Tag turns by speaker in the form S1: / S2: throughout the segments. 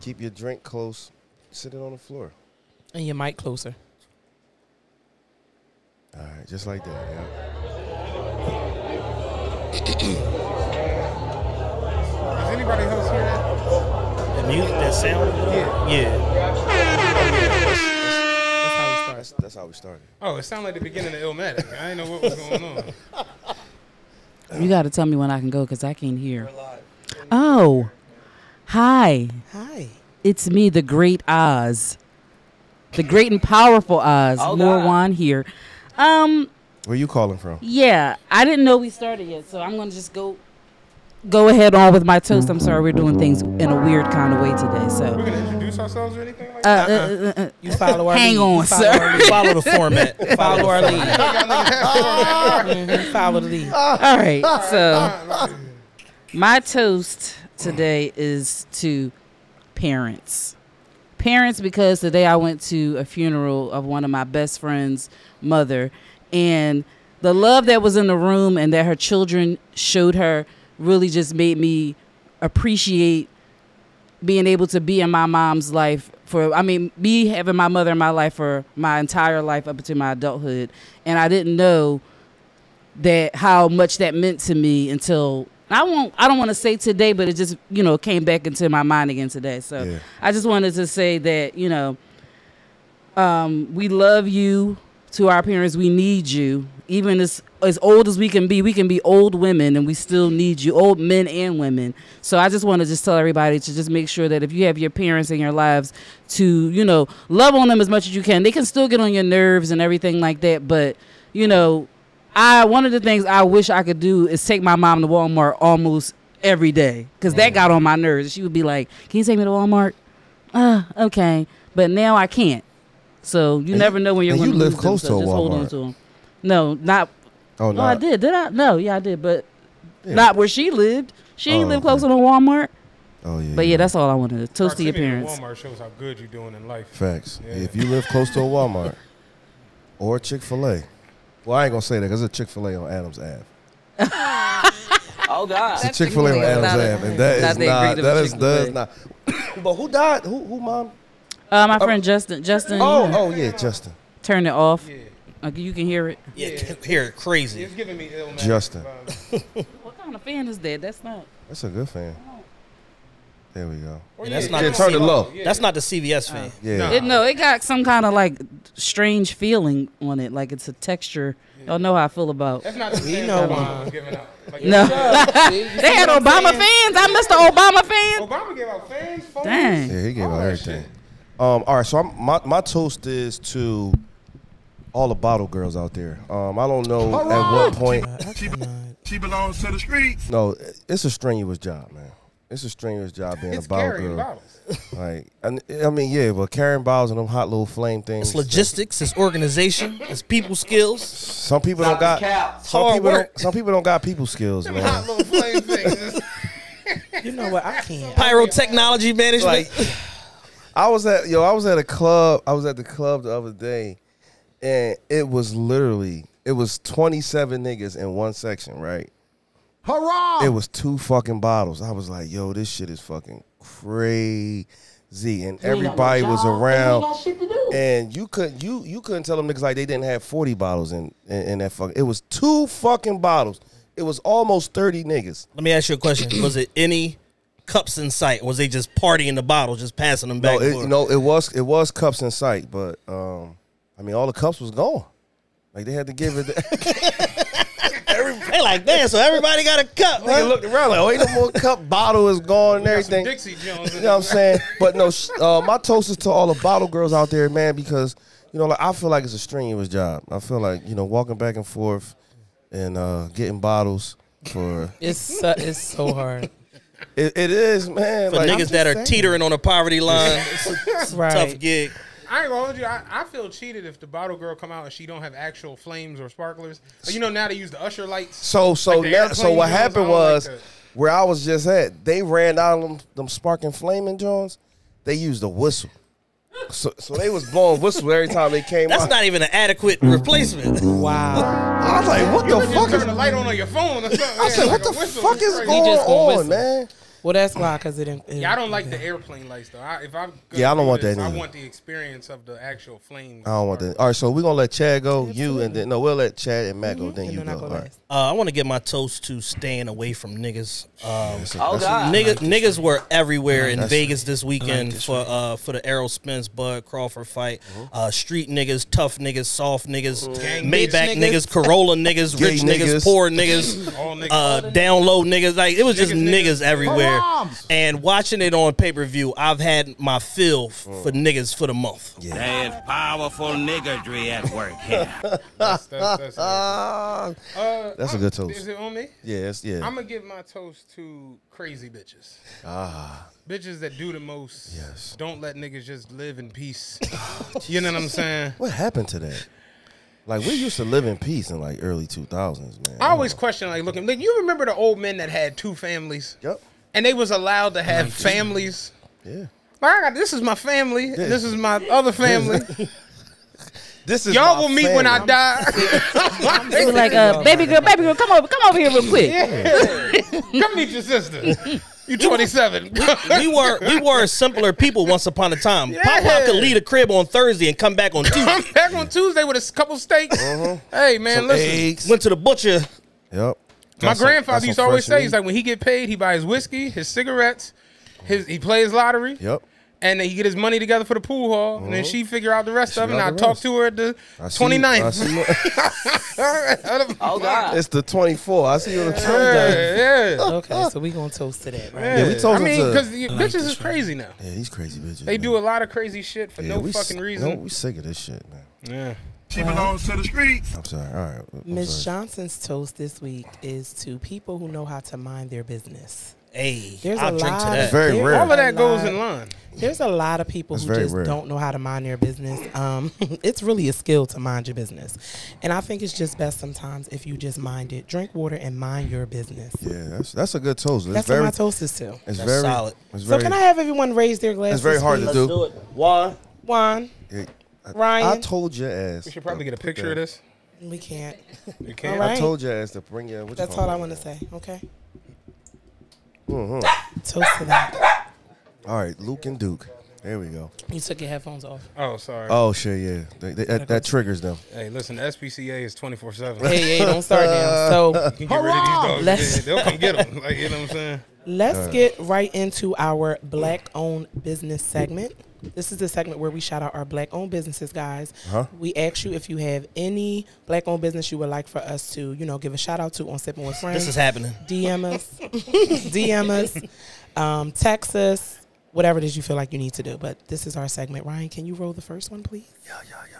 S1: Keep your drink close. Sit it on the floor.
S2: And your mic closer.
S1: All right, just like that. Yeah.
S3: Does anybody else hear that?
S4: The music, that sound.
S3: Yeah.
S4: Yeah.
S2: That's how we start.
S1: That's that's how we started.
S3: Oh, it sounded like the beginning of Illmatic. I didn't know what was going on.
S5: You got to tell me when I can go because I can't hear. Oh, hi.
S2: Hi.
S5: It's me, the great Oz. The great and powerful Oz. Morwan here. Um,
S1: Where you calling from?
S5: yeah, I didn't know we started yet, so I'm going to just go go ahead on with my toast. I'm sorry, we're doing things in a weird kind of way today,
S3: We're
S5: so.
S3: gonna introduce ourselves or anything like
S5: Uh, uh,
S3: that.
S5: uh, uh, uh,
S2: You follow our
S5: Hang
S2: lead.
S5: on,
S2: you follow
S5: sir.
S2: Our lead.
S4: Follow the format.
S2: Follow our lead.
S3: Y'all
S2: Mhm, Follow the lead.
S5: all right, so
S3: niggas have fun.
S5: my toast today is to parents. parents because today I went to a funeral of one of my best friends' mother, and the love that was in the room and that her children showed her really just made me appreciate being able to be in my mom's life for I mean me having my mother in my life for my entire life up to my adulthood, and I didn't know that how much that meant to me until. I won't. I don't want to say today, but it just you know came back into my mind again today. So
S1: Yeah.
S5: I just wanted to say that you know, um, we love you to our parents. We need you, even as as old as we can be. We can be old women, and we still need you, old men and women. So I just want to just tell everybody to just make sure that if you have your parents in your lives, to you know, love on them as much as you can. They can still get on your nerves and everything like that, but you know. I one of the things I wish I could do is take my mom to Walmart almost every day because that got on my nerves. She would be like, "Can you take me to Walmart?" Uh, okay, but now I can't. So you
S1: And
S5: never know when you're
S1: and
S5: going
S1: you live
S5: lose
S1: close
S5: them,
S1: to
S5: so
S1: a
S5: just hold on
S1: Walmart.
S5: to them. No, not.
S1: Oh
S5: Oh,
S1: no.
S5: I did. Did I? No, yeah, I did, but
S1: Yeah.
S5: not where she lived. She ain't
S1: Oh,
S5: live
S1: okay.
S5: close to no Walmart.
S1: Oh yeah.
S5: But yeah, that's all I wanted. Toast to your
S3: Proximity
S5: parents.
S3: Walmart shows how good you're doing in life.
S1: facts.
S3: Yeah.
S1: If you live close to a Walmart or Chick Fil A, well, I ain't gonna say that because it's Chick Fil A on Adams Ave.
S6: Oh God.
S1: It's a Chick Fil A on
S6: Chick-fil-A
S1: Adams
S6: without a-
S1: Ave, and that
S5: not
S1: is
S5: the
S1: not.
S5: ingredient
S1: That
S5: of
S1: is does
S5: Chick-fil-A.
S1: not. but who died? Who? Who? Mom?
S5: Uh, my friend Justin. Justin,
S1: Oh, oh yeah, Justin.
S5: turn it off.
S3: Yeah.
S5: Uh, you can hear it.
S4: Yeah, hear it crazy.
S3: It's giving me Illmatic.
S1: Justin.
S3: vibes.
S5: What kind of fan is that? That's not.
S1: That's a good fan. There we go.
S3: Or
S4: And that's
S3: yeah,
S4: not
S3: yeah,
S4: the
S1: turn it
S4: same-
S1: low. Uh.
S3: yeah.
S4: That's not the CVS fan.
S1: Yeah.
S3: Nah.
S5: It, no, it got some kind of like strange feeling on it. Like it's a texture. Y'all know how I feel about.
S3: That's not the
S4: We
S3: same
S4: know
S3: know
S4: one.
S3: I'm giving out. Like,
S5: No,
S6: See, you
S5: they
S6: see
S5: had
S6: what I'm
S5: Obama
S6: saying?
S5: fans. I missed the Obama fan.
S3: Obama gave out fans, phones.
S5: Dang.
S1: Yeah, he gave
S3: All
S1: out
S3: that
S1: everything.
S3: shit.
S1: Um, all right, so I'm, my my toast is to all the bottle girls out there. Um, I don't know at what point.
S7: She belongs to the streets.
S1: No, it's a strenuous job, man. It's a strenuous job being
S3: It's
S1: a bottle
S3: carrying
S1: girl.
S3: bottles.
S1: Like, and, I mean, yeah, but carrying bottles and them hot little flame things.
S4: It's logistics. It's organization. It's people skills.
S1: Some people don't
S6: Stop the
S1: got.
S6: cap.
S1: Some
S4: Hard
S1: people
S4: work.
S1: don't. Some people don't got people skills, man.
S3: Hot little flame things.
S2: You know what? I can't.
S4: Pyrotechnology management.
S1: Like, I was at yo, I was at a club. I was at the club the other day, and it was literally it was twenty seven niggas in one section, right? Hurrah! It was two fucking bottles. I was like, yo, this shit is fucking crazy, and everybody was around. And you couldn't you you couldn't tell them niggas like they didn't have forty bottles in in, in that fucking. It was two fucking bottles. It was almost thirty niggas.
S4: Let me ask you a question. Was it any cups in sight? Was they just partying the bottle, just passing them back?
S1: No,
S4: and
S1: it,
S4: forth?
S1: you know, it was it was cups in sight, but um, I mean, all the cups was gone. Like they had to give it.
S4: they like damn. So everybody got a cup.
S1: they
S4: Huh?
S1: looked around like, oh, ain't no more cup. Bottle is gone and everything.
S3: Dixie Jones.
S1: You know what I'm saying? But no, sh- uh, my toast is to all the bottle girls out there, man, because you know, like I feel like it's a strenuous job. I feel like you know, walking back and forth and uh, getting bottles for
S2: It's so, it's so hard.
S1: it, it is, man.
S4: For
S1: like,
S4: niggas that are teetering on the poverty line, it's a tough
S2: Right.
S4: gig.
S3: I ain't gonna hold you. I, I feel cheated if the bottle girl come out and she don't have actual flames or sparklers. But you know now they use the usher lights.
S1: So so
S3: Like the
S1: now, so
S3: airplane
S1: what
S3: wheels, I
S1: happened
S3: don't like
S1: was
S3: that.
S1: where I was just at, they ran out of them, them sparking flaming Jones. They used a whistle. So so they was blowing whistle every time they came
S4: That's
S1: out.
S4: not even an adequate
S1: Mm-hmm.
S4: replacement.
S2: Wow.
S1: I was like, what the
S3: You just
S1: fuck
S3: turn
S1: is
S3: the light on on your phone. Or something.
S1: I said, what the fuck is going
S2: just gonna
S1: on,
S2: whistle.
S1: man?
S2: Well, that's why, because it. it
S3: Yeah, I don't like the airplane lights though. I, if I'm gonna
S1: Yeah, I don't
S3: do
S1: want
S3: this,
S1: that
S3: I
S1: either.
S3: want the experience of the actual flame.
S1: I don't want that. All right, so we're gonna let Chad go, you, and then no, we'll let Chad and Matt go, then you
S2: then I
S1: go.
S2: go
S1: All right.
S2: last.
S4: Uh, I want to get my toast to staying away from niggas. Um,
S6: Oh God.
S4: niggas, niggas were everywhere in
S1: that's-
S4: Vegas this weekend
S1: this Mm-hmm.
S4: for uh, for the Errol Spence Bud Crawford fight. Uh, street niggas, tough niggas, soft niggas,
S3: Gang
S4: Maybach
S2: bitch
S4: niggas, Corolla niggas,
S1: Gay
S4: rich niggas,
S1: niggas.
S4: poor niggas,
S3: All niggas.
S4: uh, down low niggas. Like it was just
S3: Niggas,
S4: niggas,
S3: niggas.
S4: everywhere.
S8: Haram's.
S4: And watching it on pay per view, I've had my fill f-
S1: Mm.
S4: for niggas for the month.
S9: There's powerful niggardry at work here.
S3: That's, that's, that's,
S1: Ah,
S3: uh,
S1: That's a
S3: I'm-
S1: good toast.
S3: Is it on me?
S1: yes, yeah.
S3: I'm gonna give my toast to crazy bitches. Ah. Bitches that do the most.
S1: Yes.
S3: Don't let niggas just live in peace. you know what I'm saying?
S1: what happened to that? Like we used to live in peace in like early two thousands, man.
S3: I always question like looking. Like you remember the old men that had two families?
S1: Yep.
S3: And they was allowed to have families.
S1: Yeah.
S3: Like I got this is my family. and This is my other family.
S1: This is
S3: Y'all
S1: my
S3: will meet when I
S1: family.
S3: die.
S5: It's like, uh, baby girl, baby girl, come over, come over here real quick.
S3: Come meet your sister. You 27.
S4: we were we were simpler people once upon a time. Pop Pop could leave the crib on Thursday and come back on
S3: Come
S4: Tuesday.
S3: back on Tuesday with a couple steaks. Hey
S1: Mm-hmm.
S3: man,
S1: Some
S3: listen.
S1: eggs.
S4: Went to the butcher.
S1: Yep.
S3: My
S1: Got some- got
S3: grandfather
S1: some
S3: used to always
S1: fresh
S3: say, he's
S1: meat.
S3: like, when he get paid, he buys whiskey, his cigarettes, his he plays lottery,
S1: Yep. Mm-hmm.
S3: and then he get his money together for the pool hall, and then she figure out the rest of it. And
S1: out
S3: I
S1: the
S3: talk
S1: rest.
S3: to her at the
S1: I see-
S3: 29th.
S1: I see-
S6: Oh God.
S1: it's the twenty four. I see you on the
S3: yeah,
S1: twenty.
S3: yeah.
S2: Okay, so we gonna toast to that, right?
S1: Yeah, we told
S3: I
S1: him
S3: mean,
S1: to-
S3: because bitches is crazy now.
S1: Yeah, these crazy bitches.
S3: They do a lot of crazy shit for no fucking reason.
S1: No, we sick of this shit, man.
S3: Yeah.
S7: She belongs to the streets.
S1: I'm sorry. All right. I'm
S2: Miss
S1: sorry.
S2: Johnson's toast this week is to people who know how to mind their business.
S4: Hey,
S2: There's
S4: I'll
S2: a
S4: drink
S2: lot
S4: to
S2: of-
S4: that.
S1: Very
S2: there's
S1: rare.
S2: a
S3: All of that goes
S2: lot-
S3: in line.
S2: There's a lot of people
S1: That's
S2: who
S1: very
S2: just
S1: rare.
S2: don't know how to mind their business. Um, it's really a skill to mind your business, and I think it's just best sometimes if you just mind it. Drink water and mind your business.
S1: Yeah, that's that's a good toast. It's
S2: That's
S1: very,
S2: what my toast is to.
S1: It's
S4: That's
S1: very
S4: solid.
S1: It's
S2: So
S1: very,
S2: can I have everyone raise their glasses?
S1: It's very hard to
S2: please?
S1: do.
S6: it. Why?
S2: Juan,
S1: It-
S2: Ryan,
S1: I told your ass.
S3: We should probably get a picture of this.
S2: we can't.
S3: You
S2: All
S3: can't.
S1: I
S2: right,
S1: told your ass to bring your. What
S2: that's all I want to say. Okay.
S1: Uh-huh.
S2: Toast to that.
S1: to. All right, Luke and Duke. There we go.
S2: You took your headphones off.
S3: Oh, sorry.
S1: Oh shit, yeah. They, they, that, that triggers them.
S3: Hey, listen, the SPCA is 24 7.
S2: Hey, hey, don't start now. So
S3: You can get rid of these dogs.
S2: Let's-
S3: Yeah, They'll come get them. Like, you know what I'm saying?
S2: Let's get right into our black owned business segment. This is the segment where we shout out our black owned businesses, guys. We ask you if you have any black owned business you would like for us to, you know, give a shout out to on Sipping with Friends.
S4: This is happening.
S2: DM us, DM us, um, text us, whatever it is you feel like you need to do. But this is our segment. Ryan, can you roll the first one, please? Yeah, yeah, yeah.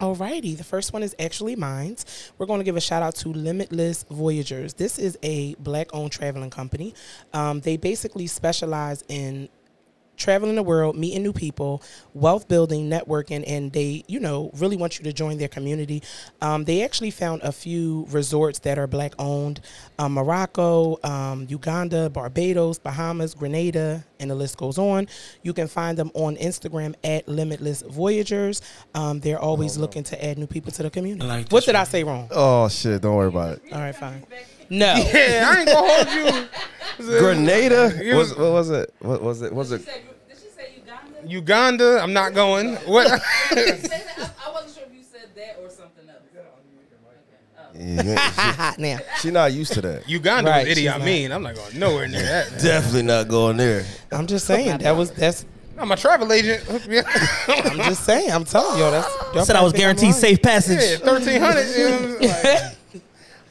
S2: Alrighty, the first one is actually mine. We're going to give a shout out to Limitless Voyagers. This is a black-owned traveling company. Um, they basically specialize in traveling the world, meeting new people, wealth building, networking, and they, you know, really want you to join their community. Um, they actually found a few resorts that are black owned um, Morocco, um, Uganda, Barbados, Bahamas, Grenada, and the list goes on. You can find them on Instagram at Limitless Voyagers. Um, they're always looking to add new people to the community.
S8: like
S2: what
S8: this
S2: did I say wrong?
S1: Oh shit, don't worry about it.
S2: All right, fine. No.
S3: Yeah, I ain't gonna hold you.
S1: Grenada.
S3: It
S1: Was,
S3: was-
S1: what was it? What was it? Was it?
S3: Uganda, I'm not going. What?
S5: I wasn't sure if you said that or something else.
S1: Yeah, you ain't-
S2: now.
S1: she not used to that.
S3: Uganda
S2: Right,
S3: is
S2: she's
S3: Idi
S2: not.
S3: Amin. I'm not going nowhere near that.
S1: Definitely not going there.
S2: I'm just saying that was that's
S3: I'm a travel agent. yeah,
S2: I'm just saying, I'm telling y'all that's y'all
S4: Said I
S2: probably
S4: was
S2: think I'm
S4: guaranteed
S2: lying.
S4: safe passage.
S3: 1300. You know what I'm saying? Like,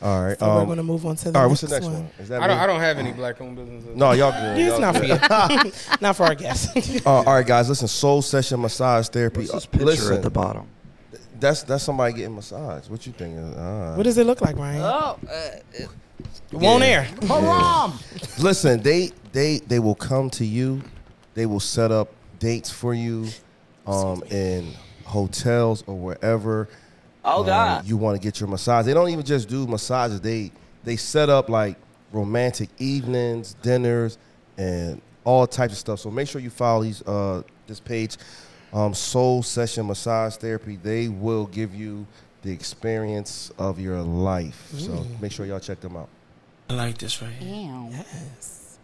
S1: All right.
S2: So we're
S1: Um,
S2: going to move on to the
S1: all right.
S2: next,
S1: What's the next
S2: one.
S1: one? Is that
S3: I don't.
S1: me?
S3: I don't have any black owned businesses.
S1: No, y'all good.
S2: It's
S1: y'all
S2: not
S1: good.
S2: for you. not for our guests.
S1: Uh, all right, guys. Listen, soul session massage therapy. uh,
S6: This picture
S1: listen,
S6: at the bottom.
S1: that's that's somebody getting massage. What you thinking? Uh,
S2: what does it look like, Ryan?
S5: Oh, uh,
S2: Won't air.
S8: Haram.
S1: Listen, they they they will come to you. They will set up dates for you, um, in hotels or wherever.
S6: Oh
S1: um,
S6: God.
S1: you want to get your massage. They don't even just do massages. They they set up like romantic evenings, dinners, and all types of stuff. So make sure you follow these uh this page, um, Soul Session Massage Therapy. They will give you the experience of your life. So make sure y'all check them out.
S8: I like this right here.
S5: Damn. Yes.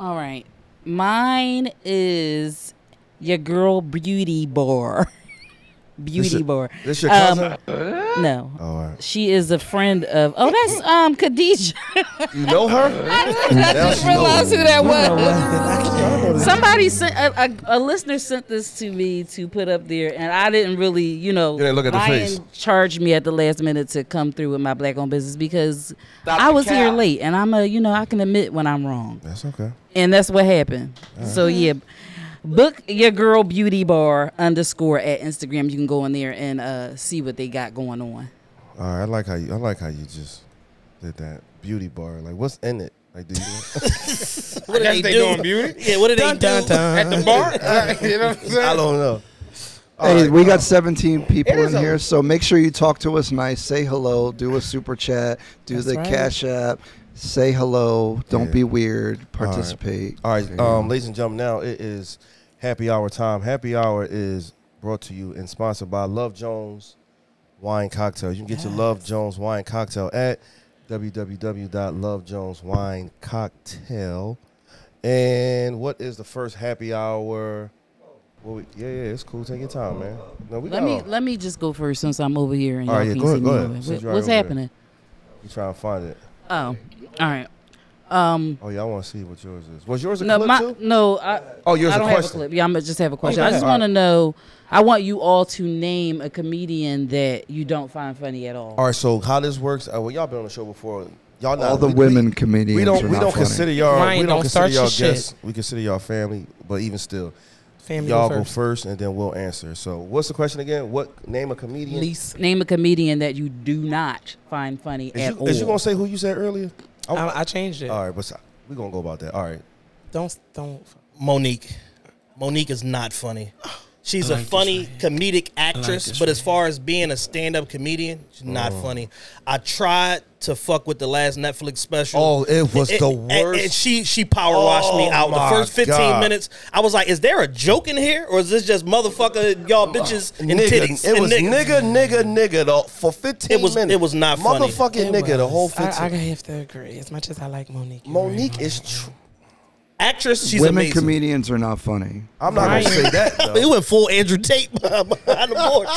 S5: All right. Mine is your girl beauty bar. beauty
S1: your-
S5: bar.
S1: this
S6: Um,
S1: your cousin?
S5: no.
S1: All right.
S5: She is a friend of Oh, that's um Khadijah.
S1: You know her?
S5: I just
S1: Now she know
S5: realized
S1: who
S5: who that
S1: you
S5: was. Somebody sent a, a, a listener sent this to me to put up there, and I didn't really, you know,
S1: You didn't look at the
S5: Lion
S1: face.
S5: charged me at the last minute to come through with my black owned business because
S6: Stop
S5: I
S6: the
S5: was here
S6: cap.
S5: late, and I'm a, you know, I can admit when I'm wrong,
S1: That's okay.
S5: and that's what happened. So yeah. Book your girl beauty bar underscore at Instagram. You can go in there and uh, see what they got going on.
S1: All right, I like how you I like how you just did that beauty bar. Like what's in it? Like do you
S4: What
S3: That's they doing beauty
S4: Yeah, what did they do?
S3: at the bar. you know what I'm
S1: I
S3: saying?
S1: don't know. All
S10: Hey,
S1: right.
S10: we got 17 people
S1: It is
S10: in
S1: a-
S10: here, so make sure you talk to us nice. Say hello. Do a super chat. Do
S2: That's
S10: the
S2: right.
S10: cash app. Say hello. Don't
S1: Yeah.
S10: be weird. Participate.
S1: All right,
S10: There you
S1: um,
S10: go.
S1: ladies and gentlemen, now it is happy hour time. Happy hour is brought to you and sponsored by Love Jones Wine Cocktail. You can get your Love Jones Wine Cocktail at www.lovejoneswinecocktail. And what is the first happy hour? Well, we, yeah, yeah, it's cool. Take your time, man. No, we
S5: Let
S1: got
S5: me
S1: all-
S5: let me just go first since I'm over here and
S1: All
S5: y'all
S1: right, yeah,
S5: can
S1: go ahead,
S5: see
S1: go
S5: me.
S1: ahead,
S5: over here.
S1: since you're
S5: what's
S1: over there.
S5: happening?
S1: we trying to find it.
S5: Oh, all right. Um,
S1: Oh, yeah, I want to see what yours is. Was yours a
S5: no,
S1: clip
S5: my,
S1: too?
S5: no. I,
S1: Oh, yours
S5: I
S1: a
S5: don't have a
S1: question.
S5: clip. Yeah, I'm gonna just have a question. I
S1: Okay.
S5: just
S1: All right.
S5: want to know. I want you all to name a comedian that you don't find funny at all.
S1: All right, so how this works? Uh, well, y'all been on the show before. Y'all not,
S10: All the
S1: we-
S10: women
S1: we,
S10: comedians.
S1: We
S10: are
S1: don't. We
S10: not
S1: don't
S10: funny.
S1: consider y'all.
S2: Ryan,
S1: we don't,
S2: don't
S1: consider
S2: start your
S1: y'all
S2: shit.
S1: guests. We consider y'all family, but even still,
S2: Family
S1: y'all
S2: first.
S1: go first, and then we'll answer. So, what's the question again? What name a comedian?
S2: Least.
S5: Name a comedian that you do not find funny
S1: Is
S5: at
S1: you,
S5: all.
S1: is you gonna say who you said earlier? I-
S2: I, I changed it.
S1: Oh. all right, but so- we gonna go about that. All right.
S2: Don't don't.
S4: Monique. Monique is not funny. She's
S8: I
S4: a
S8: like this
S4: funny
S8: right
S4: comedic actress,
S8: this
S4: but
S8: right
S4: as far as being a stand-up comedian, she's not
S1: Oh.
S4: funny. I tried to fuck with the last Netflix special.
S1: Oh, it was the
S4: and-
S1: worst.
S4: And she she power washed me
S1: Oh,
S4: out the
S1: my
S4: first 15
S1: God.
S4: minutes. I was like, is there a joke in here or is this just motherfucker y'all bitches and
S1: Uh, nigga,
S4: titties?
S1: It
S4: and
S1: was
S4: niggas?"
S1: nigga, nigga, nigga. The, for fifteen
S4: It was-
S1: minutes,
S4: it was not funny.
S1: Motherfucking nigga, the whole fifteen.
S2: I, I have to agree. As much as I like Monique, you're right.
S1: Monique is. Tr-
S4: Actress, she's
S10: Women
S4: amazing.
S10: comedians are not funny.
S1: I'm not gonna say that.
S4: But
S1: Though.
S4: It went full Andrew Tate behind the board.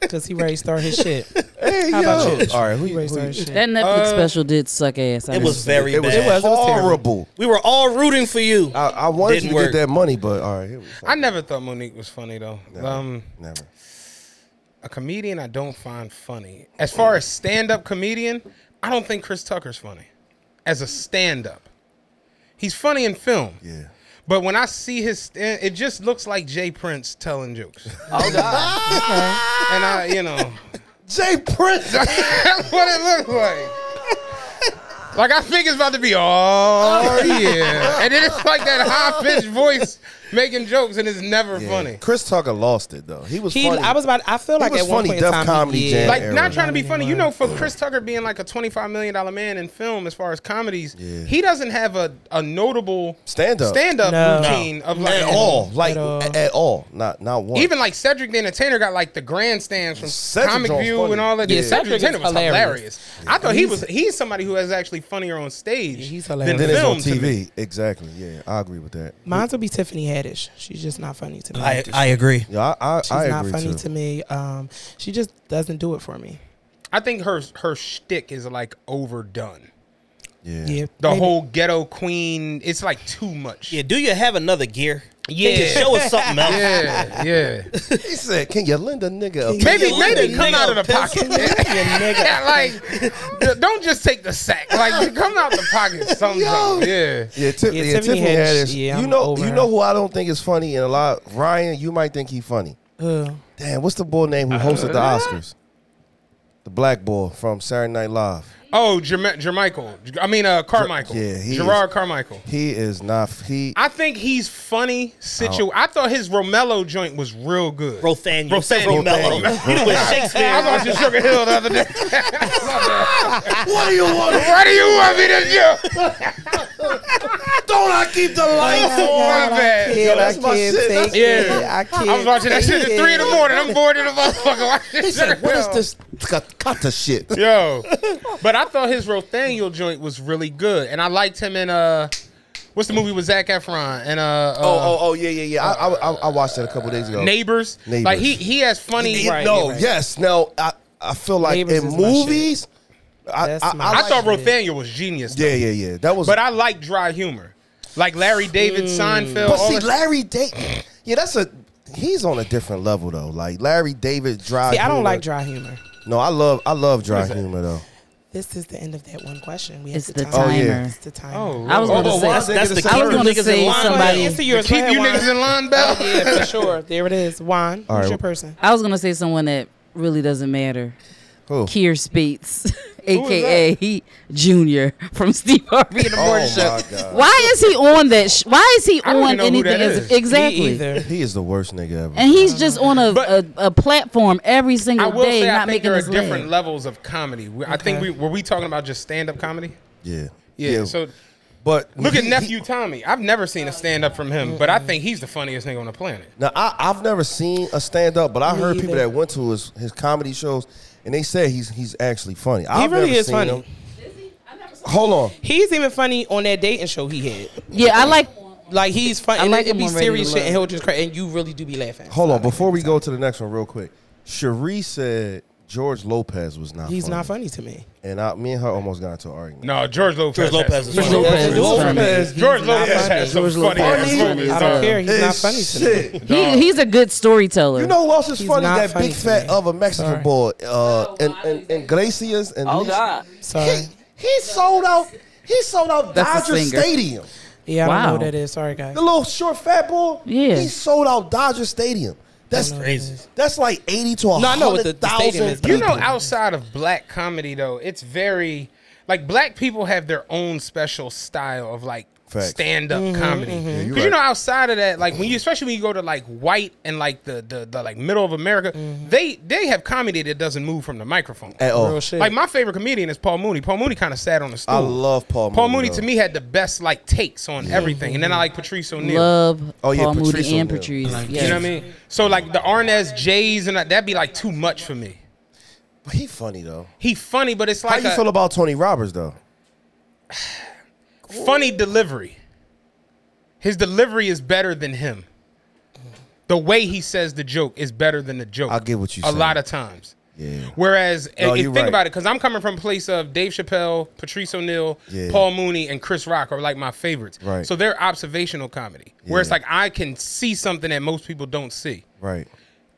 S2: Because he already started his shit.
S1: hey,
S2: How about
S1: yo.
S2: you?
S1: All right, who
S2: He
S1: you?
S2: already
S1: Who
S2: started
S1: you
S2: his shit.
S5: that Netflix special did suck ass. I
S4: It was
S5: didn't-
S4: very
S1: Uh, it was
S4: bad.
S1: horrible.
S4: We were all rooting for you.
S1: I, I wanted
S4: Didn't
S1: you to
S4: work.
S1: get that money, but all right. Here we go.
S3: I never thought Monique was funny though. Um,
S1: Never.
S3: a comedian I don't find funny. As far as stand-up comedian, I don't think Chris Tucker's funny. As a stand-up, he's funny in film.
S1: Yeah.
S3: But when I see his, stand, it just looks like Jay Prince telling jokes.
S6: Oh God.
S3: and I, you know,
S1: Jay Prince.
S3: that's what it looks like. Like I think it's about to be, oh yeah, and then it's like that high pitched voice making jokes, and it's never funny.
S1: Chris Tucker lost it though. He was
S2: He,
S1: funny.
S2: I was about. I feel like
S1: was
S2: at one
S1: funny,
S2: point
S1: Def
S2: in time,
S1: Comedy
S2: he,
S1: Jam.
S2: yeah,
S3: Like
S1: era.
S3: not trying to be funny, you know. For Chris Tucker being like a twenty five million dollar man in film, as far as comedies,
S1: Yeah.
S3: he doesn't have a, a notable
S1: Stand-up.
S3: stand up
S2: No.
S3: routine of like
S1: at all, like
S2: At
S1: at
S2: all.
S1: all. not not one.
S3: Even like Cedric the Entertainer got like the grandstands from
S1: Cedric
S3: Comic
S1: was
S3: View
S1: funny.
S3: and all that.
S2: Yeah,
S3: Cedric the
S2: Cedric is
S3: Entertainer was hilarious.
S2: hilarious.
S3: I thought he was he's somebody who is actually funnier on stage
S2: Yeah, he's
S3: than
S2: hilarious.
S1: then it's on
S3: film to me.
S1: TV. Exactly. Yeah, I agree with that.
S2: Mine's will be Tiffany Haddish. She's just not funny to me.
S4: I, I agree.
S1: Yeah, I I,
S2: She's
S1: I
S2: not
S1: agree
S2: funny
S1: too.
S2: to me. Um, she just doesn't do it for me.
S3: I think her her shtick is like overdone.
S1: Yeah.
S2: Yeah,
S3: The
S2: maybe-
S3: whole ghetto queen, it's like too much.
S4: Yeah, do you have another gear?
S3: Yeah.
S4: Can you show us something else.
S3: yeah. yeah.
S1: He said, "Can you lend a nigga?" A
S3: Maybe
S4: You
S3: maybe
S4: nigga
S3: come out of the
S4: pencil.
S3: pocket. Yeah, like d- don't just take the sack. Like come out the pocket sometime. Yeah.
S1: yeah, Tip,
S2: Yeah,
S1: yeah,
S2: Tiffany
S1: Tiffany
S2: had-
S1: Haddish.
S2: yeah,
S1: you
S2: I'm
S1: know,
S2: over
S1: you
S2: her.
S1: know who I don't think is funny, and a lot. Ryan, you might think he funny.
S2: Ugh.
S1: Damn, what's the boy name who hosted the Oscars? The black boy from Saturday Night Live.
S3: Oh, Jerm- Jermichael. I mean uh Carmichael.
S1: Yeah, he
S3: Gerard
S1: is-
S3: Carmichael.
S1: He is not. He
S3: I think he's funny
S1: Oh.
S3: situ. I thought his Romello joint was real good.
S4: Rothaniel.
S3: Rothaniel.
S4: Romello. You know, with Shakespeare.
S3: I watched Sugar Hill the other day.
S1: What do you want?
S3: what do you want me to do?
S1: Don't I keep the lights
S3: Oh, My bad.
S1: Yo, that's my shit. That's-
S3: Yeah.
S2: I can't.
S3: I was watching that shit at three in the morning. I'm bored in the motherfucker watching.
S1: He said,
S3: Sugar
S1: "What is
S3: Hill."
S1: this kata shit?"
S3: Yo, but I thought his Rothaniel joint was really good, and I liked him in uh, what's the movie with Zach Efron and uh, uh
S1: oh, oh, oh, yeah, yeah, yeah. I, I, I, I watched that a couple days ago.
S3: Neighbors.
S1: Neighbors.
S3: Like he he has funny.
S1: It- no, yes. No, I, I feel like
S2: Neighbors
S1: in
S2: is my
S1: movies. I, I,
S2: That's my
S1: I
S3: I
S1: like-
S3: thought Rothaniel was genius.
S1: Yeah, yeah, yeah. That was.
S3: But I like dry humor, like Larry David, Seinfeld.
S1: Hmm. But
S3: all
S1: see,
S3: that-
S1: Larry David. Yeah, that's a. He's on a different level though. Like Larry David dry.
S2: See, I don't
S1: humor.
S2: like dry humor.
S1: No, I love I love dry humor though.
S2: This is the end of that one question. We have
S5: It's
S2: the,
S5: the
S2: timer.
S1: Oh, yeah.
S2: It's the timer.
S5: I was
S3: Oh,
S5: going to
S3: but
S5: say.
S3: why-
S4: that's the
S5: I was
S4: killer.
S5: going to
S4: Niggas
S5: say
S4: in line.
S5: somebody.
S2: Answer yours. Go
S3: keep
S2: ahead,
S3: you
S2: Juan.
S3: niggas in line, Bell.
S2: Yeah, for sure. There it is. Juan,
S1: All
S2: who's
S1: right.
S2: your person?
S5: I was going to say someone that really doesn't matter.
S1: Who?
S5: Keir Spates, aka he, Junior from Steve Harvey and the
S1: Oh,
S5: Morning Show.
S1: my God.
S5: Why is he on that? Sh- why is he
S3: I don't even
S5: on
S3: know who
S5: anything?
S3: that
S5: else?
S3: is.
S2: Me
S5: Exactly.
S2: either.
S1: He is the worst nigga ever.
S5: And he's just on a,
S3: But-
S5: a, a platform every
S3: I
S5: single
S3: will
S5: day,
S3: say, I
S5: not
S3: think
S5: making
S3: there are
S5: us
S3: different
S5: laugh.
S3: levels of comedy. We- I think we were we talking about just stand up comedy.
S1: yeah.
S3: Yeah. So
S1: but
S3: look
S1: he-
S3: at nephew Tommy. I've never seen a stand up from him, but I
S5: Mm-hmm.
S3: think he's the funniest nigga on the planet.
S1: Now I, I've never seen a stand up, but I
S2: Me
S1: heard people
S2: either.
S1: that went to his, his comedy shows, and they said he's he's actually funny. He I've
S2: really
S1: never
S2: is
S1: seen
S2: funny.
S1: him. Hold on,
S2: He's even funny on that dating show he had.
S5: Yeah, I like.
S2: Like he's funny.
S5: I
S2: and
S5: like
S2: it'd
S5: him
S2: be
S5: on Ready to
S2: serious shit, and
S5: Love.
S2: he'll just cry, and you really do be laughing.
S1: hold on. Before we go to the next one, real quick, Cherie said George Lopez was not.
S2: He's
S1: funny.
S2: not funny to me.
S1: And I, me and her almost got into an argument.
S3: No, George Lopez.
S4: George
S3: has-
S4: Lopez is funny.
S5: Lopez is
S2: George
S5: funny.
S2: Lopez,
S3: George
S2: he's not
S3: Lopez
S2: funny.
S3: has some funny ass
S1: Lopez
S3: movies.
S2: I don't
S3: dog.
S2: care. He's not
S1: It's
S2: funny to me.
S1: shit.
S5: He, he's a good storyteller.
S1: You know who else is
S2: He's
S1: funny?
S2: not
S1: That
S2: funny
S1: big
S2: to
S1: fat
S2: me.
S1: other Mexican
S2: Sorry.
S1: boy,
S3: Oh,
S1: uh, and, and and Gracias and
S6: Oh
S1: Luis-
S6: God.
S2: Sorry.
S1: He, he sold out. He sold out
S5: That's a
S1: Dodger
S5: singer.
S1: Stadium.
S2: Yeah, I don't know
S5: Wow.
S2: who that is. Sorry, guys.
S1: The little short fat boy.
S5: Yeah.
S1: He sold out Dodger Stadium. That's
S4: Crazy.
S1: That's like eighty to
S2: No, I know what the-
S1: hundred
S2: the stadium
S1: thousand.
S2: is, but
S1: people.
S3: You know, outside of black comedy though, it's very like black people have their own special style of like
S1: Facts. Mm-hmm.
S3: stand up comedy. Because
S1: you're
S3: you know,
S1: right.
S3: outside of that, like when you especially when you go to like white and like the the, the like middle of America, they they have comedy that doesn't move from the microphone.
S1: Mm-hmm. at all.
S2: Real shit.
S3: Like my favorite comedian is Paul Mooney. Paul Mooney kind of sat on the stool.
S1: oh, I love Paul
S3: Paul
S1: Mooney,
S3: Mooney
S1: though.
S3: to me had the best like takes on everything, and then I like Patrice O'Neill.
S5: love
S1: Oh, yeah,
S5: Paul
S1: Patrice
S5: Moody and
S1: O'Neill.
S5: Patrice.
S3: You know what I mean? So like the Arnaz Jays and that, that'd be like too much for me.
S1: But he funny though.
S3: He funny, but it's
S1: How
S3: like
S1: you
S3: a
S1: feel about Tony Roberts though?
S3: funny delivery. His delivery is better than him. The way he says the joke is better than the joke.
S1: I get what you
S3: A
S1: say.
S3: lot of times.
S1: Yeah.
S3: Whereas,
S1: No,
S3: and- and
S1: you're
S3: think
S1: right.
S3: about it, because I'm coming from a place of Dave Chappelle, Patrice O'Neill,
S1: Yeah.
S3: Paul Mooney, and Chris Rock are like my favorites.
S1: Right.
S3: So they're observational comedy, where it's
S1: Yeah.
S3: like I can see something that most people don't see.
S1: Right.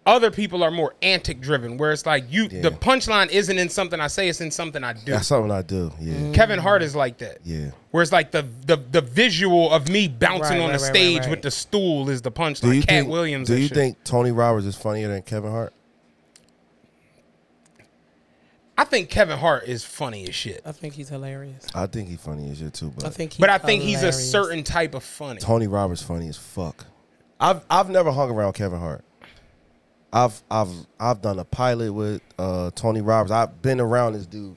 S3: Other people are more antic driven, where it's like you,
S1: Yeah.
S3: the punchline isn't in something I say, it's in something I do.
S1: That's something I do. Yeah.
S2: Mm.
S3: Kevin Hart is like that.
S1: Yeah.
S3: Where it's like the the, the visual of me bouncing
S2: Right,
S3: on
S2: right,
S3: the
S2: right,
S3: stage
S2: right, right.
S3: with the stool is the punchline.
S1: Do you
S3: Cat
S1: think
S3: Williams.
S1: Do
S3: and
S1: you
S3: shit.
S1: think Tony Roberts is funnier than Kevin Hart?
S3: I think Kevin Hart is funny as shit.
S2: I think he's hilarious.
S1: I think he's funny as shit too, but
S2: I think. He's
S3: But I think he's a
S2: hilarious.
S3: certain type of funny.
S1: Tony Roberts funny as fuck. I've I've never hung around Kevin Hart. I've I've I've done a pilot with uh, Tony Roberts. I've been around this dude,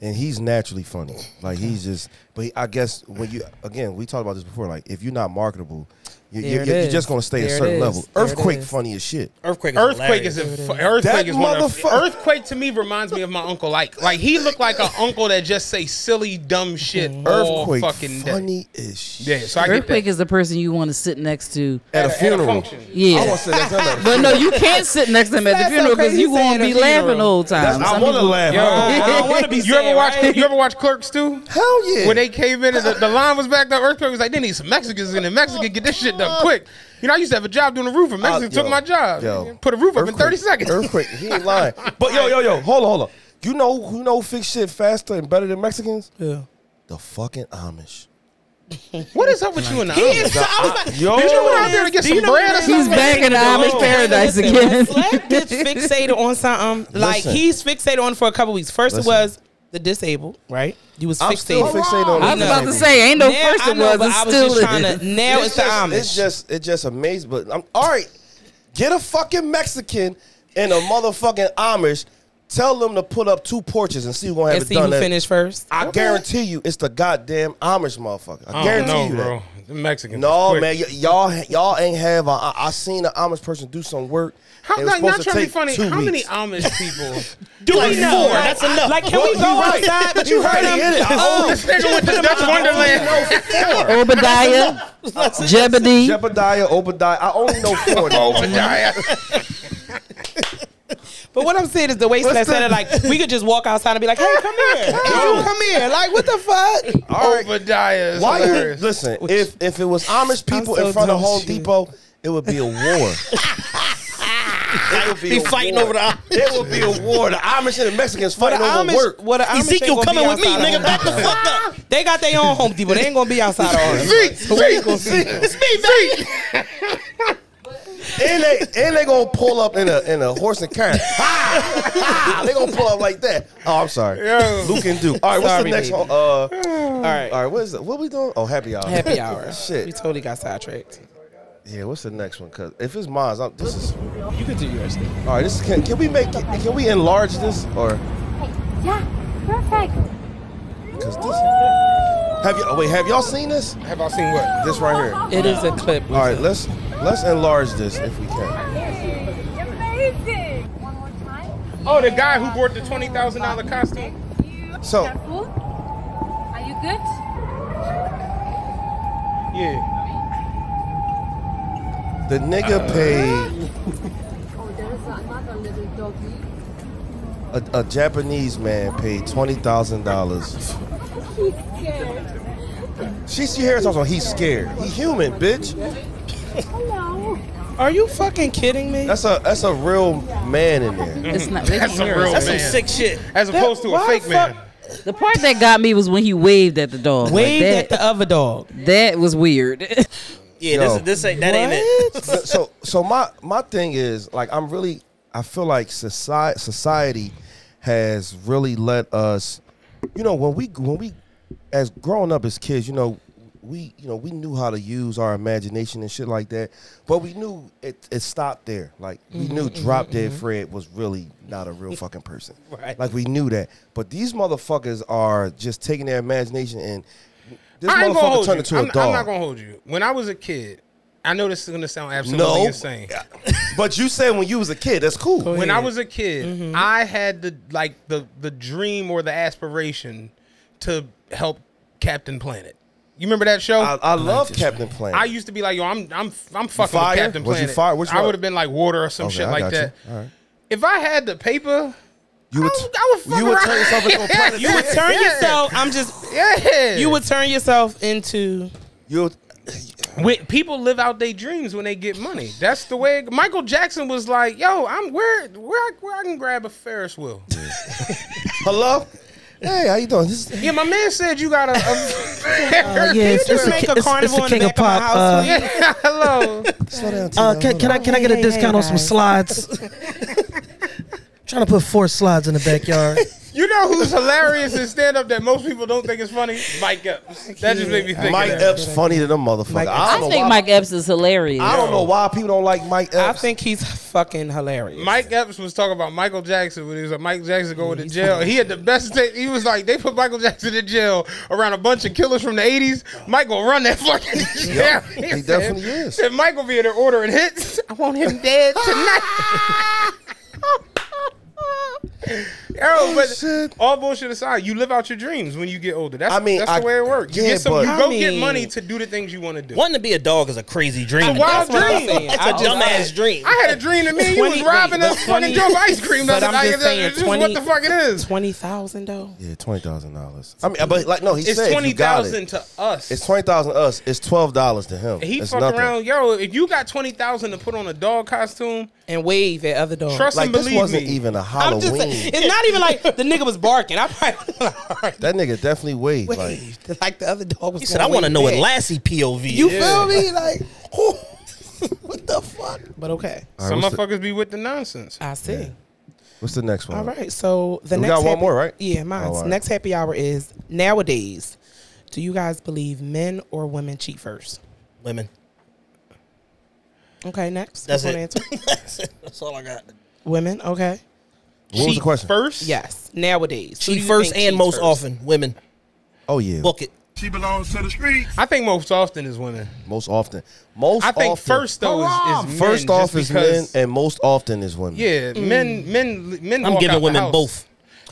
S1: and he's naturally funny. Like he's just. But he, I guess when you again we talked about this before. Like if you're not marketable, you,
S2: There
S1: you,
S2: it
S1: you're
S2: is.
S1: just gonna stay
S2: There
S1: a
S2: it
S1: certain
S2: is.
S1: level.
S2: There it
S1: Earthquake
S2: is.
S1: funily as shit.
S4: Earthquake is
S3: Earthquake is a
S4: hilarious.
S3: fu- earthquake
S1: That
S3: is one of
S1: motherfucker-
S3: earthquake to me reminds me of my uncle Ike. Like he looked like an uncle that just say silly dumb shit
S2: Mm-hmm.
S3: all
S1: Earthquake
S3: fucking day.
S1: funny as
S3: Yeah,
S1: shit.
S3: so I get
S5: Earthquake
S3: that.
S5: is the person you want to sit next to.
S1: At a funeral.
S3: function.
S1: I
S5: Yeah.
S1: want to say that's another-
S5: But no, you can't sit next to him at
S2: That's
S5: the
S2: so
S5: funeral because
S2: crazy
S5: you
S2: you say at
S5: won't
S2: a
S5: be laughing
S2: funeral.
S5: the whole time.
S1: I
S5: Some
S1: want to
S5: people-
S1: laugh.
S3: Yo,
S2: I don't wanna be
S3: you ever
S2: sad,
S3: watch
S2: right?
S3: you ever watch Clerks too?
S1: Hell yeah. Uh,
S3: when they came in and the, the line was back down, earthquake was like, they need some Mexicans in there. Mexican, get this shit done quick. You know, I used to have a job doing a roof, and
S1: I-
S3: Mexicans
S1: Uh, yo,
S3: took my job.
S1: yo.
S3: Put a roof up in 30
S1: Earthquake-
S3: seconds.
S1: Earthquake, he ain't lying. But yo, yo, yo, hold on, hold on. You know who know fix shit faster and better than Mexicans?
S2: Yeah.
S1: The fucking Amish.
S3: What is up with you and the Amish?
S2: I was like,
S1: Yo,
S3: Did you go out there to get some bread or
S5: He's
S3: something?
S5: back in the Amish paradise
S2: Oh, Listen,
S5: again.
S2: when Slap gets fixated on something. Like
S1: Listen.
S2: he's fixated on it for a couple weeks. First
S1: Listen.
S2: it was the disabled, right? You was
S1: I'm still
S2: fixated.
S1: fixated on
S5: I was about to say, ain't no
S2: Now,
S5: first
S2: I
S5: it
S2: know,
S5: was,
S2: but
S5: it's
S2: I was
S5: still
S2: just trying to. Now it's,
S1: It's
S2: the
S1: just,
S2: Amish.
S1: it's just, it's just amazing. But I'm all right. Get a fucking Mexican and a motherfucking Amish. Tell them to put up two porches and see who gonna have
S2: and
S1: it
S2: see
S1: done.
S2: who
S1: that-
S2: finished first.
S1: I guarantee you, it's the goddamn Amish motherfucker. I,
S3: I don't
S1: guarantee
S3: know,
S1: you,
S3: bro.
S1: that.
S3: The Mexicans.
S1: No,
S3: quick.
S1: man, y- y'all y'all ain't have. a- I I seen an Amish person do some work.
S3: How,
S1: It was
S3: like, not
S1: supposed to
S3: trying to be
S1: take
S3: funny.
S1: two
S3: How many
S1: weeks.
S3: Amish people?
S4: Do
S3: Like
S4: we know?
S3: four.
S4: That's enough.
S2: Like, can we
S1: You
S2: go
S1: right.
S2: outside? But
S1: You
S2: you Oh.
S1: right,
S2: heard
S1: I
S2: him.
S1: get it. I own it.
S3: this nigga went to Dutch Wonderland.
S5: Obadiah, Jebediah.
S1: Jebediah, Obadiah. I only know four. though.
S2: But what I'm saying is the way Celeste said it, like we could just walk outside and be like, "Hey, come here, you come here." Like, what the fuck?
S1: All right.
S3: Obadiah is
S1: Why you
S3: hilarious.
S1: listen? If if it was Amish people
S2: so
S1: in front of
S2: dumb,
S1: Home
S2: shit.
S1: Depot, it would be a war. it would be,
S4: Be
S1: a
S4: fighting
S1: war.
S4: over the.
S1: It would be a war. The Amish and the Mexicans fighting over work.
S2: what the Amish ain't
S4: Ezekiel
S2: gonna be
S4: coming with me,
S2: outside of
S4: nigga.
S2: Home
S4: Back the fuck up.
S2: Depot. They got their own Home Depot. They ain't gonna be outside all of
S3: See, see, see.
S4: It's me, baby.
S1: And they and they gonna pull up in a in a horse and carriage. Ha! Ha! They gonna pull up like that. Oh, I'm sorry.
S3: Yo.
S1: Luke and Duke. All right, what's
S2: Sorry,
S1: the next
S2: baby.
S1: one? Uh, all
S2: All right,
S1: right, what is it? What we doing? Oh, happy hour.
S2: happy hour.
S1: Shit.
S2: we totally got sidetracked.
S1: Yeah, what's the next one? Cause if it's mine, I'm, this is
S2: You could do yours.
S1: all right. This is, can, can we make it- can we enlarge this or
S8: Yeah, perfect.
S1: cause this have you oh, wait have y'all seen this
S3: Have I seen what?
S1: this right here? All
S2: It is a clip.
S1: right, let's let's enlarge this if we can.
S8: Amazing. One more time.
S3: Oh, the guy who bought the twenty thousand dollar costume.
S1: So-
S8: Careful. Are you good?
S3: Yeah.
S1: The nigga paid
S8: Oh, there is another little doggy.
S1: a, a Japanese man paid twenty thousand dollars.
S8: He's scared.
S1: She see here talking. He's scared. He human, bitch.
S8: Oh, Hello.
S2: Are you fucking kidding me?
S1: That's a that's a real man in there.
S5: It's not. They can
S3: That's a
S5: hear
S3: real
S5: us.
S4: That's some
S3: Man.
S4: sick shit.
S3: As opposed to a
S2: Why
S3: fake
S2: the
S3: man.
S2: fuck-
S5: The part that got me was when he waved at the dog.
S2: Waved
S5: like
S2: at
S5: that,
S2: the other dog.
S5: that was weird.
S4: Yeah,
S1: Yo.
S4: this, this ain't that ain't it.
S1: so so my my thing is like I'm really I feel like society society has really let us you know when we when we as growing up as kids you know we you know we knew how to use our imagination and shit like that but we knew it it stopped there like we
S3: Mm-hmm,
S1: knew drop dead Fred was really not a real fucking person
S4: Right.
S1: like we knew that but these motherfuckers are just taking their imagination and this
S3: I ain't gonna
S1: motherfucker
S3: hold you.
S1: turned
S3: I'm,
S1: into a
S3: I'm
S1: dog
S3: not gonna hold you. When I was a kid, I know this is gonna sound absolutely
S1: no,
S3: insane.
S1: but you said when you was a kid, that's cool.
S3: When I was a kid, I had the like the the dream or the aspiration to help Captain Planet. You remember that show?
S1: I, I love Captain Planet.
S3: I used to be like, yo, I'm I'm I'm fucking
S1: fire?
S3: with Captain
S1: Was you
S3: Planet.
S1: fire? Which
S3: I
S1: one?
S3: would have been like water or some
S1: Okay,
S3: shit
S1: I
S3: like
S1: got you.
S3: that.
S1: All right.
S3: If I had the paper,
S1: you
S3: I would, I would fuck
S1: you would
S3: around.
S1: turn yourself into a planet.
S2: You would turn
S3: Yeah.
S2: yourself. I'm just.
S3: Yeah,
S2: You would turn yourself into.
S1: You would-
S3: Wi- people live out their dreams when they get money. That's the way. Michael Jackson was like, "Yo, I'm where where I, where I can grab a Ferris wheel."
S1: hello. Hey, how you doing? This is,
S3: yeah, my man said you got a. a Ferris
S2: It's
S3: wheel.
S2: just make a carnival in the
S11: King of
S2: back of my
S11: Pop, uh,
S2: house. please?
S3: yeah, hello.
S1: slow down.
S11: Uh,
S1: Tino.
S11: can, can I can I get a discount on some slides? Trying to put four slides in the backyard.
S3: You know who's hilarious in stand up that most people don't think is funny? Mike Epps. That just made me think.
S1: Mike
S3: of that.
S1: Epps funny than a motherfucker.
S2: Mike
S1: I,
S5: I
S1: don't know
S5: think
S1: why,
S5: Mike Epps is hilarious.
S1: I don't know why people don't like Mike
S2: I
S1: Epps.
S2: think he's fucking hilarious.
S3: Mike Epps was talking about Michael Jackson when he was at Michael Jackson going to jail. He had the best thing. He was like, they put Michael Jackson in jail around a bunch of killers from the 80s. Michael run that fucking jail.
S1: he definitely is.
S3: Said Michael be in there ordering hits. I want him dead tonight. Yo, but
S1: Oh, Shit.
S3: all bullshit aside, you live out your dreams when you get older. That's,
S1: I mean,
S3: that's
S1: I-
S3: the way it works. You
S1: yeah,
S3: get some,
S1: but-
S3: you go
S2: I mean-
S3: get money to do the things you want to do.
S4: Wanting to be a dog is a crazy dream.
S3: It's a wild
S2: That's what I'm
S3: dream.
S2: saying.
S4: It's
S2: I
S4: a
S2: just-
S4: dumbass dream.
S3: I had a dream that me and you was
S2: 20
S3: robbing
S2: wait,
S3: us
S2: but 20
S3: fucking Joe ice cream the
S2: but
S3: other
S2: I'm
S3: night.
S2: just saying,
S3: Just what
S2: 20
S3: the fuck it is.
S2: Twenty thousand though.
S1: yeah, twenty thousand dollars. I mean, but like no, he
S3: It's
S1: said
S3: twenty
S1: you got it.
S3: thousand to us.
S1: It's twenty thousand us. It's twelve dollars to him.
S3: he
S1: it's
S3: fuck
S1: nothing.
S3: around, yo. If you got twenty thousand to put on a dog costume,
S2: And wave at other dogs.
S3: trust
S1: Like
S3: and
S1: this
S3: believe
S1: wasn't
S3: me.
S1: even a
S2: I'm
S1: Halloween.
S2: just saying, it's not even like the nigga was barking. I probably like, all
S1: that nigga definitely waved.
S2: right,
S1: Like
S2: waved. Like, the other dog was.
S4: He said, I want to know what Lassie POV is.
S2: You feel me? Like who? what the fuck? But okay,
S3: Some
S1: what's the-
S3: motherfuckers be with the nonsense.
S2: I see.
S1: What's the next one?
S2: All right. So the
S1: We
S2: next
S1: got one
S2: happy-
S1: more, right?
S2: Yeah, mine.
S1: Oh, all right.
S2: Next happy hour is nowadays. Do you guys believe men or women cheat first?
S4: Women.
S2: Okay, next.
S4: That's
S2: One
S4: it.
S2: answer.
S4: That's it. That's all I got.
S2: women. Okay.
S1: What was the
S3: Cheat
S1: question?
S3: first,
S2: Yes. Nowadays. Who
S4: Cheat
S2: do you
S4: first
S2: think
S4: and
S2: cheats
S4: most
S2: first?
S4: often. Women.
S1: Oh yeah.
S4: Book it.
S7: She belongs to the streets.
S3: I think most often is women.
S1: Most often. Most
S3: I think
S1: often.
S3: first though is, is men,
S1: First
S3: just
S1: off is men,
S3: because-
S1: and most often is women.
S3: Yeah,
S5: Mm.
S3: men, men, men.
S2: I'm
S3: walk
S2: giving
S3: out the
S2: women
S3: house.
S2: both.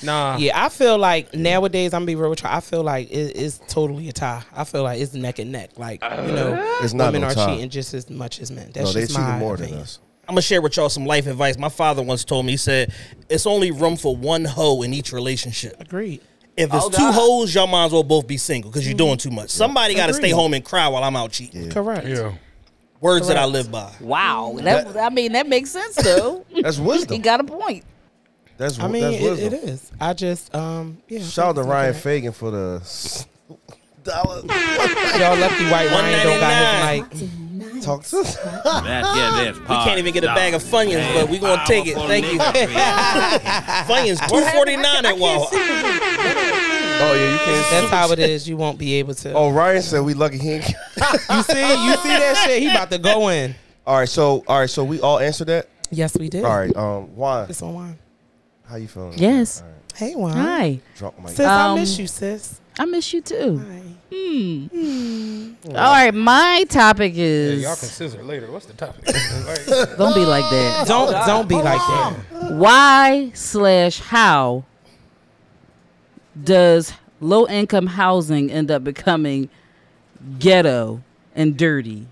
S3: Nah.
S2: Yeah, I feel like nowadays I'm gonna be real with you. I feel like it is totally a tie. I feel like it's neck and neck. Like you know,
S1: It's not
S2: women
S1: no
S2: are
S1: tie.
S2: cheating just as much as men. That's
S1: No, they
S2: just
S1: cheating
S2: my
S1: more than
S2: opinion.
S1: us.
S4: I'm gonna share with y'all some life advice. My father once told me, he said, "It's only room for one hoe in each relationship."
S2: Agreed.
S4: If it's
S2: Oh,
S4: two
S2: God.
S4: hoes, y'all might as well both be single because you're doing too much. Somebody got to
S5: Agreed.
S4: stay home and cry while I'm out cheating.
S2: Correct.
S3: Yeah.
S4: Words that I
S5: Correct.
S4: live by.
S5: Wow, that, I mean that makes sense though.
S1: That's wisdom.
S5: He got a point.
S1: That's
S2: I mean,
S1: that's
S2: it-
S1: wisdom.
S2: it is. I just um yeah. I
S1: Shout out
S2: think
S1: to
S2: it's
S1: Ryan
S2: okay.
S1: Fagan for the dollar.
S2: Y'all lucky white Ryan don't got his
S1: like talk to. Oh,
S4: we can't even get a bag of Funyuns, but we gonna take it. Thank you. Funyuns two forty nine at Wawa.
S1: Oh yeah, you can't.
S2: That's how it is. You won't be able to.
S1: Oh, Ryan said we lucky he. Ain't...
S2: you see, you see that shit. He about to go in.
S1: All right, so all right, so we all answered that.
S2: Yes, we did.
S1: All right, um, Juan,
S2: It's on wine.
S1: how you feeling?
S5: Yes.
S2: Hey, Juan.
S5: Hi.
S1: Drunk Mike.
S2: Sis, I miss
S5: Um,
S2: you, sis.
S5: I miss you too. Hmm. All right, my topic
S3: Yeah,
S5: is.
S3: y'all can scissor later. What's the topic?
S5: Don't be like that.
S2: Don't don't be like that.
S5: Why slash how does low income housing end up becoming ghetto and dirty?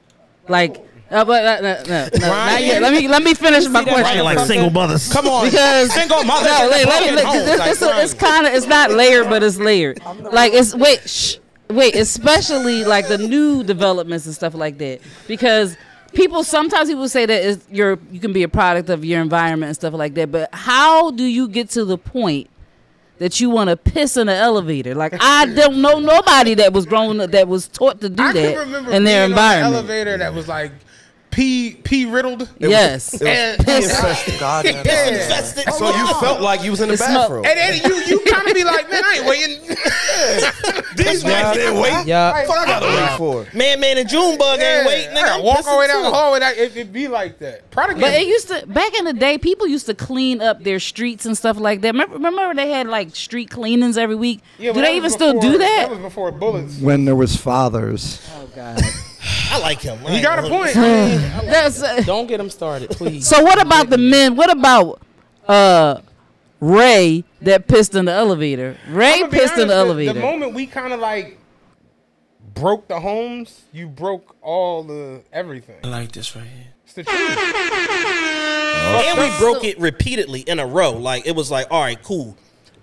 S5: Like, uh, but, uh, no, no, no, not yet. Let me let me finish my question.
S4: Like
S5: first.
S4: single mothers.
S2: Come on,
S5: Because
S2: single mother.
S5: No, like, let me-
S2: Broken
S5: it's-
S2: homes,
S5: it's,
S2: like,
S5: it's kind of it's not layered, but it's layered. Like it's wait, shh, wait, especially like the new developments and stuff like that, because people sometimes people say that it's your you can be a product of your environment and stuff like that. But how do you get to the point? That you want to piss in the elevator? Like I don't know nobody that was grown up that was taught to do
S3: I can
S5: that
S3: remember
S5: in their
S3: being On the
S5: environment.
S3: elevator that was like pee pee riddled.
S5: Yes.
S3: And-
S1: God,
S3: Yeah.
S1: So you felt like you was in the
S5: It smelled-
S1: bathroom.
S3: And then you you kind of be like, man, I ain't waiting.
S1: These niggas didn't wait.
S2: Yeah.
S1: Fuck, I gotta wait for it.
S4: Man, man, and June bug ain't wait,
S3: I
S4: nigga.
S3: gotta
S4: I'm
S3: walk all the way
S4: pissing
S3: down the
S4: too.
S3: hallway. That, it, it be like that. Product.
S5: But it used to back in the day, people used to clean up their streets and stuff like that. Remember, remember they had like street cleanings every week. do they even still
S3: That
S5: do that?
S3: was before bullets.
S10: When there was fathers.
S5: Oh God,
S4: I like him.
S3: You got a point.
S5: that's. uh,
S2: Don't get him started, please.
S5: so what about the men? What about uh Ray that pissed in the elevator? Ray
S3: I'ma be
S5: pissed in the
S3: honest,
S5: elevator.
S3: The moment we kind of like broke the homes, you broke all the everything.
S12: I like this right here.
S3: It's the truth.
S4: Oh. and we broke it repeatedly in a row. Like it was like, all right, cool.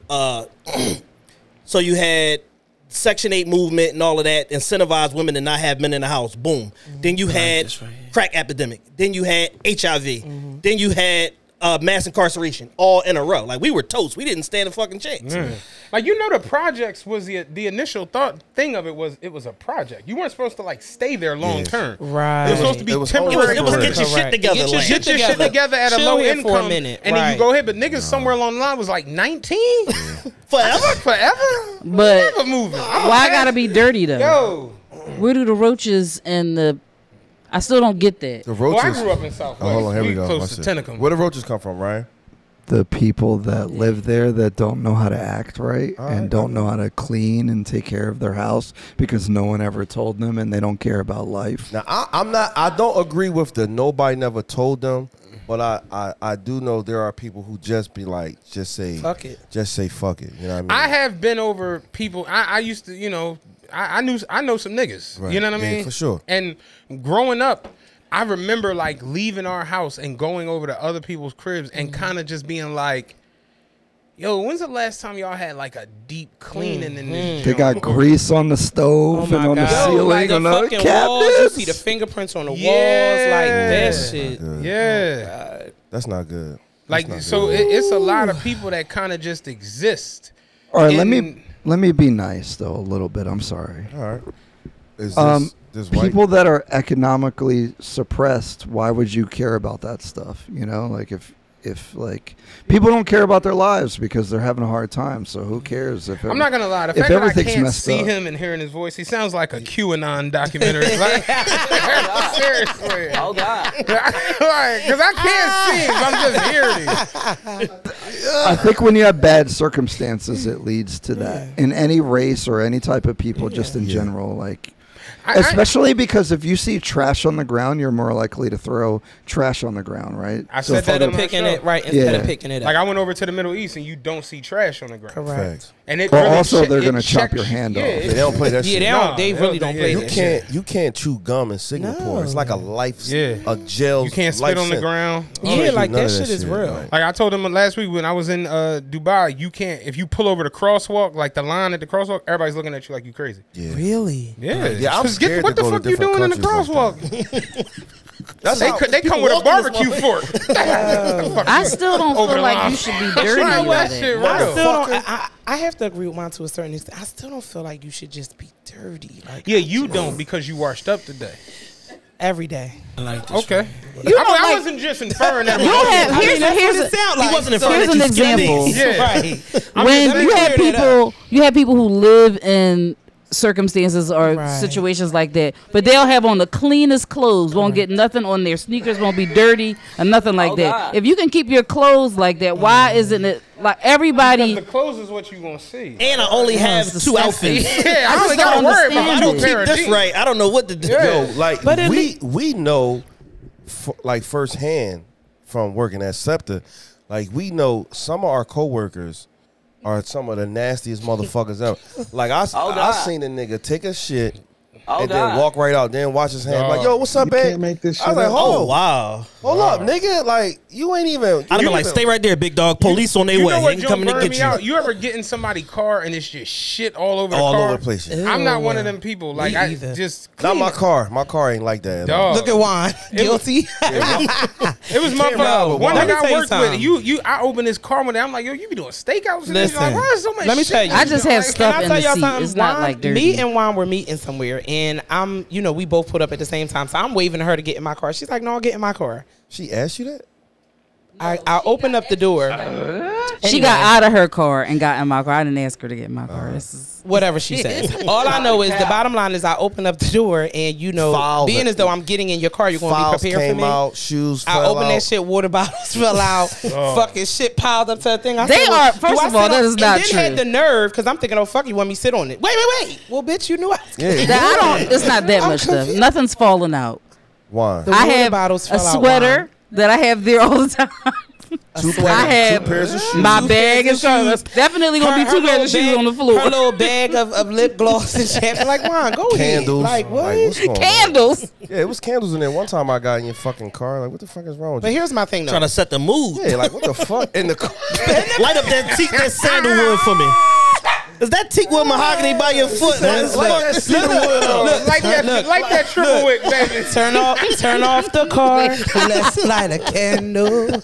S4: Uh, so you had Section Eight movement and all of that incentivized women to not have men in the house. Boom. Then you had crack epidemic. Then you had HIV. Then you had uh, mass incarceration. All in a row. Like we were toast. We didn't stand a fucking chance.
S3: Like you know, the projects was the the initial thought thing of it was it was a project. You weren't supposed to like stay there long
S1: Yes.
S3: term.
S2: Right.
S3: It was supposed to be
S1: It was only
S3: temporary.
S1: It was- it was get your
S4: shit Correct. together,
S3: Get your,
S4: Lance.
S3: shit,
S2: Get
S3: together.
S2: together.
S3: at a
S2: Chill
S3: low
S2: here
S3: income,
S2: for a minute,
S3: and then you
S2: right.
S3: go ahead. But niggas somewhere along the line was like nineteen
S4: Forever.
S3: forever.
S5: but
S3: Never moving. I'm
S5: why I
S3: okay.
S5: gotta be dirty though?
S3: Yo,
S5: Where do the roaches and the? I still don't get that.
S1: The roaches.
S3: Well, I grew up in South
S1: Oh, hold on,
S3: Wales.
S1: here we,
S3: We
S1: go.
S3: close
S1: Watch
S3: to
S1: this.
S3: Tenacum.
S1: Where the roaches come from, Ryan?
S10: The people that live there that don't know how to act right
S1: All right.
S10: and don't know how to clean and take care of their house because no one ever told them and they don't care about life.
S1: Now I, I'm not. I don't agree with the nobody never told them, but I, I I do know there are people who just be like, just say
S2: Fuck it.
S1: just say fuck it. You know what I mean?
S3: I have been over people. I, I used to, you know, I, I knew I know some niggas.
S1: Right.
S3: You know what I
S1: Yeah,
S3: mean?
S1: for sure.
S3: And growing up, I remember like leaving our house and going over to other people's cribs and
S1: Mm-hmm.
S3: kind of just being like, "Yo, when's the last time y'all had like a deep cleaning in
S1: Mm-hmm.
S3: this?"
S10: They got
S3: joint?"
S10: grease on the stove and on the
S2: Yo,
S10: ceiling
S2: Oh like the
S10: and on the
S2: fucking walls, you see the
S10: cabinets.
S2: fingerprints on the
S3: Yeah.
S2: walls, like that shit.
S3: Yeah.
S1: That's not good. That's
S3: Like
S1: not
S3: so,
S1: good.
S3: it, it's a lot of people that kind of just exist.
S10: All right, let
S3: in-
S10: me let me be nice though a little bit. I'm sorry.
S1: All right. Is this,
S10: Um,
S1: this white?
S10: people that are economically suppressed, why would you care about that stuff? You know, like if if like people don't care about their lives because they're having a hard time. So who cares if
S3: I'm
S10: every-
S3: not gonna lie. The
S10: if
S3: fact that I
S10: everything's
S3: can't
S10: messed
S3: see
S10: up.
S3: him and hearing his voice, he sounds like a QAnon documentary. Like, seriously,
S6: Oh God. Ah.
S3: because I can't see him. I'm just hearing him.
S10: I think when you have bad circumstances, it leads to that in any race or any type of people, just in general. Like, especially because if you see trash on the ground, you're more likely to throw trash on the ground, right?
S3: I
S10: So
S3: said that
S10: fuck
S3: in
S10: up-
S3: my
S2: picking
S3: show.
S2: it- right, instead of picking it up.
S3: Like I went over to the Middle East and you don't see trash on the ground.
S2: Correct. Facts.
S3: And it
S10: Well,
S3: really
S10: also
S3: che-
S10: they're
S3: it
S10: gonna chop
S3: check-
S10: your hand
S3: yeah,
S10: off.
S3: it-
S1: They don't play that
S3: Yeah,
S1: shit.
S3: they don't- they really don't play
S1: you
S3: that
S1: can't,
S3: shit.
S1: You can't chew gum in Singapore. It's like a life.
S3: Yeah.
S1: A jail.
S3: You can't spit
S1: life
S3: on the
S1: sentence.
S3: ground.
S1: You can't do none of
S3: Like I told him last week when I was in uh, Dubai, you can't if you pull over the crosswalk, like the line at the crosswalk, everybody's looking at you like you crazy.
S1: Yeah.
S2: Really?
S3: Yeah.
S1: Yeah, I'm
S3: Just get-
S1: scared to
S3: what the
S1: go to
S3: fuck you
S1: different
S3: doing in the
S1: countries
S3: crosswalk?
S1: That's
S3: they,
S1: how-
S3: co- they come
S1: people
S3: with a
S1: walk this
S3: barbecue
S1: motherfucker.
S3: fork. I
S5: still don't
S3: Over
S5: feel
S3: the
S5: like
S3: line.
S5: you should be
S3: You
S5: dirty.
S3: know
S5: with
S3: what?
S5: it.
S3: Shit,
S2: I
S3: real.
S2: still don't. I, I, I have to agree with mine to a certain extent. I still don't feel like you should just be dirty. Like
S3: Yeah, you don't because you washed up today.
S2: every day.
S3: I like this. Okay.
S2: You
S3: I,
S2: know,
S3: mean, I
S2: like-
S3: wasn't just inferring that.
S2: You had-
S3: I mean,
S2: here's a-
S3: that's what
S2: here's
S3: it
S2: a-
S3: sound
S2: he
S3: like.
S2: wasn't
S3: So-
S2: inferring
S5: Here's an example.
S3: Yeah. Right. I'm just-
S5: when
S3: let
S5: you
S3: me
S5: have
S3: clear that
S5: people, you have people who live in circumstances or situations like that, but they'll have on the cleanest clothes, won't get nothing on their sneakers, won't be dirty or nothing like that. If you can keep your clothes like that, why isn't it like everybody?
S3: The clothes is what you gonna see.
S4: And I only have
S5: it's
S4: two
S5: disgusting.
S4: outfits.
S3: Yeah,
S4: I
S3: I only
S4: just
S3: gotta
S4: don't
S3: worry about
S4: understand
S3: my
S4: it.
S3: two pair of
S4: Keep this
S3: jeans.
S4: right. I don't know what to do.
S3: Yeah.
S1: Yo, like
S2: But at
S1: we
S2: lea-
S1: we know, f- like firsthand from working at SEPTA, like we know some of our coworkers are some of the nastiest motherfuckers ever. Like I, s-
S6: Oh,
S1: I
S6: God.
S1: seen a nigga take a shit
S6: Oh,
S1: and
S6: God.
S1: then walk right out, then watch his hand. Like
S3: Dog.
S1: yo, what's up, babe? I was like, hold,
S4: Oh wow.
S1: hold up, nigga. Like you ain't even.
S4: I'd have
S1: you
S4: been like,
S1: even-
S4: stay right there, big dog. Police on their
S3: You
S4: way.
S3: know
S4: They
S3: what
S4: ain't
S3: Joe
S4: coming to
S3: burned
S4: get
S3: me
S4: you.
S3: out? You ever get in somebody car and it's just shit all over
S1: All
S3: the car?
S1: over the place.
S3: I'm not
S2: Ew.
S3: one of them people. Like
S2: Me
S3: I
S2: either.
S3: just
S1: Not
S3: clean
S1: my
S3: it.
S1: car. My car ain't like that. at all.
S3: Dog.
S2: Look at Juan. Guilty.
S3: It was my
S1: Can't
S3: fault.
S1: rob a
S3: One
S1: wallet.
S2: Let
S3: thing
S2: me
S3: I
S2: tell you
S3: worked
S2: something.
S3: with you. You, I opened his car one day. I'm like, yo, you be doing steakouts. And Listen,
S2: Listen,
S3: like, why is so much
S2: let me
S3: shit
S2: tell you.
S3: in
S5: I just
S3: here?"
S5: have
S3: Like,
S2: Can
S5: stuff
S2: I
S5: in
S2: tell
S5: the
S2: y'all
S5: seat.
S2: something?
S5: It's not
S2: Juan-
S5: like dirty.
S2: Me and Juan were meeting somewhere, and I'm, you know, we both pulled up at the same time. So I'm waving to her to get in my car. She's like, "No, I'll get in my car."
S1: She asked you that?
S2: I, I opened up the door.
S5: She
S2: Anyway,
S5: got out of her car and got in my car. I didn't ask her to get in my car. This is
S2: whatever she says. All I know is the bottom line is I opened up the door, and you know,
S1: Files
S2: being
S1: that-
S2: as though I'm getting in your car, you're going to
S1: Files
S2: be prepared
S1: came
S2: for me.
S1: out. Shoes.
S2: I
S1: fell
S2: opened
S1: out. Oh.
S2: that shit, water bottles fell out, fucking shit piled up to the thing. I
S5: They
S2: said, well,
S5: are-
S2: do
S5: first
S2: I
S5: of all,
S2: sit
S5: that
S2: on-
S5: is not
S2: and then had
S5: true.
S2: the nerve because I'm thinking, oh fuck, you want me to sit on it? Wait, wait, wait. Well, bitch, you knew I. Was
S1: Yeah.
S5: That- I don't. It's not that
S2: I'm
S5: much stuff. Nothing's falling out.
S1: Why?
S2: The
S5: I
S2: water
S5: have
S2: bottles
S5: a
S2: fell out,
S5: sweater
S2: Juan.
S5: that I have there all the time.
S1: Two pairs,
S5: I have
S1: two pairs of shoes.
S5: my
S2: Two
S5: bag and
S2: pairs of
S5: shoes.
S2: shoes.
S5: Definitely
S2: Her-
S5: gonna be
S2: her
S5: two pairs
S2: little
S5: of shoes
S2: bag-
S5: on the floor.
S2: Her little bag of, of lip gloss and shit. I'm like, Juan, go
S1: candles.
S2: ahead. Like, what?
S1: what's going on?
S5: Candles.
S1: Yeah, it was candles in there. One time I got in your fucking car. Like, what the fuck is wrong with
S2: But
S1: you?
S2: here's my thing, though.
S4: Trying to set the mood.
S1: Yeah, like what the fuck in the car?
S4: Light up that teak, that sandalwood for me. Is that teakwood mahogany by your foot? Like,
S1: like that cedarwood.
S2: Look,
S3: Like that,
S2: look,
S3: like that triple wick, baby.
S2: Turn off, turn off the car. Let's light a candle.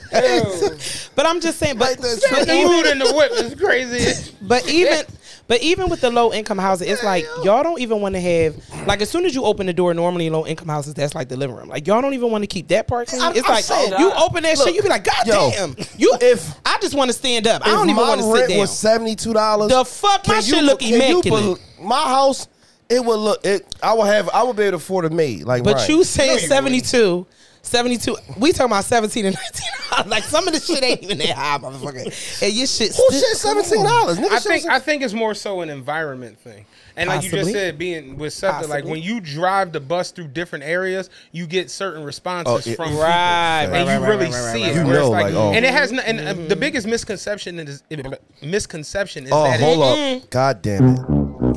S2: but I'm just saying, but, but
S3: The
S2: even,
S3: mood in the whip is crazy.
S2: but even, but even with the low income houses, it's like y'all don't even want to have like as soon as you open the door, normally in low income houses, that's like the living room. Like y'all don't even want to keep that part clean.
S1: I'm-
S2: it's
S1: I'm
S2: like
S1: saying,
S2: you open that shit, you be like, God
S1: yo,
S2: damn, you. If I just want to stand up, I don't
S1: If
S2: even
S1: my
S2: want to sit
S1: rent
S2: down.
S1: was seventy two dollars.
S2: the fuck, my shit look immaculate.
S1: my house, it would look. It, I would have. I would be able to afford a maid. Like,
S2: But
S1: Ryan.
S2: you saying 72, 72, we talking about 17 and 19. like some of this shit ain't even that high, motherfucker. And your shit
S1: who
S2: still-
S1: shit seventeen dollars?
S3: I think I think it's more so an environment thing. And like you
S2: Possibly.
S3: just said, being with something like
S2: Possibly.
S3: when you drive the bus through different areas, you get certain responses
S1: Oh, yeah.
S3: from people.
S2: Right,
S3: and
S2: right,
S3: you
S2: right, right,
S3: really
S2: right, right,
S3: see
S2: right,
S3: it.
S1: right,
S3: where
S1: You
S3: it's
S1: know, like, oh.
S3: and it has, no, and uh,
S2: Mm-hmm.
S3: the biggest misconception
S2: Oh,
S3: is it- misconception is
S1: oh,
S3: that
S1: hold
S3: it,
S2: Mm-hmm.
S1: up! God damn it!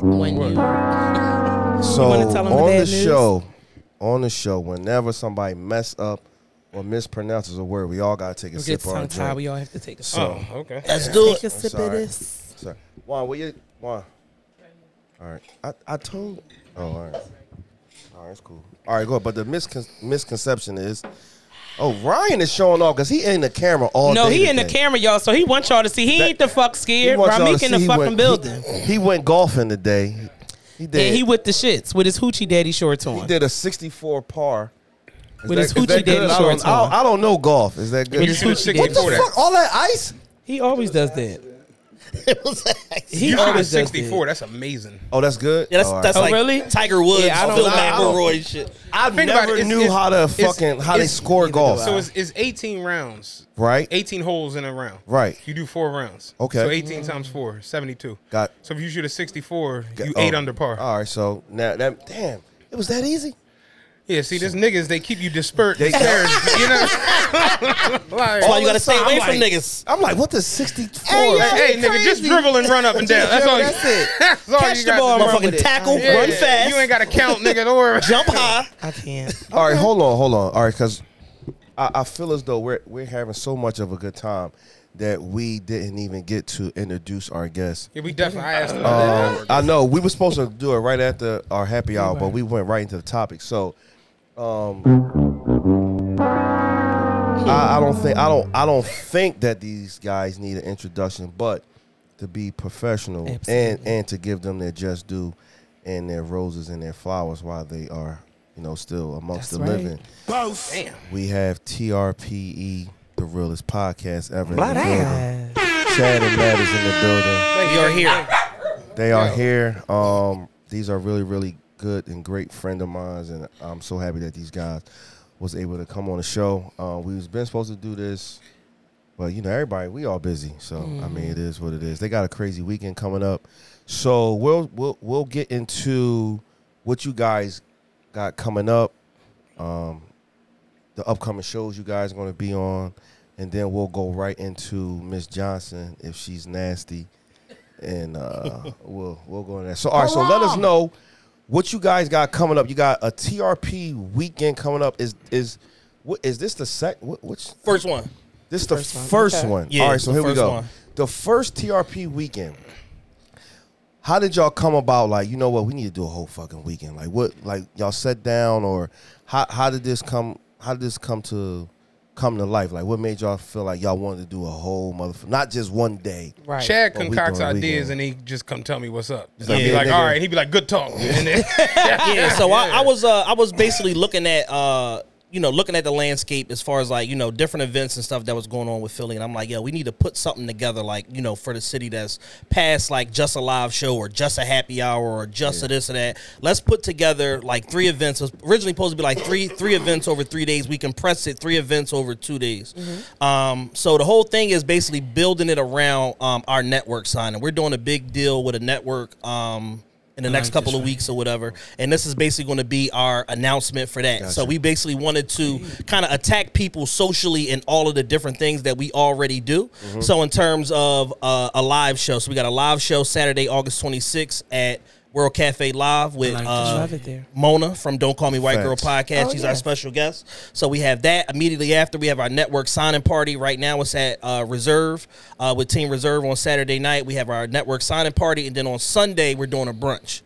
S2: when you
S1: So
S2: wanna tell 'em the
S1: on the
S2: bad news?
S1: show, on the show, whenever somebody mess up or mispronounces a word, we all gotta take a
S2: we get
S1: sip on
S2: tongue
S1: a
S2: tied,
S1: drink.
S2: we all have to take a sip.
S1: so
S3: Oh, okay.
S4: Let's do
S2: Take
S4: it.
S2: a sip of
S1: sorry.
S2: this.
S1: sorry, Juan, what you Juan? All right, I, I told. Oh, all right, all right, it's cool. All right, go. But the miscon- misconception is, oh, Ryan is showing off because he in the camera all
S2: No,
S1: day.
S2: he in the
S1: today.
S2: camera, y'all, so he wants y'all to see. He ain't the fuck
S1: He
S2: scared.
S1: wants y'all to
S2: Ramik in
S1: see
S2: the
S1: he
S2: fucking
S1: went- he-
S2: building.
S1: He, went golfing today. He did.
S2: and he
S1: he,
S2: with the shits, with his hoochie daddy shorts on.
S1: did a 64 par. Is
S2: With his
S1: is
S2: hoochie daddy
S1: good? I
S2: shorts
S1: don't, I,
S2: on.
S1: don't, I don't know golf. Is that good?
S2: With his
S3: You should've
S2: hoochie daddy
S3: six
S1: what the
S3: before
S2: shorts
S3: that.
S1: fuck? All that ice?
S2: He always does that.
S4: It was like-
S3: He ordered 64. That's amazing.
S1: Oh, that's good.
S4: Yeah, that's-
S1: All
S4: that's like
S3: really?
S4: Tiger Woods,
S3: Yeah, I don't
S4: Phil
S3: know. I don't-
S4: McElroy shit.
S1: I
S3: Think about
S1: never
S3: it, it's-
S1: knew
S3: it's-
S1: how to
S3: it's-
S1: fucking how they
S3: it's-
S1: score golf.
S3: So it's, it's 18 rounds.
S1: Right.
S3: 18 holes in a round.
S1: Right.
S3: You do four rounds.
S1: Okay.
S3: So 18 times 4, 72.
S1: Got-
S3: So if you shoot a 64,
S1: Got-
S3: you
S1: oh.
S3: 8 under par.
S1: All right, so now that damn, it was that easy.
S3: Yeah, see, this niggas, they keep you dispersed.
S1: They-
S3: dispersed, you know? Like-
S4: That's why you gotta stay
S1: I'm
S4: away from
S1: like-
S4: niggas.
S1: I'm like, what the 64?
S3: Hey, yo, Hey, you nigga, crazy. just dribble and run up and down. That's all you-
S1: That's it.
S3: That's all
S4: Catch
S3: you
S4: the
S3: got
S4: ball,
S3: to do.
S4: motherfucking tackle,
S3: Yeah,
S4: run
S3: yeah.
S4: fast.
S3: You ain't got to count, nigga. Don't worry.
S4: Jump high.
S2: I can't.
S1: All right, hold on, hold on. All right, because I, I feel as though we're we're having so much of a good time that we didn't even get to introduce our guests.
S3: Yeah, we definitely. I asked
S1: Um, I know we were supposed to do it right after our happy hour, but we went right into the topic. So, um, I, I don't think I don't I don't think that these guys need an introduction, but to be professional and and to give them their just due and their roses and their flowers while they are you know still amongst
S3: That's
S1: the
S3: right.
S1: living.
S3: Both. Damn.
S1: We have TRPE, E, the realest podcast ever. in
S3: Blood
S1: the building. Chad and Matt is in the building.
S4: We are here.
S1: They are here. Um, these are really, really good and great friend of mine, and I'm so happy that these guys was able to come on the show. Uh, we was been supposed to do this, but you know, everybody, we all busy. So I mean, it is what it is. They got a crazy weekend coming up, so we'll we'll we'll get into what you guys got coming up, um, the upcoming shows you guys are going to be on, and then we'll go right into Miss Johnson if she's nasty and uh, we'll we'll go in there. So all right, so let us know what you guys got coming up. You got a TRP weekend coming up. Is is what is this the sec? What, which
S4: First one.
S1: This the first
S4: First
S1: one.
S4: one. Okay. Yeah,
S1: all right, so
S4: the
S1: here we
S4: first
S1: go.
S4: one.
S1: The first TRP weekend. How did y'all come about? Like, you know what? We need to do a whole fucking weekend. Like, what? Like, y'all sat down, or how? How did this come? How did this come to come to life? Like, what made y'all feel like y'all wanted to do a whole motherfucker, not just one day?
S3: Chad
S1: but we
S3: concocts
S1: doing a
S3: ideas
S1: weekend.
S3: and he just come tell me what's up.
S1: He's
S3: So I'd be
S1: like,
S3: like,
S1: yeah,
S3: all
S1: nigga.
S3: right. He'd be like, good talk. And then-
S4: yeah. So I, I was uh, I was basically looking at uh, you know looking at the landscape as far as like you know different events and stuff that was going on with Philly, and I'm like, yo, we need to put something together like you know for the city that's past like just a live show or just a happy hour or just a this or that. Let's put together like three events. It was originally supposed to be like three three events over three days. We compressed it three events over two days. Um, so the whole thing is basically building it around um, our network signing. We're doing a big deal with a network. Um, in the
S3: I
S4: next
S3: like
S4: couple
S3: this
S4: of
S3: one.
S4: weeks or whatever. And this is basically going to be our announcement for that. So
S3: Gotcha.
S4: we basically wanted to kind of attack people socially in all of the different things that we already do.
S3: Mhm.
S4: So in terms of uh, a live show, so we got a live show Saturday, August 26th at World Cafe Live with
S2: like this.
S4: uh,
S2: Love it there.
S4: Mona from Don't Call Me White Girl
S2: Facts.
S4: podcast.
S2: Oh,
S4: She's
S2: yeah.
S4: our special guest. So we have that immediately after. We have our network signing party right now. It's at uh, Reserve uh, with Team Reserve on Saturday night. We have our network signing party, and then on Sunday we're doing a brunch.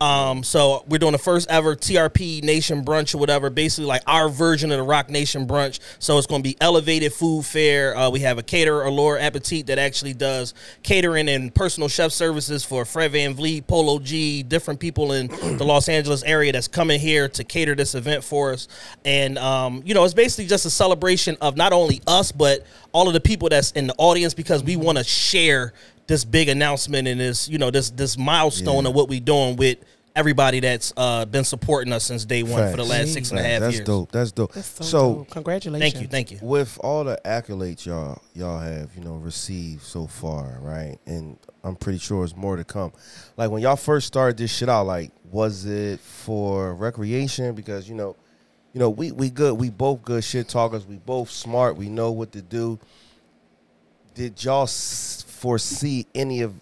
S4: Um, so we're doing the first ever TRP Nation brunch or whatever, basically like our version of the Rock Nation brunch. So it's going to be elevated food fair. Uh, we have a caterer, Allure Appetit, that actually does catering and personal chef services for Fred Van Vliet, Polo G, different people in the Los Angeles area that's coming here to cater this event for us. And, um, you know, it's basically just a celebration of not only us, but all of the people that's in the audience because we want to share this big announcement and this, you know, this this milestone of what we doing with everybody that's uh, been supporting us since day one for the
S1: Facts.
S4: last six and a half
S1: That's
S4: years.
S1: dope. That's dope.
S2: That's so
S1: so,
S2: dope. Congratulations.
S4: Thank you, thank you.
S1: With all the accolades y'all y'all have, you know, received so far, right? And I'm pretty sure it's more to come. Like when y'all first started this shit out, like was it for recreation? Because you know, you know, we we good. We both good shit talkers. We both smart. We know what to do. Did y'all s- foresee any of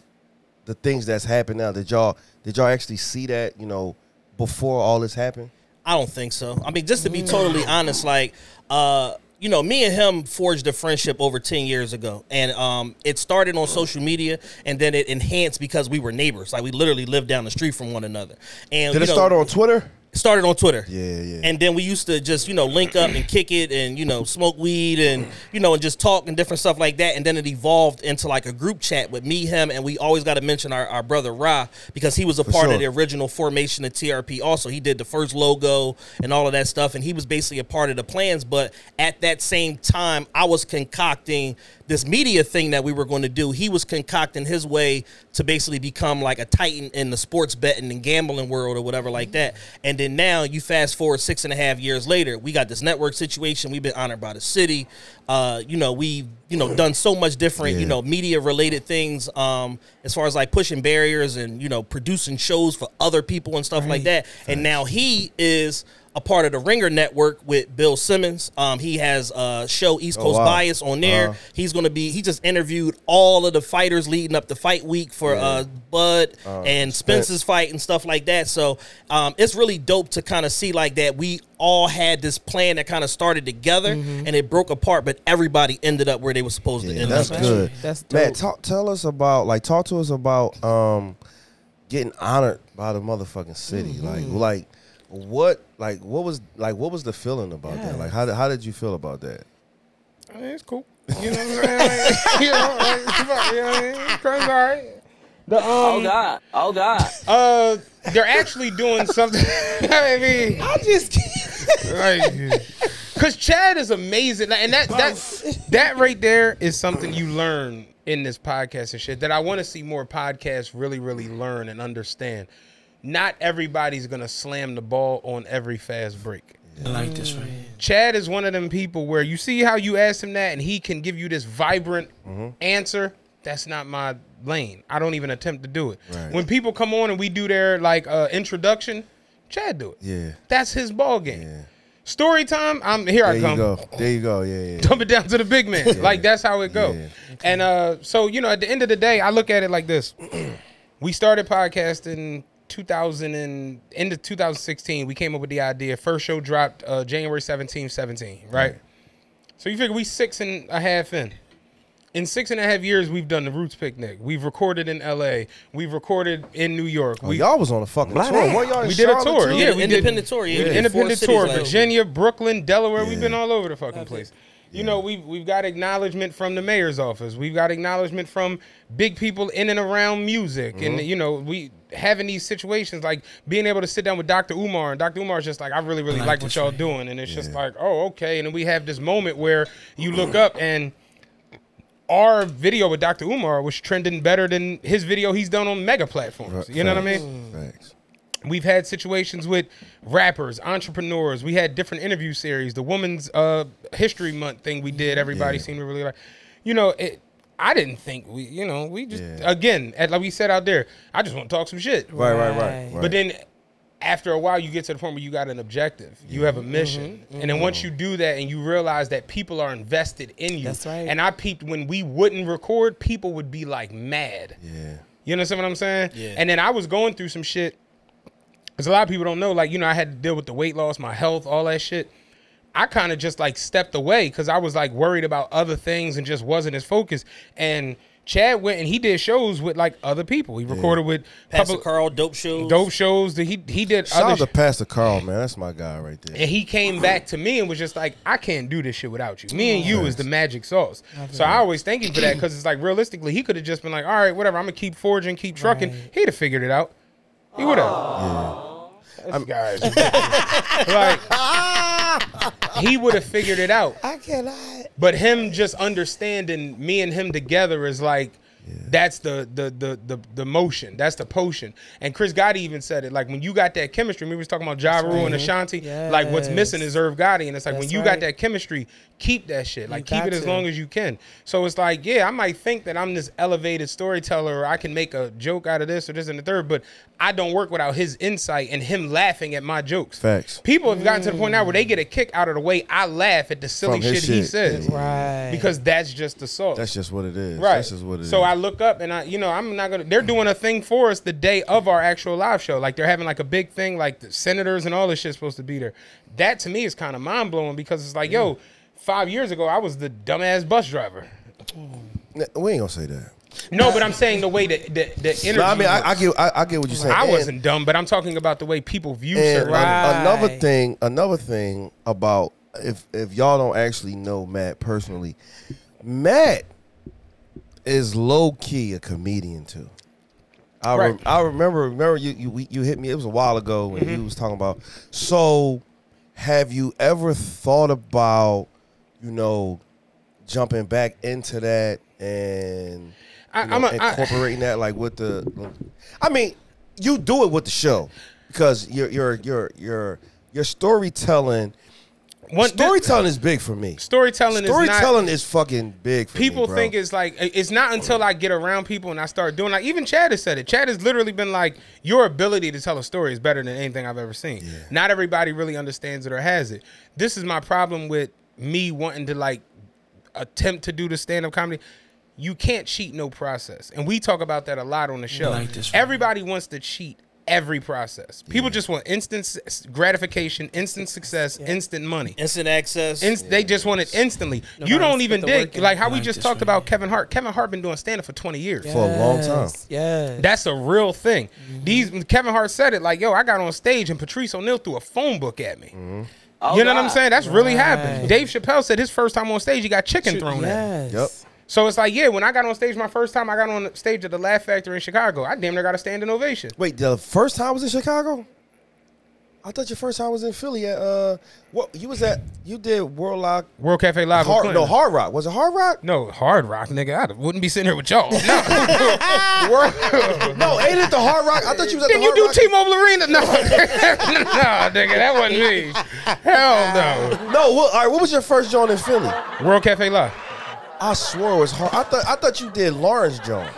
S1: the things that's happened now? Did y'all did y'all actually see that? You know, before all this happened.
S4: I don't think so. I mean, just to be totally honest, like, uh, you know, me and him forged a friendship over 10 years ago. And um, it started on social media and then it enhanced because we were neighbors. Like, we literally lived down the street from one another. And
S1: Did
S4: you
S1: it
S4: know-
S1: start on Twitter?
S4: started on Twitter.
S1: Yeah, yeah.
S4: And then we used to just, you know, link up and kick it and, you know, smoke weed and, you know, and just talk and different stuff like that. And then it evolved into like a group chat with me, him, and we always got to mention our, our brother Ra because he was a
S1: For
S4: part
S1: sure.
S4: of the original formation of TRP also. He did the first logo and all of that stuff. And he was basically a part of the plans. But at that same time, I was concocting this media thing that we were going to do. He was concocting his way to basically become like a titan in the sports betting and gambling world or whatever like that. And then now you fast forward six and a half years later, we got this network situation. We've been honored by the city. Uh, you know, we you know done so much different you
S1: Yeah.
S4: know media related things um, as far as like pushing barriers and you know producing shows for other people and stuff like that. And now he is. A part of the Ringer Network with Bill Simmons. Um, he has a show East
S1: Oh,
S4: Coast
S1: wow.
S4: Bias on there.
S1: Uh-huh.
S4: He's gonna be. He just interviewed all of the fighters leading up to fight week for
S1: Yeah.
S4: uh, Bud
S1: Uh,
S4: and
S1: Spence.
S4: Spence's fight and stuff like that. So um, it's really dope to kind of see like that. We all had this plan that kind of started together and it broke apart, but everybody ended up where they were supposed to
S1: Mm-hmm. Yeah,
S4: end
S1: that's
S4: up.
S1: good. man. Talk, tell us about like talk to us about um getting honored by the motherfucking city. Like like what like what was like what was the feeling about that? Like how did, how did you feel about that?
S3: I mean, it's cool. You know what I'm saying? Like, you know, like, it's fine, you know what I mean? It's all right. The, um,
S6: Oh, God.
S3: Oh God. Uh, they're actually doing something. I mean, I just like, cause Chad is amazing, and that that that right there is something you learn in this podcast and shit that I want to see more podcasts really really learn and understand. Not everybody's gonna slam the ball on every fast break.
S12: I like this one.
S4: Mm.
S3: Chad is one of them people where you see how you ask him that and he can give you this vibrant
S1: Mm-hmm.
S3: answer. That's not my lane. I don't even attempt to do it.
S1: Right.
S3: When people come on and we do their like uh, introduction, Chad do it.
S1: Yeah.
S3: That's his ball game. Story time. I'm here.
S1: There
S3: I
S1: you
S3: come.
S1: go. There you go. Yeah, yeah.
S3: Dump it down to the big man. Like that's how it go. And uh, so you know, at the end of the day, I look at it like this: we started podcasting 2000 and into 2016. We came up with the idea. First show dropped uh, January 17, 17. Right. So you figure we six and a half in. In six and a half years, we've done the Roots Picnic. We've recorded in L.A. We've recorded in New York.
S1: Oh,
S3: we
S1: y'all was on a fucking tour. Where y'all in
S3: we did a
S1: Charlotte
S3: tour.
S1: too?
S3: Yeah, we
S4: Independent
S3: did,
S4: tour, yeah.
S3: we did
S4: Yeah.
S3: Independent
S4: Four cities
S3: tour.
S4: last year.
S3: Virginia, Brooklyn, Delaware. We've been all over the fucking place. You know, we've we've got acknowledgement from the mayor's office. We've got acknowledgement from big people in and around music, and
S1: Mhm.
S3: you know, we having these situations like being able to sit down with Dr. Umar, and Dr. Umar's just like, I really really
S1: I
S3: like,
S1: like
S3: what
S1: this
S3: y'all doing, and it's just like, oh okay. And then we have this moment where you look up and our video with Dr. Umar was trending better than his video he's done on mega platforms. You know what I mean?
S1: Thanks.
S3: We've had situations with rappers, entrepreneurs. We had different interview series. The Women's uh, History Month thing we did, everybody seemed to really like. You know, it, I didn't think we, you know, we just, again, at, like we said out there, I just want to talk some shit.
S1: Right, right, right, Right.
S3: But then after a while, you get to the point where you got an objective, you have a mission.
S1: Mhm,
S3: And then
S1: mhm.
S3: once you do that and you realize that people are invested in you.
S1: That's right.
S3: And I peeped when we wouldn't record, people would be like mad.
S1: Yeah.
S3: You understand what I'm saying?
S1: Yeah.
S3: And then I was going through some shit. Because a lot of people don't know, like, you know, I had to deal with the weight loss, my health, all that shit. I kind of just like stepped away because I was like worried about other things and just wasn't as focused. And Chad went and he did shows with like other people. He recorded with
S4: Pastor
S3: public-
S4: Carl, dope shows.
S3: dope shows that he he did
S1: Shout
S3: other
S1: out to Pastor Carl, man. That's my guy right there.
S3: and he came back to me and was just like, I can't do this shit without you. Me and you is the magic sauce.
S1: Love
S3: So I always thank you for that because it's like realistically, he could have just been like, all right, whatever, I'm gonna keep forging, keep trucking. He'd have figured it out. He would have. This guy is ridiculous. like he would have figured it out.
S11: I cannot.
S3: But him just understanding me and him together is like that's the, the the the the motion. That's the potion. And Chris Gotti even said it. Like when you got that chemistry, we was talking about Ja
S1: That's
S3: Rule
S1: right.
S3: and Ashanti. Like what's missing is Irv Gotti. And it's like when
S1: That's
S3: you got
S1: right.
S3: that chemistry, keep that shit. Like keep
S1: got
S3: it as
S1: to.
S3: long as you can. So it's like, yeah, I might think that I'm this elevated storyteller or I can make a joke out of this or this and the third, but I don't work without his insight and him laughing at my jokes.
S1: Facts.
S3: People have gotten to the point now where they get a kick out of the way I laugh at the silly
S1: From his
S3: shit, he
S1: shit.
S3: says.
S1: Right.
S3: Because that's just the sauce.
S1: That's just what it is.
S3: right.
S1: That's just what it is.
S3: so I look up and I, you know, I'm not gonna. They're doing a thing for us the day of our actual live show. Like they're having like a big thing. Like the senators and all this shit's supposed to be there. That to me is kind of mind blowing because it's like, yo, five years ago I was the dumbass bus driver.
S1: Nah, We ain't gonna say that.
S3: No, but I'm saying the way that the, the energy.
S1: No, I mean, I, I
S3: works.
S1: get, I, I get what you're saying.
S3: I
S1: And-
S3: wasn't dumb, but I'm talking about the way people view
S1: And
S3: certain.
S1: an- another thing, another thing about if if y'all don't actually know Matt personally, Matt is low key a comedian too. I re-
S3: Right.
S1: I remember remember you you we- you hit me. It was a while ago when you was talking about. So, have you ever thought about you know jumping back into that and
S3: I-
S1: you know,
S3: I'm a- I-
S1: incorporating that like with the? I mean, you do it with the show because your your your your your storytelling. storytelling is big for me.
S3: Storytelling is not-
S1: storytelling is fucking big. For
S3: people
S1: me, bro.
S3: think it's like it's not until I get around people and I start doing like even Chad has said it. Chad has literally been like, your ability to tell a story is better than anything I've ever seen. Not everybody really understands it or has it. This is my problem with me wanting to like attempt to do the stand up comedy. You can't cheat no process. And we talk about that a lot on the show.
S12: like this one.
S3: everybody wants to cheat every process. People just want instant s- gratification, instant success, instant money.
S4: Instant access.
S3: Inst- They just want it instantly.
S4: Nobody's
S3: you don't
S4: put
S3: even
S4: the
S3: dig
S4: work in.
S3: like how we
S4: Like
S3: just
S4: this
S3: talked about Kevin Hart. Kevin Hart been doing stand up for 20 years.
S1: For Mm-hmm. a long time.
S2: Yes.
S3: That's a real thing. These Kevin Hart said it like, "Yo, I got on stage and Patrice O'Neal threw a phone book at me."
S1: Oh,
S3: you know what I'm
S1: God.
S3: saying? That's really happened.
S1: Right.
S3: Dave Chappelle said his first time on stage, he got chicken thrown at. Him.
S1: Yep.
S3: So it's like, yeah, when I got on stage my first time, I got on stage at the Laugh Factory in Chicago. I damn near got a standing ovation.
S1: Wait, the first time was in Chicago. I thought your first time was in Philly at uh, what you was at? You did World Lock,
S3: World Cafe Live. with
S1: Hard, no
S3: Clinton.
S1: Hard Rock. Was it Hard Rock?
S3: No, Hard Rock, nigga. I wouldn't be sitting here with y'all. No,
S1: no, ain't it the Hard Rock? I thought you was at
S3: Didn't
S1: the
S3: you
S1: Hard
S3: do
S1: Rock.
S3: T-Mobile Arena? No, no, nigga, that wasn't me. Hell
S1: No, well, all right. What was your first joint in Philly?
S3: no. World Cafe Live.
S1: I swore it was hard. I thought I thought you did Lawrence joint.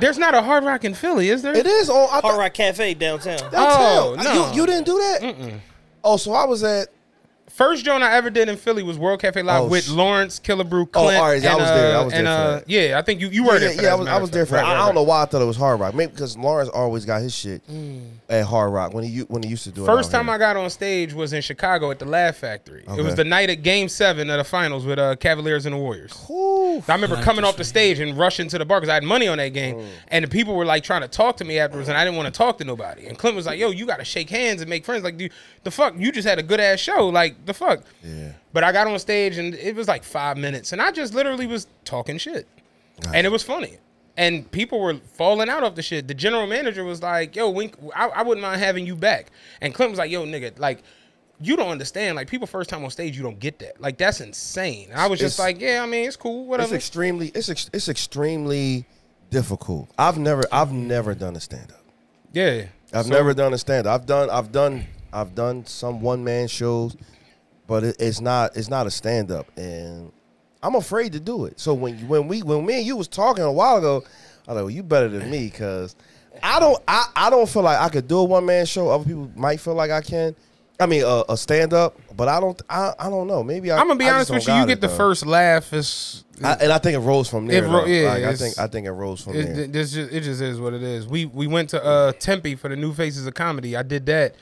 S3: There's not a Hard Rock in Philly, is there?
S1: It is on. I
S4: Hard
S1: thought,
S4: Rock Cafe downtown.
S1: downtown.
S3: Oh, no.
S1: you, you didn't do that. Oh, so I was at.
S3: First joint I ever did in Philly was World Cafe Live
S1: Oh,
S3: with
S1: sh-
S3: Lawrence Killebrew, Clint.
S1: Oh, all right, I
S3: and,
S1: was there, I
S3: uh,
S1: was
S3: and,
S1: there for
S3: uh,
S1: that.
S3: yeah, I think you you were
S1: yeah,
S3: there.
S1: yeah, yeah.
S3: for
S1: I was,
S3: that, as a matter
S1: I
S3: of
S1: was
S3: fact.
S1: there for.
S3: Right,
S1: that. I
S3: right,
S1: don't know
S3: right.
S1: why I thought it was Hard Rock. Maybe because Lawrence always got his shit at Hard Rock when he u- when he used to do it.
S3: Mm. First
S1: out
S3: time
S1: here.
S3: I got on stage was in Chicago at the Laugh Factory. It was
S1: Okay.
S3: the night at Game Seven of the Finals with uh, Cavaliers and the Warriors. I remember
S1: Like
S3: coming off the stage and rushing to the bar because I had money on that game, and the people were like trying to talk to me afterwards, and I didn't want to talk to nobody. And Clint was like, "Yo, you got to shake hands and make friends. Like, dude, the fuck, you just had a good ass show. Like, the fuck."
S1: Yeah.
S3: But I got on stage and it was like five minutes, and I just literally was talking shit, and it was funny. And people were falling out of the shit. The general manager was like, "Yo, Wink, I, I wouldn't mind having you back." And Clint was like, "Yo, nigga, like, you don't understand. Like, people first time on stage, you don't get that. Like, that's insane." And I was
S1: It's-
S3: just like, "Yeah, I mean, it's cool, whatever."
S1: It's extremely. It's ex- it's extremely difficult. I've never I've never done a stand up.
S3: yeah,
S1: I've
S3: So-
S1: never done a stand up. I've done I've done I've done some one man shows, but it, it's not it's not a stand up, and I'm afraid to do it. So when you- when we when me and you was talking a while ago, I know you better than me because I don't I, I don't feel like I could do a one man show. Other people might feel like I can. I mean a, a stand up, but I don't I, I don't know. Maybe I,
S3: I'm gonna be
S1: I just
S3: honest
S1: don't
S3: with you.
S1: got
S3: You
S1: it,
S3: get the
S1: though.
S3: first laugh. It's
S1: I, and I think it rolls from there.
S3: It ro-
S1: though.
S3: yeah,
S1: Like, I
S3: it's-
S1: think I think it rolls from
S3: it,
S1: there.
S3: it just it just is what it is. We we went to uh, Tempe for the New Faces of Comedy. I did that,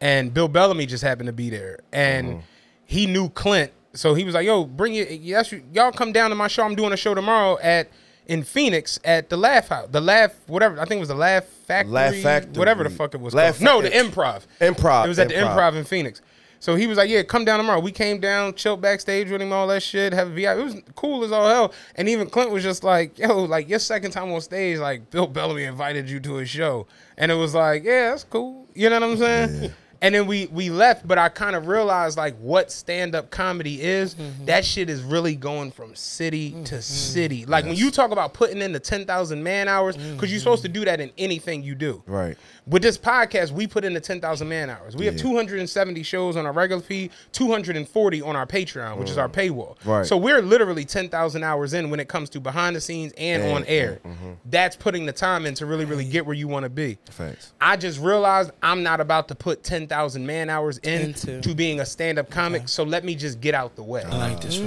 S3: and Bill Bellamy just happened to be there, and
S1: Mm-hmm.
S3: he knew Clint, so he was like, "Yo, bring it. Yes, you- y'all come down to my show. I'm doing a show tomorrow at." In Phoenix at the Laugh House, the Laugh whatever I think it was the Laugh Factory,
S1: Laugh Factory.
S3: whatever the fuck it was.
S1: Laugh
S3: called. No, the
S1: Fac-
S3: Improv.
S1: Improv,
S3: It was at the
S1: Improv.
S3: Improv in Phoenix. So he was like, "Yeah, come down tomorrow." We came down, chilled backstage with him, all that shit. Have a VIP. It was cool as all hell. And even Clint was just like, "Yo, like your second time on stage, like Bill Bellamy invited you to his show," and it was like, "Yeah, that's cool." You know what I'm saying? And then we we left, but I kind of realized like what stand up comedy is. That shit is really going from city to city. Like when you talk about putting in the ten thousand man hours, because you're supposed to do that in anything you do.
S1: Right.
S3: With this podcast, we put in the 10,000 man hours. We have
S1: Yeah.
S3: 270 shows on our regular feed, 240 on our Patreon, which is our paywall.
S1: Mm. Right.
S3: So we're literally 10,000 hours in when it comes to behind the scenes and
S1: And-
S3: on air.
S1: mhm.
S3: That's putting the time in to really, really get where you want to be.
S1: Facts.
S3: I just realized I'm not about to put 10,000 man hours in to being a stand up comic, so let me just get out the way. I like this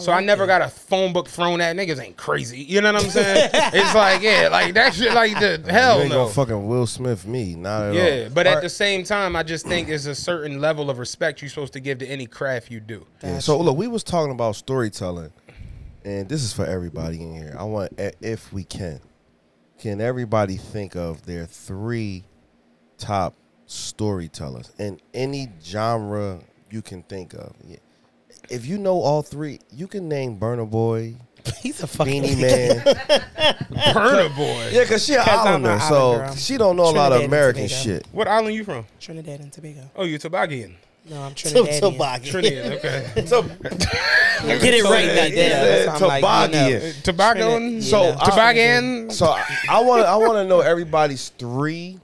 S3: So I never got a phone book thrown at niggas ain't crazy. You know what I'm saying? it's like, yeah, like that shit like the
S1: you
S3: hell
S1: ain't
S3: no.
S1: gonna fucking Will Smith me. Not at all.
S3: Yeah, but at the same time, I just think there's a certain level of respect you're supposed to give to any craft you do.
S1: Yeah, So look, we was talking about storytelling, and this is for everybody in here. I want, i- if we can, can everybody think of their three top storytellers in any genre you can think of? Yeah. If you know all three, you can name Burner Boy.
S2: He's a
S1: fucking Beanie Man.
S3: Burna Boy.
S1: Yeah, because she an
S3: 'Cause I'm an
S1: islander,
S3: island
S1: so
S3: girl.
S1: she don't know a lot
S3: Trinidad
S1: of
S3: and
S1: American
S3: Tobago.
S1: shit.
S3: What island you from?
S2: Trinidad and Tobago.
S3: Oh, you Tobagoan.
S2: No, I'm Trinidadian. Tobagoan.
S3: Trinidad, okay. Uh,
S2: Get it right,
S3: Trinidad.
S2: goddamn. That's what I'm like,
S1: Toboggan.
S2: you know.
S3: Toboggan.
S1: So
S3: I- Toboggan.
S1: So I want to. I want to know everybody's three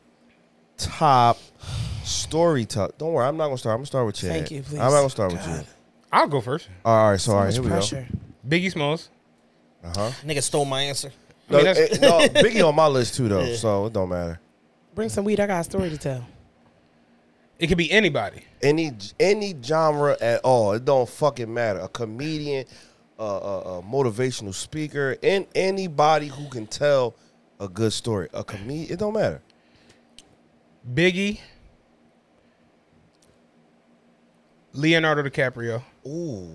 S1: top story top. Don't worry, I'm not gonna start. I'm gonna start with Chad.
S3: Thank you, please.
S1: I'm not gonna start with you.
S3: I'll go first.
S1: All right. So,
S3: So
S1: all right.
S3: much
S1: Here
S3: pressure. we go. Biggie Smalls.
S1: Uh huh.
S4: Nigga stole my answer.
S1: No,
S4: I mean, that's-
S1: it- no, Biggie on my list too though,
S4: Yeah.
S1: so it don't matter.
S2: Bring some weed. I got a story to tell.
S3: It could be anybody.
S1: Any any genre at all, it don't fucking matter. A comedian, a, a, a motivational speaker, and anybody who can tell a good story. A comedian, it don't matter.
S3: Biggie. Leonardo DiCaprio.
S1: Ooh.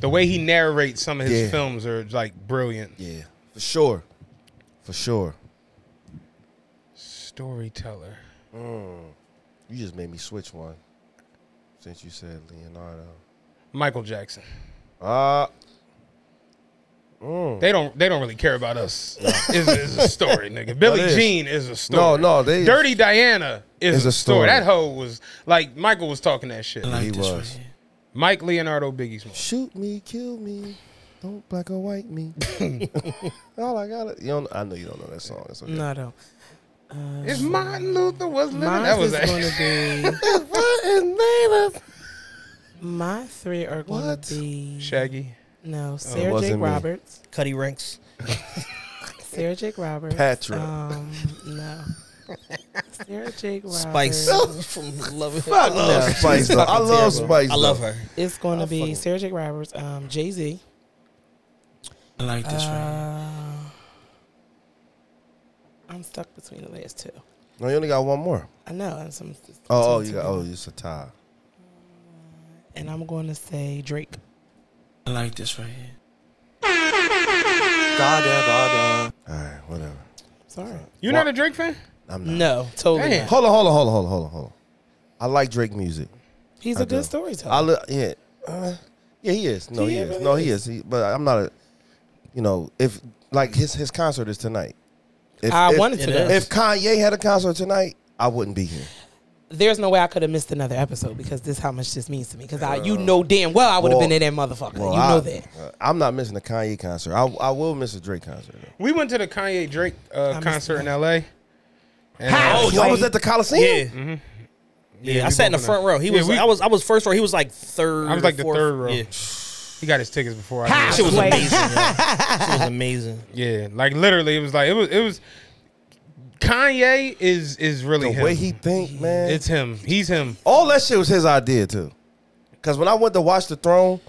S3: The way he narrates some of his
S1: Yeah.
S3: films are like brilliant.
S1: Yeah. For sure. For sure.
S3: Storyteller.
S1: You just made me switch one since you said Leonardo.
S3: Michael Jackson.
S1: Uh
S3: They don't. They don't really care about us. Is is a story, nigga. Billie
S1: That is.
S3: Jean is a story.
S1: No, no, they-
S3: Dirty Diana is,
S1: is
S3: a
S1: a story.
S3: story. That hoe was like Michael was talking that shit.
S1: he was.
S3: Mike Leonardo Biggie Smalls.
S1: Shoot me, kill me. Don't black or white me. All I got You don't, I know you don't know that song. It's okay.
S2: No, I don't.
S3: If Martin Luther was living,
S2: Mine
S3: that was
S2: is going to be. My three are going to be
S3: Shaggy.
S2: No,
S3: Oh,
S2: Sarah J.
S1: wasn't me.
S2: Roberts.
S4: Cuddy Ranks.
S2: Sarah J. Roberts.
S1: Patra.
S2: Um, no. Sarah J. Roberts.
S4: Spice. From Love It.
S1: Fuck love Spice, though. I love Spice,
S4: I love
S1: though.
S4: her.
S2: It's going
S4: I
S2: to be
S4: fucking-
S2: Sarah J. Roberts, um, Jay Z.
S11: I like this
S2: Uh, right I'm stuck between the last two.
S1: No, you only got one more.
S2: I know. And, some,
S1: Oh, oh, you got. Oh, it's a tie.
S2: and I'm going to say Drake.
S11: I like this right here.
S1: All right, whatever.
S2: Sorry.
S3: You
S1: Wha-
S3: not a Drake fan?
S1: I'm not.
S2: No, totally
S3: Damn.
S2: not.
S1: Hold on, hold on, hold on, hold on, hold on, hold on. I like Drake music.
S2: He's
S1: a
S2: a good storyteller.
S1: I li- yeah, uh, yeah, he is. No, he,
S2: He
S1: is.
S2: really
S1: No, he is. He, but I'm not a, you know, if like his his concert is tonight. If,
S2: I
S1: if-
S2: wanted to go.
S1: If Kanye had a concert tonight, I wouldn't be here.
S2: There's no way I could have missed another episode because this how much this means to me. Because I, you know damn well I would have
S1: Well-
S2: been in that motherfucker.
S1: well,
S2: you
S1: I-
S2: know that.
S1: uh, I'm not missing a Kanye concert. I, I will miss a Drake concert.
S3: We went to the Kanye Drake uh,
S2: missed
S3: concert in L.A. And,
S1: How?
S3: uh,
S1: Y'all was at the Coliseum?
S4: Yeah.
S3: Mhm.
S4: Yeah,
S3: Yeah,
S4: I
S3: we
S4: sat in the
S3: both
S4: front
S3: know.
S4: row. He
S3: Yeah,
S4: was.
S3: we-
S4: I was. I was first row. He was like third.
S3: I was like
S4: or
S3: the
S4: fourth.
S3: third row.
S4: Yeah.
S3: He got his tickets before I did.
S4: She was amazing. yeah. She was amazing.
S3: Yeah, like literally, it was like it was. It was. Kanye is is really
S1: The
S3: him.
S1: way he think, man.
S3: It's him. He's him.
S1: All that shit was his idea too. Cause when I went to watch the Throne,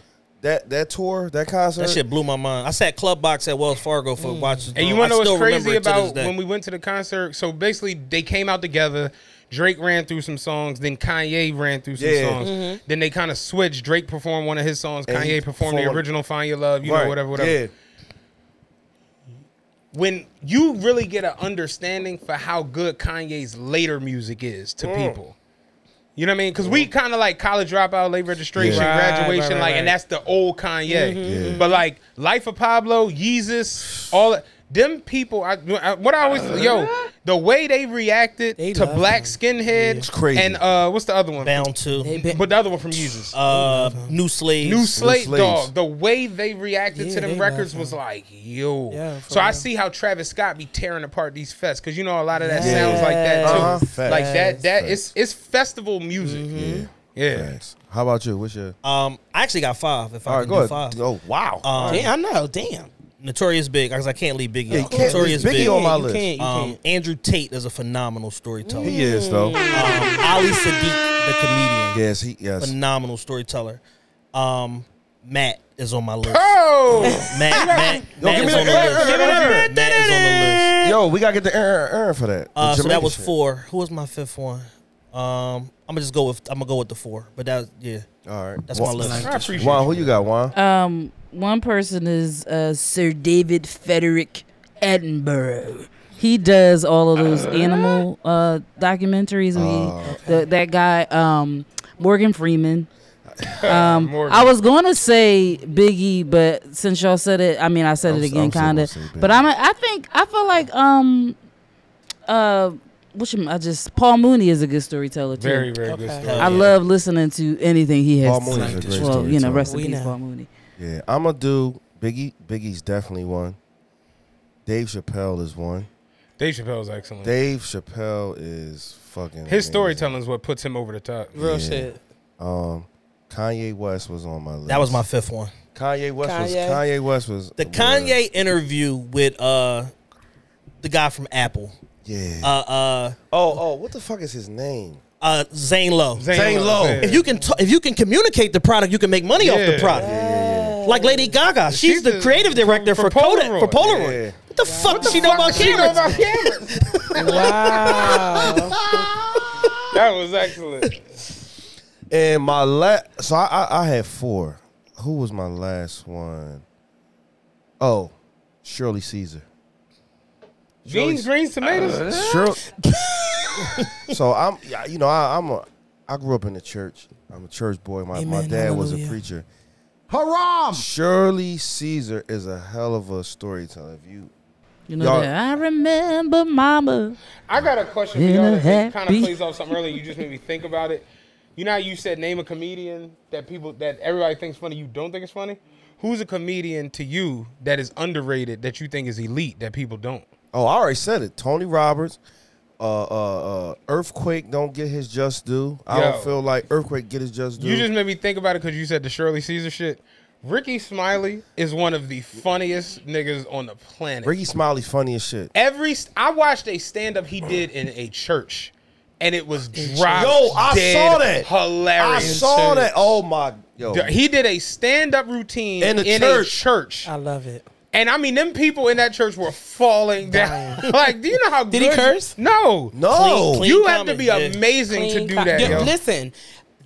S1: that that tour, that concert,
S4: That shit blew my mind. I sat club box at Wells Fargo for watch.
S3: And you want to know what's crazy about when
S4: when
S3: we went to the concert? So basically, they came out together. Drake ran through some songs, then Kanye ran through some
S1: Yeah.
S3: songs. Then they kind of switched. Drake performed one of his songs.
S1: And he
S3: Kanye performed the
S1: performed-
S3: original "Find Your Love." You
S1: Right,
S3: know, whatever, whatever.
S1: Yeah.
S3: When you really get an understanding for how good Kanye's later music is to
S1: Mm.
S3: people. You know what I mean? Because we kind of like college dropout, late registration,
S1: Yeah.
S2: Mm. Right, right,
S3: graduation,
S2: right, right.
S3: like, and
S2: Mm-hmm.
S3: that's the old Kanye.
S1: Mhm. Yeah.
S3: But like Life of Pablo, Yeezus, all that- them people. I, I- what I always yo, the way they reacted to
S2: love
S3: Black Skinhead, it's
S1: crazy.
S3: And uh, what's the other one?
S4: bound to
S2: They been,
S3: But the other one from Yeezus,
S4: uh,
S1: Mm-hmm.
S4: new slaves.
S3: New Slate
S1: Slaves.
S3: Dog. The way they reacted
S2: Yeah,
S3: to
S2: they
S3: them records was like yo.
S2: Yeah, for
S3: so I
S2: real.
S3: see how Travis Scott be tearing apart these fests because you know a lot of that
S2: Yes.
S3: sounds like that too.
S1: Uh-huh. Facts.
S3: Like that. That
S1: Facts.
S3: it's it's festival music.
S2: Mm-hmm.
S1: Yeah.
S3: Yeah.
S1: Thanks. How about you? What's your?
S4: Um, I actually got five. If I
S1: All
S4: can
S1: right, go
S4: do
S1: ahead.
S4: five.
S1: Oh wow.
S4: Um,
S2: damn, I know. Damn.
S4: Notorious Big, because I can't leave Biggie.
S1: Yeah, you
S4: out.
S1: can't leave
S4: Notorious
S1: Biggie
S4: Big.
S1: on my
S2: You
S1: list.
S2: can't. You
S4: Um,
S2: can't.
S4: Andrew Tate is a phenomenal storyteller.
S1: He is though. Uh,
S4: Um, Ali Sadiq, the comedian,
S1: Yes, he yes.
S4: phenomenal storyteller. Um, Matt is on my list.
S3: Oh.
S4: Matt, Matt,
S1: Yo,
S4: Matt
S1: give me
S4: is
S1: the
S4: on the
S1: air,
S4: list.
S1: air, air, air.
S4: Matt is on the list.
S1: Yo, we gotta get the Aaron Aaron for that. The
S4: Uh, so
S1: Jamaican
S4: that was
S1: shit.
S4: four. Who was my fifth one? Um, I'm gonna just go with I'm gonna go with the four. But that yeah.
S1: All right.
S4: That's
S1: Juan-
S4: my list.
S1: I appreciate Juan, who you got, Juan?
S5: Um, one person is uh, Sir David Frederick Attenborough. He does all of those animal uh, documentaries. and he, the, that guy, um, Morgan Freeman. Um,
S12: Morgan.
S5: I was going to say Biggie, but since y'all said it, I mean, I said it
S12: I'm- I'm
S5: again,
S12: still
S5: kind
S12: gonna
S5: of.
S12: say Biggie.
S5: But I'm, a- I think I feel like um, uh, which I just Paul Mooney is a good storyteller too.
S3: Very, very good Okay. storyteller.
S5: I love listening to anything he has.
S1: Paul
S5: to
S1: Mooney's
S5: say.
S1: a great
S5: Well, you know,
S1: storyteller.
S5: rest
S1: We
S5: in peace,
S1: know.
S5: Paul Mooney.
S1: Yeah, I'm gonna do Biggie. Biggie's definitely one. Dave Chappelle is one.
S3: Dave Chappelle's excellent.
S1: Dave Chappelle is fucking.
S3: His
S1: amazing.
S3: storytelling is what puts him over the top.
S1: Yeah. Um, Kanye West was on my list.
S4: That was my fifth one.
S1: Kanye West was
S4: Kanye.
S1: Kanye West was
S4: The Kanye interview with uh the guy from Apple.
S1: Yeah.
S4: Uh uh
S1: Oh oh, what the fuck is his name?
S4: uh Zane Lowe.
S1: Zane Zane Lowe. Lowe.
S4: If you can t- if you can communicate the product, you can make money off the
S1: Yeah.
S4: product. Like Lady Gaga, she's, the, creative director for, Kodak for Polaroid. What the fuck does she know about
S3: she know
S4: cameras?
S3: about that was excellent.
S1: And my last, so I, I I had four. Who was my last one? Oh, Shirley Caesar.
S3: Beans, greens, tomatoes.
S1: Shirley. so I'm, yeah, you know, I, I'm a, I grew up in the church. I'm a church boy. My my
S10: Amen.
S1: dad was a
S10: Hallelujah.
S1: preacher. Haram. Shirley Caesar is a hell of a storyteller. If you,
S5: You know
S1: y'all-
S5: that I remember Mama.
S3: I got a question for
S5: In
S3: y'all
S5: a
S3: that kind of
S5: happy-
S3: plays off something earlier. You just made me think about it. You know how you said name a comedian that people that everybody thinks funny, you don't think it's funny? Who's a comedian to you that is underrated that you think is elite that people don't?
S1: Oh, I already said it. Tony Roberts, uh, uh, uh, Earthquake don't get his just due. I
S3: Yo.
S1: don't feel like Earthquake get his just due.
S3: You just made me think about it because you said the Shirley Caesar shit. Ricky Smiley is one of the funniest niggas on the planet.
S1: Ricky Smiley's funny as shit.
S3: Every st- I watched a stand up he did in a church, and it was dry.
S1: Yo, I saw that.
S3: Hilarious.
S1: I saw that. Oh my, yo,
S3: Dude, He did a stand up routine
S1: In
S3: in,
S1: the
S3: a
S1: church.
S3: church.
S2: I love it.
S3: And I mean, them people in that church were falling down. like, do you know how
S2: Did he
S3: good you-
S2: curse?
S3: no,
S1: No. Clean- clean
S3: you have to
S1: comedy,
S3: be
S1: yeah.
S3: amazing to
S2: Clean
S3: do
S2: co-
S3: that.
S2: Yeah,
S3: yo.
S2: Listen,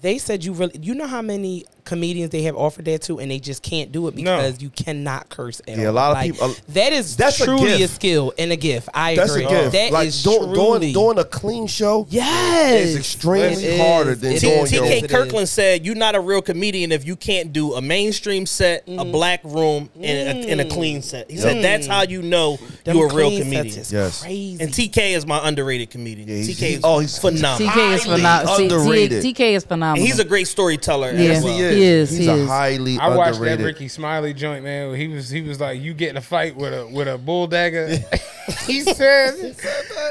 S2: they said you really. You know how many comedians they have offered that to, and they just can't do it because you cannot curse. At
S1: Yeah, a
S2: all.
S1: lot of
S2: Like,
S1: people- uh,
S2: That is
S1: That's a
S2: truly a,
S1: gift.
S2: skill and a gift. I
S1: that's
S2: agree.
S1: a gift.
S2: That
S1: like
S2: is
S1: doing,
S2: truly
S1: doing doing a clean show.
S2: Yes.
S1: is extremely
S2: It is.
S1: harder than
S2: It
S1: doing
S2: is.
S1: your.
S4: TK
S2: is.
S4: Kirkland said, "You're not a real comedian if you can't do a mainstream set, a
S2: Mm.
S4: black room, and, a, and a clean set." He said,
S1: Yep.
S4: "That's how you know
S2: Them
S4: you're a real
S2: clean sets
S4: comedian."
S2: is
S1: Yes.
S2: crazy.
S4: And TK is my underrated comedian. TK is
S1: oh, he's
S4: phenomenal.
S5: TK is phenomenal. See, T-
S1: underrated.
S5: TK is phenomenal.
S4: And he's a great storyteller.
S5: Yeah.
S4: as well.
S5: He is. He is.
S1: He's a highly
S3: I watched that
S1: underrated.
S3: Ricky Smiley joint, man. He was he was like, you get in a fight with a with a bull dagger. he said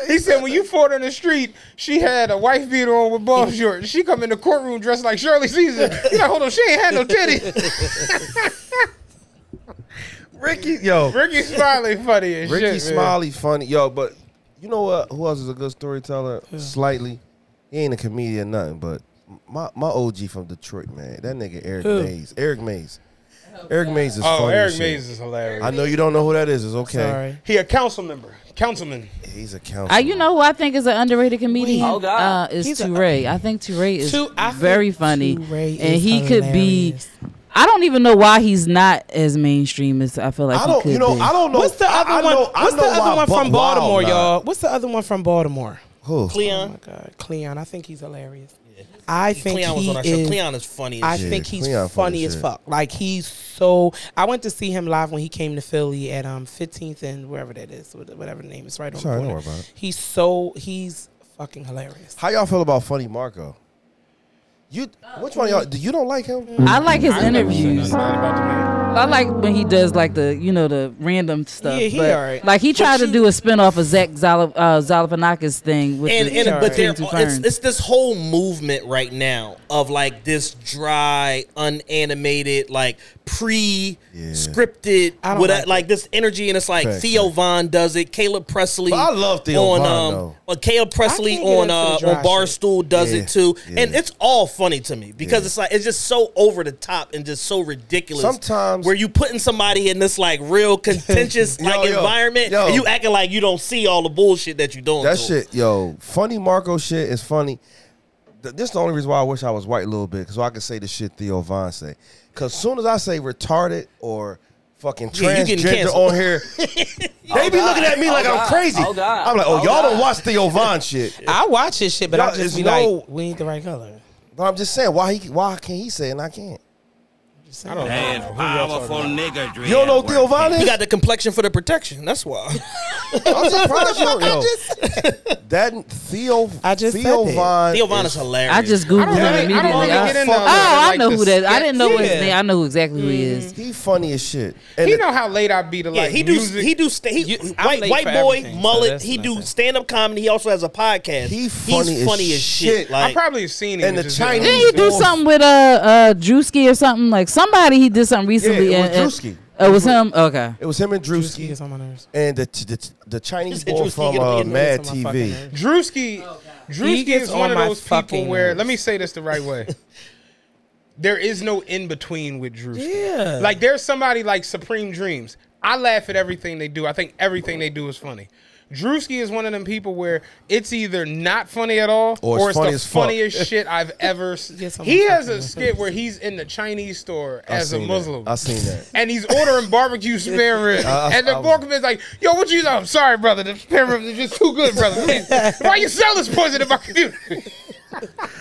S3: he said when you fought in the street, she had a wife beater on with ball shorts. She come in the courtroom dressed like Shirley Caesar. You like, hold on, she ain't had no titties.
S1: Ricky, yo,
S3: Ricky Smiley funny as
S1: Ricky
S3: shit. man.
S1: Smiley funny, yo. But you know what? Who else is a good storyteller? Slightly, he ain't a comedian, nothing. But my my OG from Detroit, man, that nigga Eric
S3: Who?
S1: Mays. Eric Mays. Eric Mays is
S3: Oh,
S1: funny.
S3: Eric
S1: as shit.
S3: Mays is hilarious.
S1: I know you don't know who that is. It's okay.
S3: Sorry. He a council member. Councilman.
S1: He's a council.
S5: Uh, you know who I think is an underrated comedian?
S2: Oh, God.
S5: Uh, is
S2: He's a-
S5: Toure. I think Toure is
S2: Tu- I think
S5: very funny,
S2: Toure
S5: and
S2: is
S5: he could be. I don't even know why he's not as mainstream as I feel like
S1: I
S5: he
S1: don't.
S5: could
S1: You know,
S5: be.
S1: I don't know.
S2: What's the
S1: I-
S2: other
S1: I
S2: one?
S1: know- I
S2: what's the
S1: know why
S2: other one
S1: Buck
S2: from Baltimore,
S1: Wild
S2: y'all?
S1: not.
S2: What's the other one from Baltimore?
S1: Who?
S2: Cleon. Oh my God, Cleon. I think he's hilarious. I think
S4: Cleon was
S2: he
S4: on our show.
S2: is.
S4: Cleon is funny as
S2: I
S4: shit.
S2: think he's funny,
S4: Cleon funny
S2: as
S4: as shit.
S2: fuck. Like he's so. I went to see him live when he came to Philly at um 15th and wherever that is, wh- whatever the name is, right on.
S1: Sorry, don't
S2: the corner.
S1: worry about it.
S2: He's so he's fucking hilarious.
S1: How y'all feel about Funny Marco? You, which one of y'all? Do you don't like him?
S5: I like his interviews. I like when he does like the you know the random stuff.
S2: Yeah, he
S5: but,
S2: alright.
S5: Like he
S2: But
S5: tried to do a spin off of Zach Zalif- uh, Galifianakis thing with
S4: and,
S5: the
S4: and but there,
S5: King
S4: it's, it's this whole movement right now of like this dry, unanimated, like pre-scripted,
S1: I don't
S4: with a-
S1: like
S4: like, this energy, and it's like
S1: Facts,
S4: Theo Vaughn does it, Caleb Presley.
S1: But I love Theo
S4: on,
S1: Von,
S4: um,
S1: though.
S4: but Caleb Presley
S1: can't get
S4: on
S1: into
S4: uh,
S1: the dry
S4: on Barstool does
S1: Yeah,
S4: it too,
S1: yeah.
S4: and it's all funny to me because
S1: Yeah.
S4: it's like it's just so over the top and just so ridiculous.
S1: Sometimes-
S4: where you putting somebody in this like real contentious
S1: Yo,
S4: like
S1: yo,
S4: environment,
S1: yo.
S4: and you acting like you don't see all the bullshit that you're doing.
S1: That
S4: to 'em.
S1: shit, yo, funny Marco shit is funny. th- this is the only reason why I wish I was white a little bit, so I could say the shit Theo Von say. Because soon as I say retarded or fucking
S4: Yeah, you getting
S1: transgender
S4: canceled.
S1: on here, they be
S2: God.
S1: looking at me
S2: Oh,
S1: like I'm
S2: God.
S1: crazy.
S2: Oh, God.
S1: I'm like, oh,
S2: Oh,
S1: y'all don't
S2: God.
S1: watch Theo Von shit.
S2: I watch his shit, but I
S1: Y'all-
S2: just
S1: it's
S2: be
S1: no-
S2: like, we ain't the right color.
S1: But I'm just saying, why he, why can he say it and I can't?
S2: I
S1: don't
S9: That
S1: know.
S9: is powerful nigger
S1: You don't know Theo Von is?
S4: He got the complexion for the protection. That's why.
S1: I'm surprised you don't know. That Theo, I just Theo
S4: said that.
S1: Von,
S4: Theo Von is hilarious.
S5: I just googled him immediately. I- oh, I know who that. I didn't know his name. I know exactly who he is.
S1: He funny as shit.
S3: he know how late I be to
S4: Yeah,
S3: like
S4: he do.
S3: music.
S4: He do. Sta- he,
S3: I'm
S4: white
S3: late
S4: white
S3: for
S4: boy
S3: everything, so
S4: mullet.
S3: that's
S4: he do
S3: nothing.
S4: stand up comedy. He also has a podcast.
S1: He
S4: He's funny as shit. Like
S3: I probably have seen him
S1: And the
S3: just-
S1: Chinese
S5: Didn't he do
S1: dwarf-
S5: something with uh, uh Drewski or something? Like somebody he did something recently.
S1: Yeah, it
S5: and-
S1: was
S5: and-
S1: Drewski.
S5: Oh, it was him. Okay.
S1: It was him and Drewski. and the, the the Chinese
S3: said
S1: boy
S3: Drewski
S1: from
S3: get on
S1: uh,
S3: my
S1: Mad
S3: fucking
S1: TV.
S3: Drewski,
S2: He
S3: Drewski
S2: gets
S3: is
S2: on
S3: one of
S2: my
S3: those people
S2: fucking
S3: where
S2: nerves.
S3: let me say this the right way. there is no in between with Drewski.
S2: Yeah.
S3: Like there's somebody like Supreme Dreams. I laugh at everything they do. I think everything they do is funny. Drewski is one of them people where it's either not funny at all
S1: Or it's
S3: or it's,
S1: funny
S3: the
S1: as fuck.
S3: funniest shit I've ever seen.
S2: Yes, I'm
S3: he
S2: a
S3: has a
S2: fucking
S3: skit where he's in the Chinese store
S1: I
S3: as a
S1: seen
S3: Muslim
S1: That. I seen that.
S3: and he's ordering barbecue spare ribs.
S1: I- I-
S3: and the
S1: I-
S3: Borkman's like, yo, what you I'm sorry, brother. The spare ribs are just too good, brother. Please. Why you sell this poison in my community?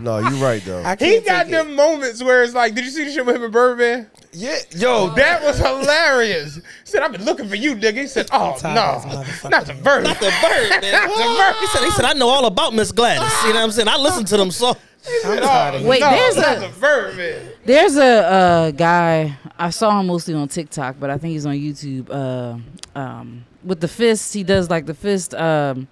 S1: No, you right though.
S3: He got them moments where it's like, did you see the shit with him and Birdman?
S1: Yeah, yo,
S3: that was hilarious. He said, I've been looking for you, nigga. He said, oh, no, not the bird.
S4: not the bird. Man. he said. He said. I know all about Miss Gladys. You know what I'm saying? I listen to them songs.
S3: I'm tired
S5: of Wait, him. there's
S3: Oh, not
S5: a-
S3: the bird, man.
S5: There's a uh, guy I saw him mostly on TikTok, but I think he's on YouTube. Uh, um, with the fist, he does like the fist. Um,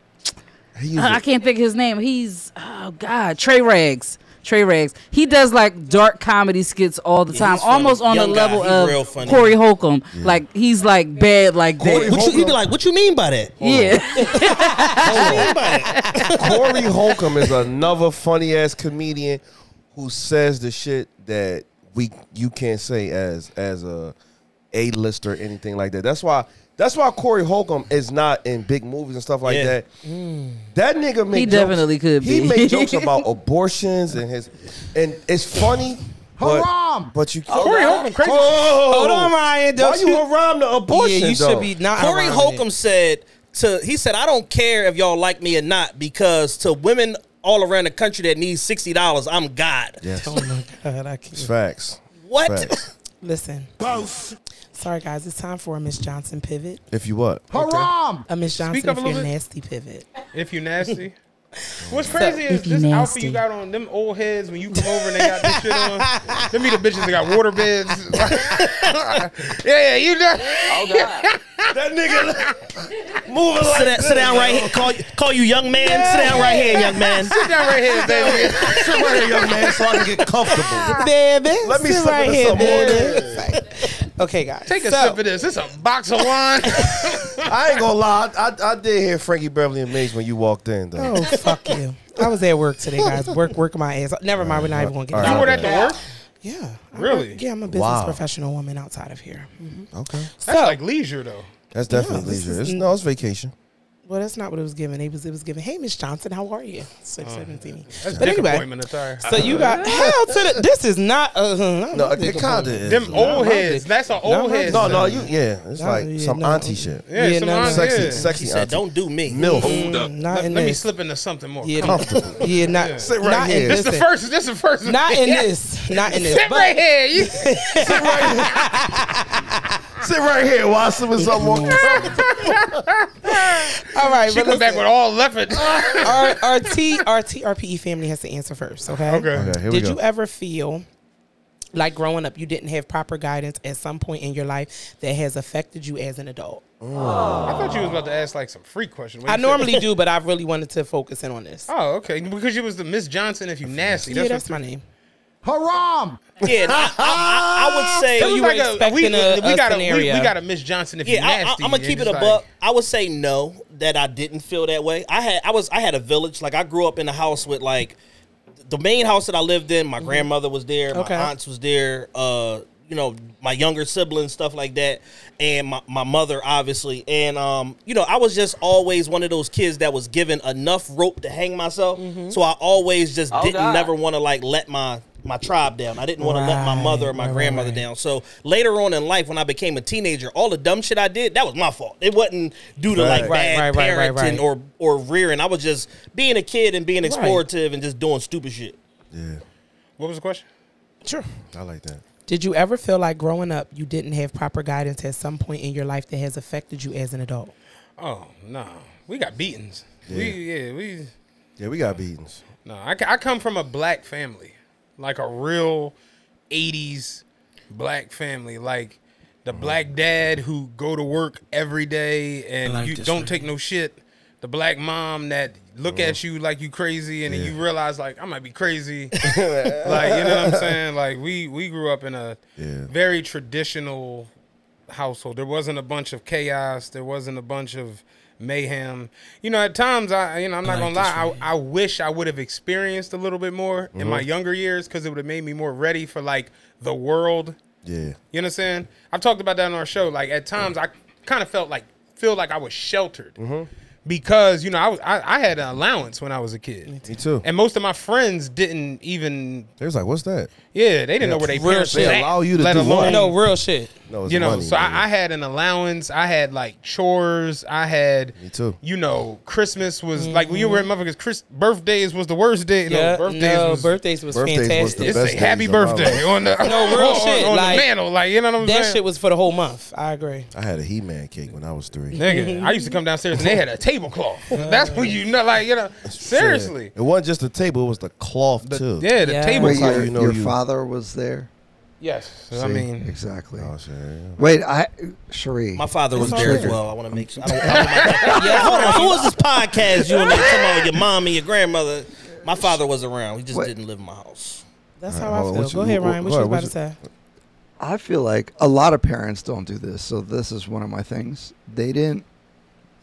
S5: I can't think of his name. He's oh god, Trey Rags. Trey Rags. He does like dark comedy skits all the
S4: Yeah,
S5: time,
S4: he's funny.
S5: almost on
S4: Young
S5: the
S4: guy,
S5: level
S4: he's real
S5: of
S4: funny.
S5: Corey Holcomb. Like he's like bad like that.
S4: What you, he be like, what you mean by that?
S5: yeah,
S1: Corey Holcomb is another funny ass comedian who says the shit that we you can't say as as a a list or anything like that. That's why that's why Corey Holcomb is not in big movies and stuff like
S4: Yeah.
S1: that. That nigga make
S5: he
S1: jokes-
S5: definitely could be.
S1: He made jokes about abortions and his and it's funny. But,
S11: Haram!
S1: But you
S3: Corey Holcomb crazy.
S1: Oh,
S2: Hold on, Ryan,
S1: Why
S2: don't
S1: you
S2: you-
S1: haram the abortion?
S2: Yeah, you
S1: though?
S2: should be not.
S4: Corey
S2: around
S4: Holcomb
S2: it.
S4: said to he said, I don't care if y'all like me or not, because to women all around the country that need sixty dollars, I'm God.
S1: Yes,
S2: Oh my god, I can't.
S1: it's facts.
S4: What?
S1: Facts.
S2: Listen. Sorry, guys. It's time for a Miss Johnson pivot.
S1: If you what?
S11: Haram!
S2: A Miss Johnson,
S3: up
S2: if
S3: a
S2: you're
S3: little bit.
S2: nasty pivot.
S3: If you nasty. What's crazy is
S5: if you
S3: this outfit you
S5: nasty.
S3: got on, them old heads when you come over and they got this shit on. Them be the bitches that got water beds. yeah, yeah, you done.
S1: That nigga moving
S4: Sit, down- sit down right here. Call, call you young man. Sit down right here, young man.
S3: Sit down right here, baby.
S1: Sit right here, young man, so I can get comfortable.
S2: Baby,
S1: Let me
S2: sit
S1: sit
S2: right
S1: in
S2: here,
S1: some
S2: baby. Okay, guys.
S3: Take a
S2: So,
S3: sip of this. It's a box of wine.
S1: I ain't gonna lie, I, I, I did hear Frankie Beverly and Maze when you walked in though.
S2: Oh fuck you! I was at work today, guys. Work, work my ass. off. Never mind. We're not even gonna get.
S1: All
S2: into
S1: right.
S3: you
S2: it.
S3: were at the work?
S2: Yeah. I work-
S3: Really?
S2: yeah, I'm a business
S1: Wow.
S2: professional woman outside of here.
S1: Okay,
S3: That's like leisure, though.
S1: that's definitely
S2: Oh, this
S1: leisure.
S2: is-
S1: It's, no, it's vacation.
S2: Well, that's not what it was given. It was it was given. Hey, Miss Johnson, how are you? Six seventeen.
S3: That's
S2: But anyway,
S3: disappointment attire.
S2: so you got hell to the. This is not. Uh, uh,
S1: No,
S2: not
S1: it
S2: disappointment.
S1: kinda is.
S3: Them
S1: No,
S3: old
S2: Monday.
S3: heads. That's an old
S2: Monday.
S3: head.
S1: no, no, you yeah, it's
S2: No,
S1: like
S2: yeah,
S1: some
S2: no.
S1: auntie shit.
S3: Yeah,
S2: Yeah,
S3: some
S2: no, no.
S3: odd
S1: Sexy,
S3: heads.
S1: sexy
S4: He said,
S1: auntie.
S4: Don't do me.
S1: Milf.
S9: Hold up.
S2: Mm, Not
S3: Let,
S2: in
S3: let me
S2: this.
S3: slip into something more.
S2: Yeah,
S3: Come on.
S2: no. yeah, not
S1: Sit right
S2: not
S1: here.
S2: In,
S3: This is the
S2: listen,
S3: first. This is the first.
S2: Not in this. Not in this.
S3: Sit
S2: but-
S3: right here. You,
S1: Sit right here, Watson, with something more comfortable.
S2: All right,
S3: she
S2: but
S3: come back
S2: listen,
S3: with all leopard.
S2: our, our, T, our TRPE family has to answer first. Okay.
S3: okay.
S1: Okay, here we
S2: Did
S1: go.
S2: you ever feel like growing up you didn't have proper guidance at some point in your life that has affected you as an adult?
S3: I thought you was about to ask like some free question. What
S2: I
S3: you
S2: normally do, but I really wanted to focus in on this.
S3: said- Oh, okay. Because you was the Miss Johnson. If you nasty,
S2: yeah,
S3: that's,
S2: that's
S3: what
S2: my name.
S11: Haram!
S4: Yeah, I, I- I- I would say.
S2: So you
S3: It was
S2: were
S3: we,
S2: expecting a-
S3: we
S2: a
S3: got we,
S2: scenario.
S3: we got a Miss Johnson. If you
S4: Yeah, I,
S3: nasty,
S4: am gonna
S3: and
S4: keep it
S3: it's
S4: a
S3: like-
S4: buck. I would say no that I didn't feel that way. I had I was I had a village like I grew up in a house with
S3: Mm-hmm.
S4: like the main house that I lived in. My grandmother was there.
S2: Okay.
S4: My aunts was there. Uh, you know my younger siblings stuff like that and my, my mother obviously and um you know i was just always one of those kids that was given enough rope to hang myself
S3: Mm-hmm.
S4: so i always just
S6: Oh,
S4: didn't
S6: God.
S4: never want to like let my my tribe down i didn't want to let my mother or my grandmother down so later on in life when i became a teenager all the dumb shit i did that was my fault it wasn't due to like
S6: Right.
S4: bad
S6: Right, right,
S4: parenting
S6: right, right, right.
S4: or or rearing i was just being a kid and being
S6: Right.
S4: explorative and just doing stupid shit
S1: yeah
S3: What was the question?
S2: Sure.
S1: I like that.
S2: Did you ever feel like growing up you didn't have proper guidance at some point in your life that has affected you as an adult?
S3: Oh no, we got beatings. We yeah we
S1: Yeah, we got beatings.
S3: no. I, c- I come from a black family, like a real '80s black family, like the
S6: Mm.
S3: black dad who go to work every day and
S6: like
S3: you
S6: this
S3: don't
S6: one.
S3: take no shit. The black mom that look
S6: Mm.
S3: at you like you crazy, and then you realize like I might be crazy. like you know what I'm saying? Like we we grew up in a
S1: Yeah.
S3: very traditional household. There wasn't a bunch of chaos. There wasn't a bunch of mayhem. You know, at times I, you know, I'm not
S6: I like
S3: gonna lie. I, I wish I would have experienced a little bit more in my
S1: Mhm.
S3: younger years because it would have made me more ready for like the world.
S1: Yeah.
S3: You understand? I've talked about that on our show. Like at times
S1: Mm.
S3: I kind of felt like feel like I was sheltered
S1: Mm-hmm.
S3: because you know I was I, I had an allowance when I was a kid.
S1: Me too.
S3: And most of my friends didn't even
S1: They was like, "What's that?"
S3: yeah, they didn't know where they parents was at,
S1: allow you to
S3: let
S1: do
S3: alone
S1: what?
S3: know
S11: real shit.
S1: No, it's
S3: you know,
S1: money,
S3: so
S1: nigga.
S3: I, I had an allowance. I had like chores. I had
S1: Me too.
S3: You know, Christmas was like when you were in motherfuckers. Chris, birthdays was the worst day.
S11: Mm-hmm. Yeah,
S3: no, birthdays
S11: no,
S3: was
S11: birthdays was Birthdays was fantastic. the
S3: It's
S11: best
S3: a happy
S11: days of my
S3: birthday
S11: life.
S3: on the
S11: No, real
S3: on-
S11: shit,
S3: on
S11: like,
S3: the mantle. Like you know what I'm
S11: that
S3: saying?
S11: shit was for the whole month. I agree.
S1: I had a He-Man cake when I was three.
S3: Nigga, I used to come downstairs and they had a tablecloth. That's when you know, like you know, seriously.
S1: It wasn't just the table; it was the cloth too.
S3: yeah, the Yeah. table
S10: Wait,
S3: cloth.
S10: your,
S1: You know
S10: your
S1: you-
S10: father was there.
S3: Yes,
S10: See?
S3: I mean
S10: exactly.
S1: Oh, sure, yeah.
S10: Wait, I Cherie.
S4: My father was
S10: I'm
S4: there as
S10: triggered.
S4: well. I want to make sure. I don't, I don't, yeah, hold on. Who was this podcast? You and talking about your mom and your grandmother. My father was around. He just didn't live in my house.
S2: That's
S10: All
S2: how
S10: right,
S2: I
S10: hold
S2: feel.
S10: on, what
S2: Go
S10: you-
S2: ahead,
S10: what-
S2: Ryan. What,
S10: hold
S2: you
S10: on,
S2: about
S10: what
S2: to say?
S10: I feel like a lot of parents don't do this, so this is one of my things. They didn't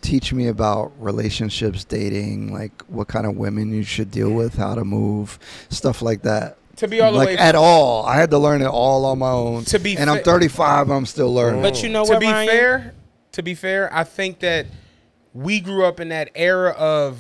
S10: teach me about relationships, dating, like what kind of women you should deal with, how to move, stuff like that.
S3: To be all the
S10: like
S3: way-
S10: at all, I had to learn it all on my own.
S3: To be
S10: and I'm
S3: fa-
S10: 35, and I'm still learning.
S2: But you know
S3: to
S2: what,
S3: be
S2: Ryan?
S3: fair, to be fair, I think that we grew up in that era of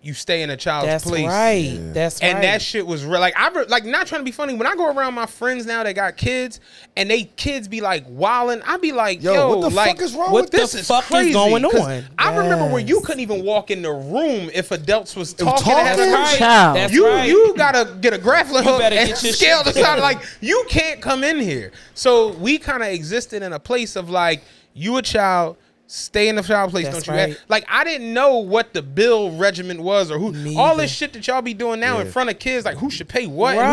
S3: you stay in a child's
S2: That's
S3: place.
S2: right. Yeah. That's
S3: and
S2: right.
S3: that shit was real. Like I re- like not trying to be funny. When I go around my friends now that got kids and they kids be like wilding, I be like, yo,
S2: Yo, what the fuck
S3: like,
S2: is wrong
S3: what
S2: with
S3: this
S2: the
S3: is
S2: fuck is
S3: crazy.
S2: going
S3: 'Cause
S2: on?
S3: I remember when you couldn't even walk in the room if adults was
S2: was
S3: talking. to have
S2: talking?
S3: a
S2: That's
S3: conversation.
S2: right. That's
S3: you
S2: right.
S3: you gotta get a grappling
S2: You
S3: hook
S2: better
S3: and
S2: get your
S3: scale
S2: shit
S3: the side.
S2: together.
S3: Like you can't come in here. So we kind of existed in a place of like, you a child, stay in the child place,
S6: That's
S3: don't you?
S6: right.
S3: Have, like I didn't know what the bill regiment was or who. All this shit that y'all be doing now in
S6: Yeah.
S3: front of kids, like who should pay what? and who-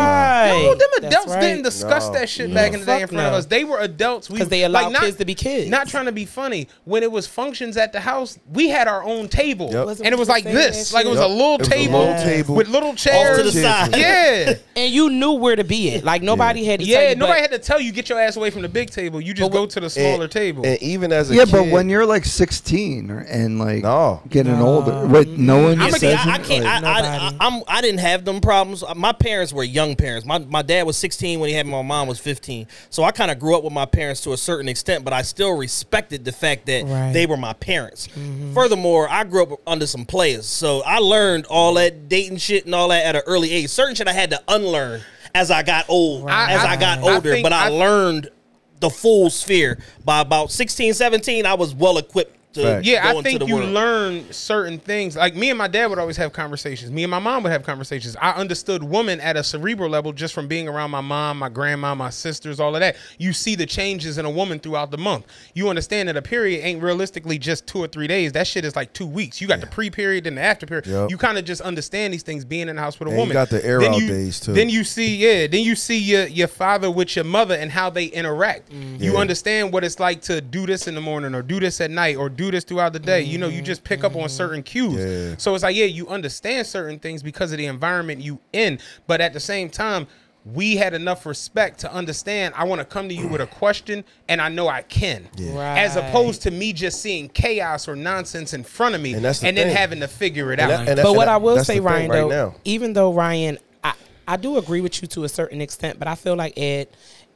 S2: Right.
S3: No, them
S2: That's
S3: adults
S2: right.
S3: didn't discuss
S2: No.
S3: that shit
S2: No.
S3: back in the day in
S2: Fuck
S3: front of
S2: no.
S3: us. They were adults. We
S2: 'Cause they
S3: like,
S2: allowed
S3: not-
S2: kids to be kids.
S3: Not trying to be funny. When it was functions at the house, we had our own table,
S1: Yep.
S3: and it was like this. Like it was
S1: Yep.
S3: a little
S1: It was a
S3: table,
S1: little table.
S3: with little
S1: Off to
S3: chairs.
S1: the side.
S3: Yeah.
S2: and you knew where to be at. Like nobody had to
S3: Yeah,
S2: tell you,
S3: nobody
S2: but-
S3: had to tell you get your ass away from the big table. You just go to the smaller table.
S1: And even as a
S10: yeah,
S1: kid,
S10: but when you're like 16 or, and like getting older, with no one
S4: I'm a,
S10: says
S4: I, I
S10: it,
S4: can't.
S2: Oh,
S10: like-
S4: I, I, I, I'm, I didn't have them problems. Uh, My parents were young parents. My, my dad was 16 when he had me. My mom was 15. So I kind of grew up with my parents to a certain extent, but I still respected the fact that
S6: Right.
S4: they were my parents.
S2: Mm-hmm.
S4: Furthermore, I grew up under some players, so I learned all that dating shit and all that at an early age. Certain shit I had to unlearn as I got old, as I, got
S6: I
S4: older.
S6: think
S4: but I,
S6: I-
S4: learned the full sphere by about 16, 17. I was well equipped to go
S3: yeah, I
S4: into
S3: think
S4: the
S3: you
S4: world.
S3: learn certain things. Like me and my dad would always have conversations. Me and my mom would have conversations. I understood women at a cerebral level just from being around my mom, my grandma, my sisters, all of that. You see the changes in a woman throughout the month. You understand that a period ain't realistically just two or three days. That shit is like two weeks. You got the pre period and the after period.
S1: Yep.
S3: You kind of just understand these things being in the house with a
S1: And you
S3: woman.
S1: got the air
S3: Then
S1: out
S3: you-
S1: days, too.
S3: Then you see, yeah, then you see your your father with your mother and how they interact. You
S1: Mm-hmm. Yeah.
S3: understand understand what it's like to do this in the morning or do this at night or do this throughout the day. You know,
S1: Mm-hmm.
S3: you just pick up on certain cues. So it's like, yeah, you understand certain things because of the environment you in, but at the same time, we had enough respect to understand I want to come to you with a question and I know I can. As opposed to me just seeing chaos or nonsense in front of me and,
S1: that's the
S3: then
S1: thing.
S3: having to figure it
S1: And
S3: out.
S1: that- and that-
S2: but what
S1: and
S2: I will
S1: that's
S2: say,
S1: the thing
S2: Ryan,
S1: right
S2: though,
S1: now.
S2: even though Ryan, I, I do agree with you to a certain extent, but I feel like at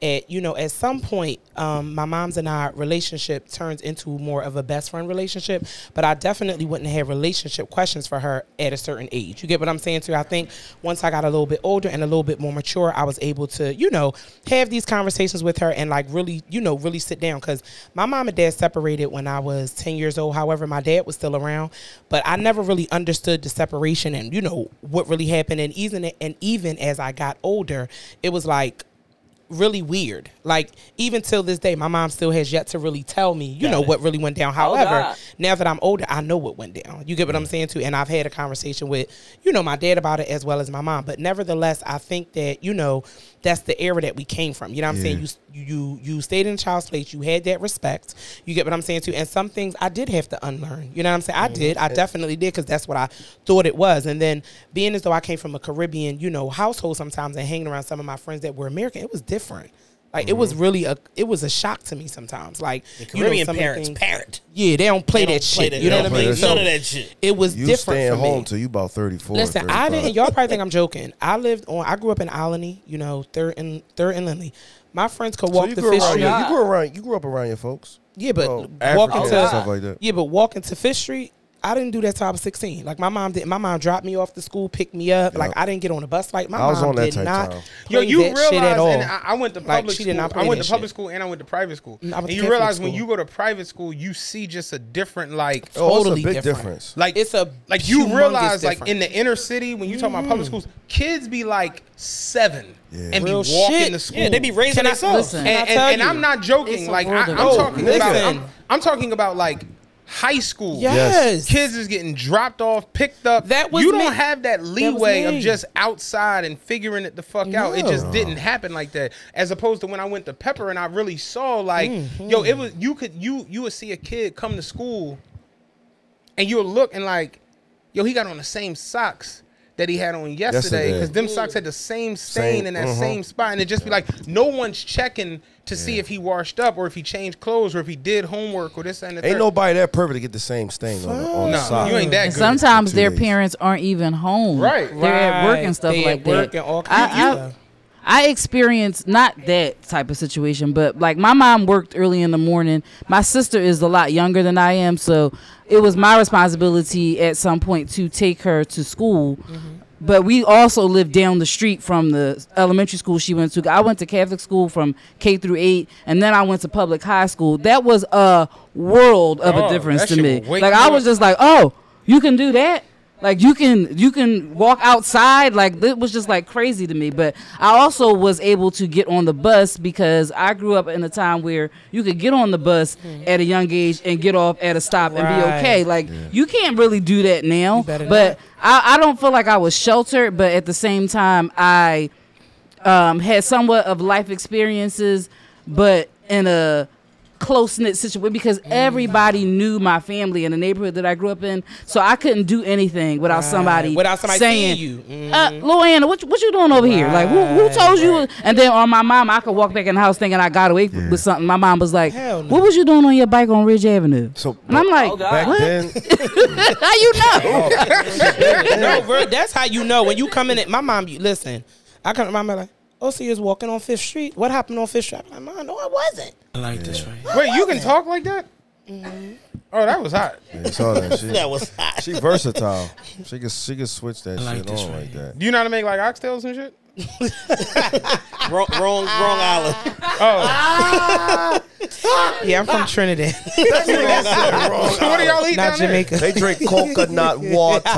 S2: at you know at some point um, my mom's and I relationship turns into more of a best friend relationship but I definitely wouldn't have relationship questions for her at a certain age you get what I'm saying to you I think once I got a little bit older and a little bit more mature I was able to you know have these conversations with her and like really you know really sit down because my mom and dad separated when I was 10 years old however my dad was still around but I never really understood the separation and you know what really happened and even and even as I got older it was like really weird. Like even till this day, my mom still has yet to really tell me, you
S12: Got
S2: know,
S12: it.
S2: what really went down.
S12: Oh,
S2: However,
S12: God.
S2: now that I'm older, I know what went down. You get what I'm
S4: Mm.
S2: saying too. And I've had a conversation with, you know, my dad about it as well as my mom. But nevertheless, I think that you know that's the era that we came from. You know what I'm
S12: Yeah.
S2: saying? You you you stayed in a child's place. You had that respect. You get what I'm saying too. And some things I did have to unlearn. You know what I'm saying?
S4: Mm-hmm.
S2: I did. I
S12: Mhm.
S2: definitely did because that's what I thought it was. And then being as though I came from a Caribbean, you know, household sometimes and hanging around some of my friends that were American, it was different. Like it was really a it was a shock to me sometimes. Like
S4: Mm-hmm. The
S2: you know,
S4: Caribbean
S2: some of the
S4: parents
S2: things-
S4: parent.
S2: Yeah, they don't play
S4: They
S2: that
S4: don't play
S2: shit.
S4: that-
S2: you know
S4: they
S2: what I
S4: don't
S2: mean?
S4: play none of that shit.
S2: It was
S1: you
S2: different
S1: staying
S2: for
S1: home
S2: me.
S1: till you about 34.
S2: Listen, I
S1: 35.
S2: didn't. Y'all probably think I'm joking. I lived on. I grew up in Alany, you know, third and third and Lindley. My friends could
S1: So
S2: walk
S1: you
S2: the
S1: grew
S2: fish
S1: around
S2: street.
S1: your- you grew around. You grew up around your folks.
S2: Yeah, but
S1: Well,
S2: walking
S1: African
S2: to
S1: and stuff like that.
S2: Yeah, but walking to Fifth Street, I didn't do that till I was sixteen. Like my mom did. My mom dropped me off to school, picked me up. Like I didn't get on a bus. Like my
S1: I was
S2: mom
S1: on that
S2: did
S1: type
S2: not.
S1: time.
S3: Yo,
S2: play
S3: you
S2: that
S3: realize,
S2: shit at all.
S3: and I, I went to
S2: Like,
S3: public
S2: she
S3: school.
S2: did not play
S3: I went
S2: that
S3: to public
S2: shit.
S3: school and I went to private school.
S2: Mm, I went
S3: And
S2: to
S3: you
S2: Catholic
S3: realize when
S2: school.
S3: you go to private school, you see just a different like
S1: Oh, it's a Totally big different. difference.
S3: Like
S2: it's a
S3: like you
S2: humongous
S3: realize like
S2: difference. Mm.
S3: in the inner city when you talk about public schools, kids be like seven and
S2: Real
S3: be walking
S2: shit.
S3: to school.
S4: Yeah, they be raising
S3: Can I-
S4: themselves.
S3: And,
S4: Can I
S3: and,
S4: tell
S3: and
S4: you?
S3: I'm not
S4: It's
S3: joking.
S4: a
S3: Like I,
S4: world
S3: I'm
S4: of difference.
S3: talking
S2: Oh,
S4: Listen.
S3: about. I'm, I'm talking about like. High school,
S2: Yes.
S3: Kids is getting dropped off, picked up. That
S2: was
S3: you don't
S2: me.
S3: have that
S2: That was
S3: leeway of
S2: me.
S3: just outside and figuring it the fuck out. It just
S2: No.
S3: didn't happen like that. As opposed to when I went to Pepper and I really saw like, yo,
S2: Mm-hmm.
S3: it was you could you you would see a kid come to school, and you would look and like, yo, he got on the same socks. That he had on yesterday,
S1: Yesterday.
S3: because them socks had the same stain
S1: Same,
S3: in that
S2: uh-huh.
S1: mhm.
S3: same spot, and it just be like no one's checking to see if he washed up or if he changed clothes or if he did homework or this and the
S1: Ain't
S3: third.
S1: nobody that perfect to get the same stain on, the- on the
S3: Fuck.
S1: side.
S3: you ain't that
S5: And
S3: good.
S5: sometimes
S1: Two
S5: their
S1: days.
S5: parents aren't even home.
S3: Right.
S5: They're at work and
S2: Right.
S5: stuff
S2: They
S5: like
S2: at work
S5: that.
S2: and all kinds of
S5: I,
S2: stuff.
S5: I, I experienced not that type of situation, but like my mom worked early in the morning. My sister is a lot younger than I am, so it was my responsibility at some point to take her to school.
S2: Mm-hmm.
S5: But we also lived down the street from the elementary school she went to. I went to Catholic school from K through eight, and then I went to public high school. That was a world of
S12: Oh,
S5: a difference
S12: that
S5: to
S12: shit
S5: me.
S12: will wake
S5: Like
S12: you
S5: I
S12: up.
S5: was just like, oh, you can do that. Like you can you can walk outside. Like it was just like crazy to me. But I also was able to get on the bus because I grew up in a time where you could get on the bus at a young age and get off at a stop and be
S12: Mm-hmm. Right.
S5: okay. Like you can't really do that now.
S12: better
S5: But I, I don't feel like I was sheltered. But at the same time, I um, had somewhat of life experiences, but in a close knit situation because everybody
S2: Mm.
S5: knew my family and the neighborhood that I grew up in, so I couldn't do anything without somebody
S2: Without somebody
S5: saying,
S2: seeing you. Mm-hmm.
S5: uh, "Luanna, what you- what you doing over here? Like who who told you?" And then on my mom, I could walk back in the house thinking I got away with something. My mom was like, "What was you doing on your bike on Ridge Avenue?" So and I'm
S2: Oh,
S5: like,
S1: back
S5: "What?"
S1: then,
S5: How you know?
S2: no, bro, that's how you know when you come in. It, my mom, you listen. I come to my mom like, oh, so you was walking on Fifth Street. What happened on Fifth Street? I'm like, mom, no, I wasn't.
S4: I like this right.
S3: Wait, you can talk like that?
S2: Mm-hmm.
S3: Oh, that was hot.
S1: you saw that shit.
S3: That was hot.
S1: She versatile. She can she can switch that
S4: I like
S1: shit
S4: this
S1: on
S4: right
S1: like that.
S3: Do you know how to make like oxtails and shit?
S4: wrong, wrong, wrong island.
S2: Ah.
S3: Oh.
S2: Yeah, I'm from Trinidad.
S3: what do y'all eat
S2: Not
S3: down there?
S2: Jamaica.
S1: They drink coconut water.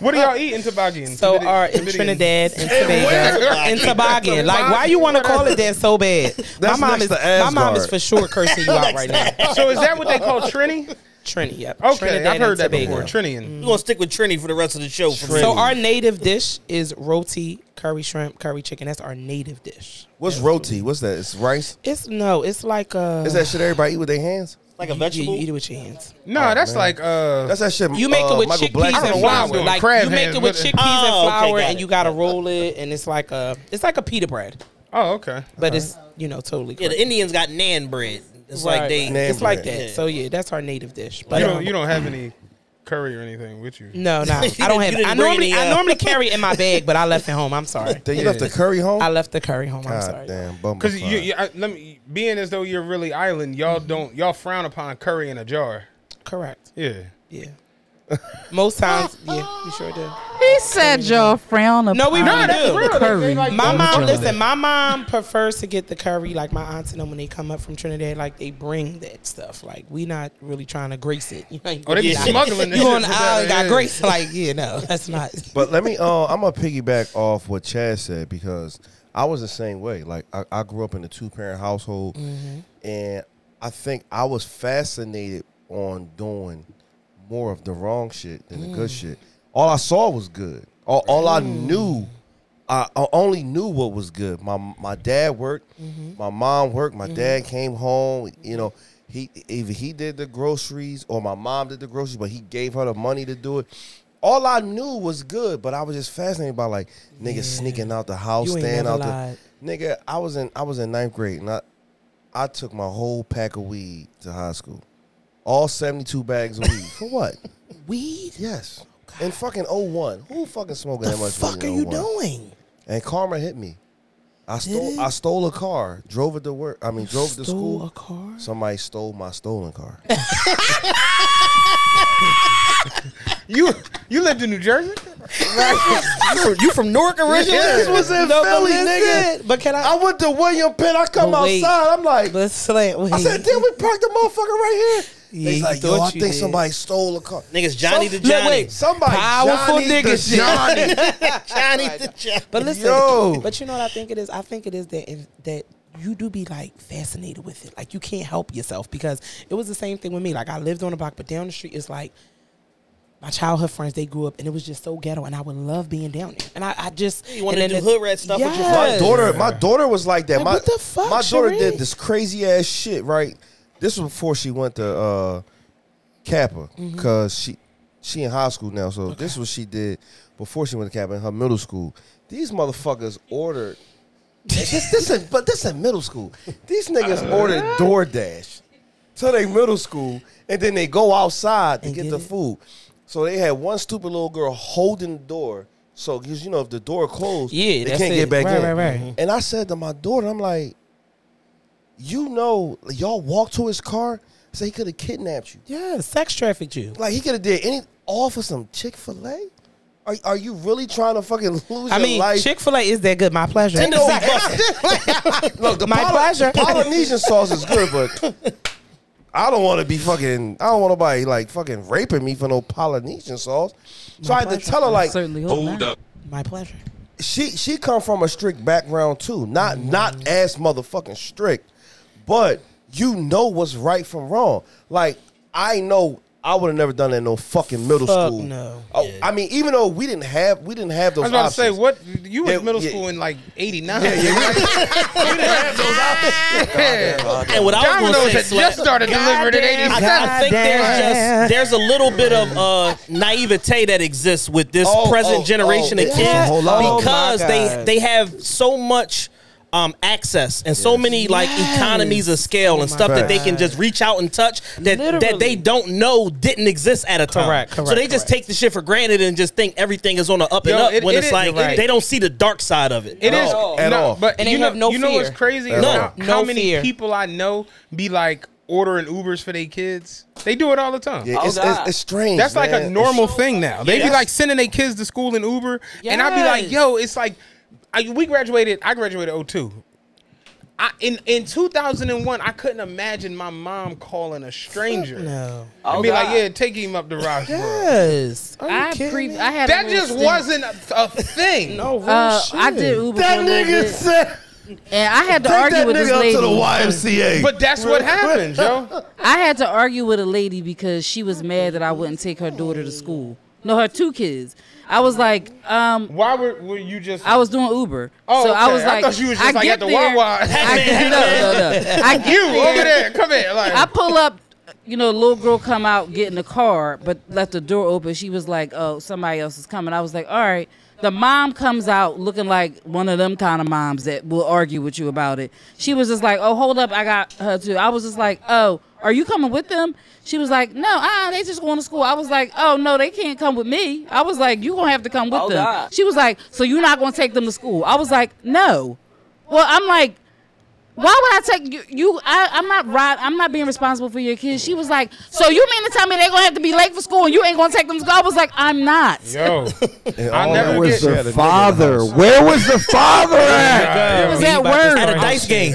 S3: What do y'all eat in Toboggan?
S2: So are in Trinidad and
S3: where?
S2: Tobago, in Toboggan. Like, why you want to call it that so bad?
S1: That's
S2: my mom
S1: next
S2: is
S1: to
S2: my mom is
S1: Asgard.
S2: for sure cursing you out right now.
S3: So is that what they call Trini?
S2: Trini, yep.
S3: Okay,
S2: Trinidad
S3: I've heard
S2: and
S3: that
S2: Tobago. Mm.
S3: before. Trinian.
S4: We're gonna stick with Trini for the rest of the show. For
S2: So our native dish is roti, curry shrimp, curry chicken. That's our native dish.
S1: What's roti? What's that? It's rice.
S2: It's no, it's like uh, a.
S1: Is that shit everybody eat with their hands?
S4: like a
S2: You,
S4: vegetable.
S2: you eat it with your hands.
S3: No, that's
S1: man.
S3: like uh
S1: That's that shit.
S2: You make
S1: uh,
S2: it with
S1: Michael
S2: chickpeas
S1: Black- I don't
S2: and
S1: know why I'm
S2: flour.
S1: doing
S2: Like
S1: crab
S2: you make
S1: hands,
S2: it with
S1: but-
S2: chickpeas
S4: Oh, okay,
S2: and flour,
S4: got
S2: and
S4: it.
S2: you gotta roll it, and it's like a it's like a pita bread,
S3: Oh, okay.
S2: but it's you know totally.
S4: Yeah,
S2: Correct.
S4: the Indians got nan bread. It's like
S2: Right,
S4: they.
S2: right.
S1: Naan
S2: it's like
S1: bread.
S2: that.
S4: Yeah.
S2: So yeah, that's our native dish.
S3: You
S2: But
S3: don't,
S2: um,
S3: you don't have any curry or anything with you.
S2: No, no, I don't have. It. I normally, I normally carry it in my bag, but I left it home. I'm sorry.
S3: Then you left the curry
S2: home. I left the curry home. I'm
S3: God
S2: sorry.
S1: Damn, bumble.
S3: Because you, you I, let me being as though you're really island, y'all don't y'all frown upon curry in a jar.
S2: Correct.
S3: Yeah.
S2: Yeah. Most times, yeah, we sure do.
S5: He said y'all frown upon
S2: No, we really do.
S5: curry.
S2: my
S5: in
S2: mom,
S5: the
S2: listen,
S5: jar.
S2: my mom prefers to get the curry. Like my aunts and them when they come up from Trinidad, like they bring that stuff. Like we not really trying to grace it. You know, you
S3: Oh, they be
S2: like-
S3: smuggling this
S2: You
S3: shit
S2: on the
S3: from
S2: aisle
S3: down
S2: got
S3: there.
S2: grace? Like yeah, no, that's not.
S1: But let me. Uh, I'm gonna piggyback off what Chad said because I was the same way. Like I, I grew up in a two parent household,
S2: Mhm.
S1: and I think I was fascinated on doing more of the wrong shit than the good
S12: Mm.
S1: shit. All I saw was good. All, all I knew, I, I only knew what was good. My my dad worked,
S12: Mhm.
S1: my mom worked. My
S12: Mhm.
S1: dad came home. You know, he either he did the groceries or my mom did the groceries, but he gave her the money to do it. All I knew was good, but I was just fascinated by like niggas sneaking out the house,
S12: You ain't
S1: staying
S12: never
S1: out
S12: lied.
S1: the nigga. I was in I was in ninth grade, and I I took my whole pack of weed to high school, all seventy two bags of weed for what?
S2: weed?
S1: Yes. in fucking 01. who fucking smoking that much?
S2: fuck
S1: weed
S2: are
S1: in
S2: you
S1: 01?
S2: doing?
S1: And karma hit me. I stole I stole a car, drove it to work. I mean, drove it to
S2: Stole
S1: school.
S2: a car?
S1: Somebody stole my stolen car.
S3: you you lived in New Jersey.
S4: you, from, you from Newark originally?
S1: This was in
S4: No, but
S1: Philly,
S4: listen,
S1: nigga.
S2: But can
S1: I? I went to William Penn. I come
S4: But wait.
S1: outside. I'm like,
S2: Let's slant.
S1: I said, then we parked the motherfucker right here.
S4: Yeah,
S1: He's
S4: you
S1: like, yo,
S4: thought
S1: I
S4: you
S1: think
S4: did.
S1: somebody stole a car.
S4: Niggas Johnny
S1: Some-
S4: to Johnny.
S1: wait, somebody
S4: Powerful
S1: Johnny
S4: nigga
S1: to
S4: shit.
S1: Johnny.
S4: Johnny the Johnny.
S2: But listen,
S1: Yo.
S2: but you know what I think it is? I think it is that if, that you do be like fascinated with it. Like you can't help yourself because it was the same thing with me. Like I lived on the block, but down the street is like my childhood friends. They grew up, and it was just so ghetto. And I would love being down there. And I, I just
S4: You wanna
S2: and
S4: do
S2: then
S4: hood rat stuff with your
S1: My
S2: Yes.
S1: daughter, my daughter was like that.
S2: Like,
S1: my
S2: what the fuck,
S1: my daughter
S2: Sheree?
S1: did this crazy ass shit. Right, this was before she went to uh, Kappa
S2: Mm-hmm.
S12: Mhm.
S1: because she she in high school now. So this was she did before she went to Kappa in her middle school. These motherfuckers ordered. this, this in, but this in middle school. These niggas ordered DoorDash to they middle school, and then they go outside to get, the food. So they had one stupid little girl holding the door. So, because you know, if the door closed,
S2: Yeah,
S1: they
S2: that's
S1: can't
S2: it.
S1: get back
S2: Right,
S1: in.
S2: right, right.
S1: And I said to my daughter, I'm like, you know, y'all walked to his car, so he could have kidnapped you.
S2: Yeah, sex trafficked you.
S1: Like he could have did any all for some Chick Fil A. Are, are you really trying to fucking lose
S2: I
S1: your
S2: mean,
S1: life?
S2: Chick Fil A is that good. My pleasure.
S1: Look, the
S2: My
S1: Poly-
S2: pleasure.
S1: the Polynesian sauce is good, but I don't want to be fucking. I don't want nobody like fucking raping me for no Polynesian sauce. So I had to
S2: pleasure.
S1: tell her
S2: I
S1: like,
S2: certainly hope Hold not. up. My pleasure.
S1: She she come from a strict background too. Not
S3: Mm-hmm.
S1: not as motherfucking strict, but you know what's right from wrong. Like I know. I would have never done that in no fucking middle
S3: Fuck
S1: school.
S3: no.
S1: Oh, I mean, even though we didn't have we didn't have
S3: I
S1: those.
S3: was about
S1: options.
S3: to say what you went
S1: Yeah,
S3: to middle
S1: yeah.
S3: school in like '89.
S1: Yeah, yeah, we-
S4: And what I was
S3: Domino's
S4: going to
S3: had
S4: say,
S3: just started delivering in
S4: I-
S3: '87.
S4: I, think there's just there's a little bit of uh, naivete that exists with this
S3: Oh,
S4: present
S3: oh,
S4: generation
S3: oh,
S4: of
S3: yeah.
S4: kids
S3: Oh my
S4: because they
S3: God.
S4: they have so much. Um, access and so many like economies of scale
S3: Oh,
S4: and stuff that they can just reach out and touch that that they don't know didn't exist at a time.
S2: Correct,
S4: so
S2: correct,
S4: they just take the shit for granted and just think everything is on the up and
S3: Yo,
S4: up
S3: it-
S4: when
S3: it
S4: it's
S3: is-
S4: like
S3: you're right.
S4: they don't see the dark side of it
S3: It is no, But
S4: And
S3: you
S4: they
S3: know,
S4: have no
S3: you know what's
S4: fear.
S3: crazy?
S4: At
S3: is
S4: all.
S3: how,
S4: No
S3: how many
S4: fear.
S3: people I know be like ordering Ubers for their kids? They do it all the time.
S1: Yeah, it's- Oh, it's- God. it's strange,
S3: That's like
S1: man.
S3: a normal
S1: It's-
S3: thing now.
S1: Yeah,
S3: They be
S1: that's-
S3: like sending their kids to school in Uber, and I'd be like,
S1: Yes.
S3: yo, it's like I, we graduated. I graduated 02. I, in in 2001, I couldn't imagine my mom calling a stranger.
S2: No.
S3: I'd
S2: Oh,
S3: be like,
S2: God.
S3: yeah, take him up to Roxborough.
S2: Yes. Are you
S3: I
S2: kidding
S3: pre-
S2: me?
S3: I had That a little just stint. wasn't a, thing.
S2: no, real
S5: Uh,
S2: shit.
S5: I did Uber. for a little bit,
S1: said.
S5: and I had to
S1: "Take
S5: argue
S1: that
S5: with this
S1: nigga up
S5: lady.
S1: to the YMCA."
S3: But that's what happens, yo.
S5: I had to argue with a lady because she was mad that I wouldn't take her daughter to school. No, her two kids. I was like, um,
S3: why were, were you just?
S5: I was doing Uber,
S3: Oh,
S5: so I
S3: okay.
S5: was
S3: I
S5: like,
S3: thought you was just
S5: I
S3: like
S5: get
S3: at the
S5: there-
S3: Wawa.
S5: I get, no, no, no. I get
S3: You, over there, come here, like-
S5: I pull up. You know, little girl come out, get in the car, but left the door open. She was like, "Oh, somebody else is coming." I was like, "All right." The mom comes out looking like one of them kind of moms that will argue with you about it. She was just like, "Oh, hold up, I got her too." I was just like, "Oh, are you coming with them?" She was like, "No, ah, they just going to school." I was like, "Oh no, they can't come with me." I was like, "You gonna have to come with
S12: Oh,
S5: them."
S12: God.
S5: She was like, "So you're not gonna take them to school?" I was like, "No." Well, I'm like, why would I take you? you I, I'm not right. I'm not being responsible for your kids. She was like, so you mean to tell me they're gonna have to be late for school and you ain't gonna take them to school? I was like, I'm not.
S3: Yo,
S10: I'll
S3: never
S10: Where
S3: get- Oh
S10: was
S3: She had a nigga
S10: the
S3: in the
S10: father? Where was the father at?
S3: It was at
S4: work. At a dice game.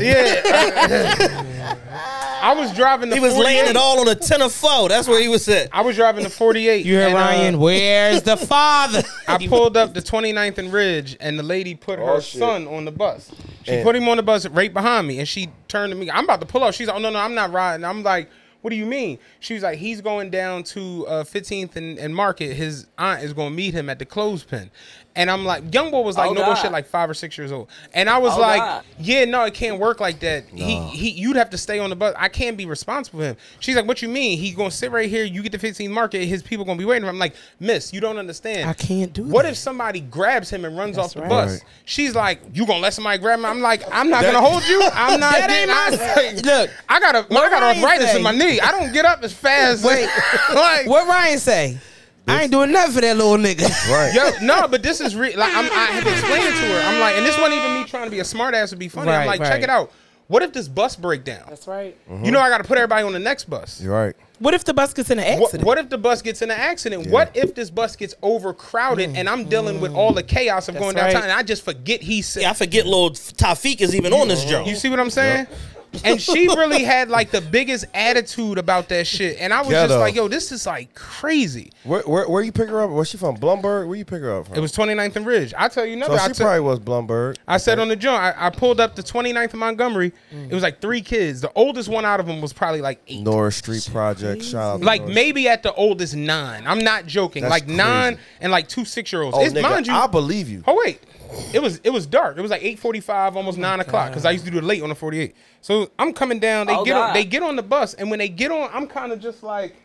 S3: I was driving. The
S4: He was laying it all on a ten of four. That's where he was at.
S3: I was driving the 48.
S4: You heard Ryan, "Where's the father?
S3: I pulled up the 29th and Ridge, and the lady put her
S1: shit.
S3: son on the bus. She
S1: And-
S3: put him on the bus right behind me, and she turned to me. I'm about to pull up. She's like, oh, no, no, I'm not riding. I'm like, what do you mean? She was like, he's going down to uh, 15th and, and Market. His aunt is going to meet him at the clothespin. And I'm like, young boy was like,
S12: Oh,
S3: no
S12: God.
S3: bullshit, like five or six years old. And I was
S12: Oh,
S3: like,
S12: God.
S3: yeah, no, it can't work like that. He, he, you'd have to stay on the bus. I can't be responsible for him. She's like, what you mean? He's gonna sit right here. You get to 15th Market. His people gonna be waiting for him. I'm like, Miss, you don't understand.
S2: I can't do
S3: What if somebody grabs him and runs off the
S2: right.
S3: bus?
S1: Right.
S3: She's like, you gonna let somebody grab him? I'm like, I'm not
S12: That-
S3: gonna hold you. I'm not.
S12: That ain't my
S3: I, look, I got a, I
S12: what
S3: got
S12: Ryan
S3: arthritis
S12: say?
S3: in my knee. I don't get up as fast.
S11: Wait.
S3: like
S11: What Ryan say? I ain't doing nothing for that little nigga.
S1: Right.
S3: Yo, no, but this is real. Like, I'm, I had to explain it to her. I'm like, and this wasn't even me trying to be a smartass ass to be funny. I'm
S11: Right,
S3: like,
S11: right.
S3: check it out. What if this bus break down?
S2: That's right.
S3: You know, I got to put everybody on the next bus.
S1: You're right.
S2: What if the bus gets in an
S3: What,
S2: accident?
S3: what if the bus gets in an accident? What if this bus gets overcrowded and I'm dealing with all the chaos of
S2: That's
S3: going downtown
S2: right.
S3: and I just forget he's sick?
S4: Yeah, I forget little Tafik is even on this joke.
S3: You see what I'm saying? And she really had like the biggest attitude about that shit. And I was just
S1: Ghetto.
S3: like, yo, this is like crazy.
S1: Where, where where you pick her up? Where she from? Blumberg? Where you pick her up from?
S3: It was 29th and Ridge. I tell you
S1: so
S3: nothing. I
S1: she
S3: took-
S1: probably was Blumberg.
S3: I said on the joint, I, I pulled up the 29th of Montgomery. It was like three kids. The oldest one out of them was probably like eight.
S1: Norris Street Project. Shout out. to
S3: Like
S1: Norris.
S3: maybe at the oldest nine. I'm not joking.
S1: That's
S3: like nine
S1: crazy.
S3: and like two six year olds.
S1: Oh,
S3: it's
S1: nigga,
S3: mind you.
S1: I believe you.
S3: oh wait, it was it was dark. It was like eight forty five, almost nine o'clock. Because I used to do it late on the forty eight. So I'm coming down. They
S12: Oh,
S3: get on,
S12: God.
S3: they get on the bus, and when they get on, I'm kind of just like.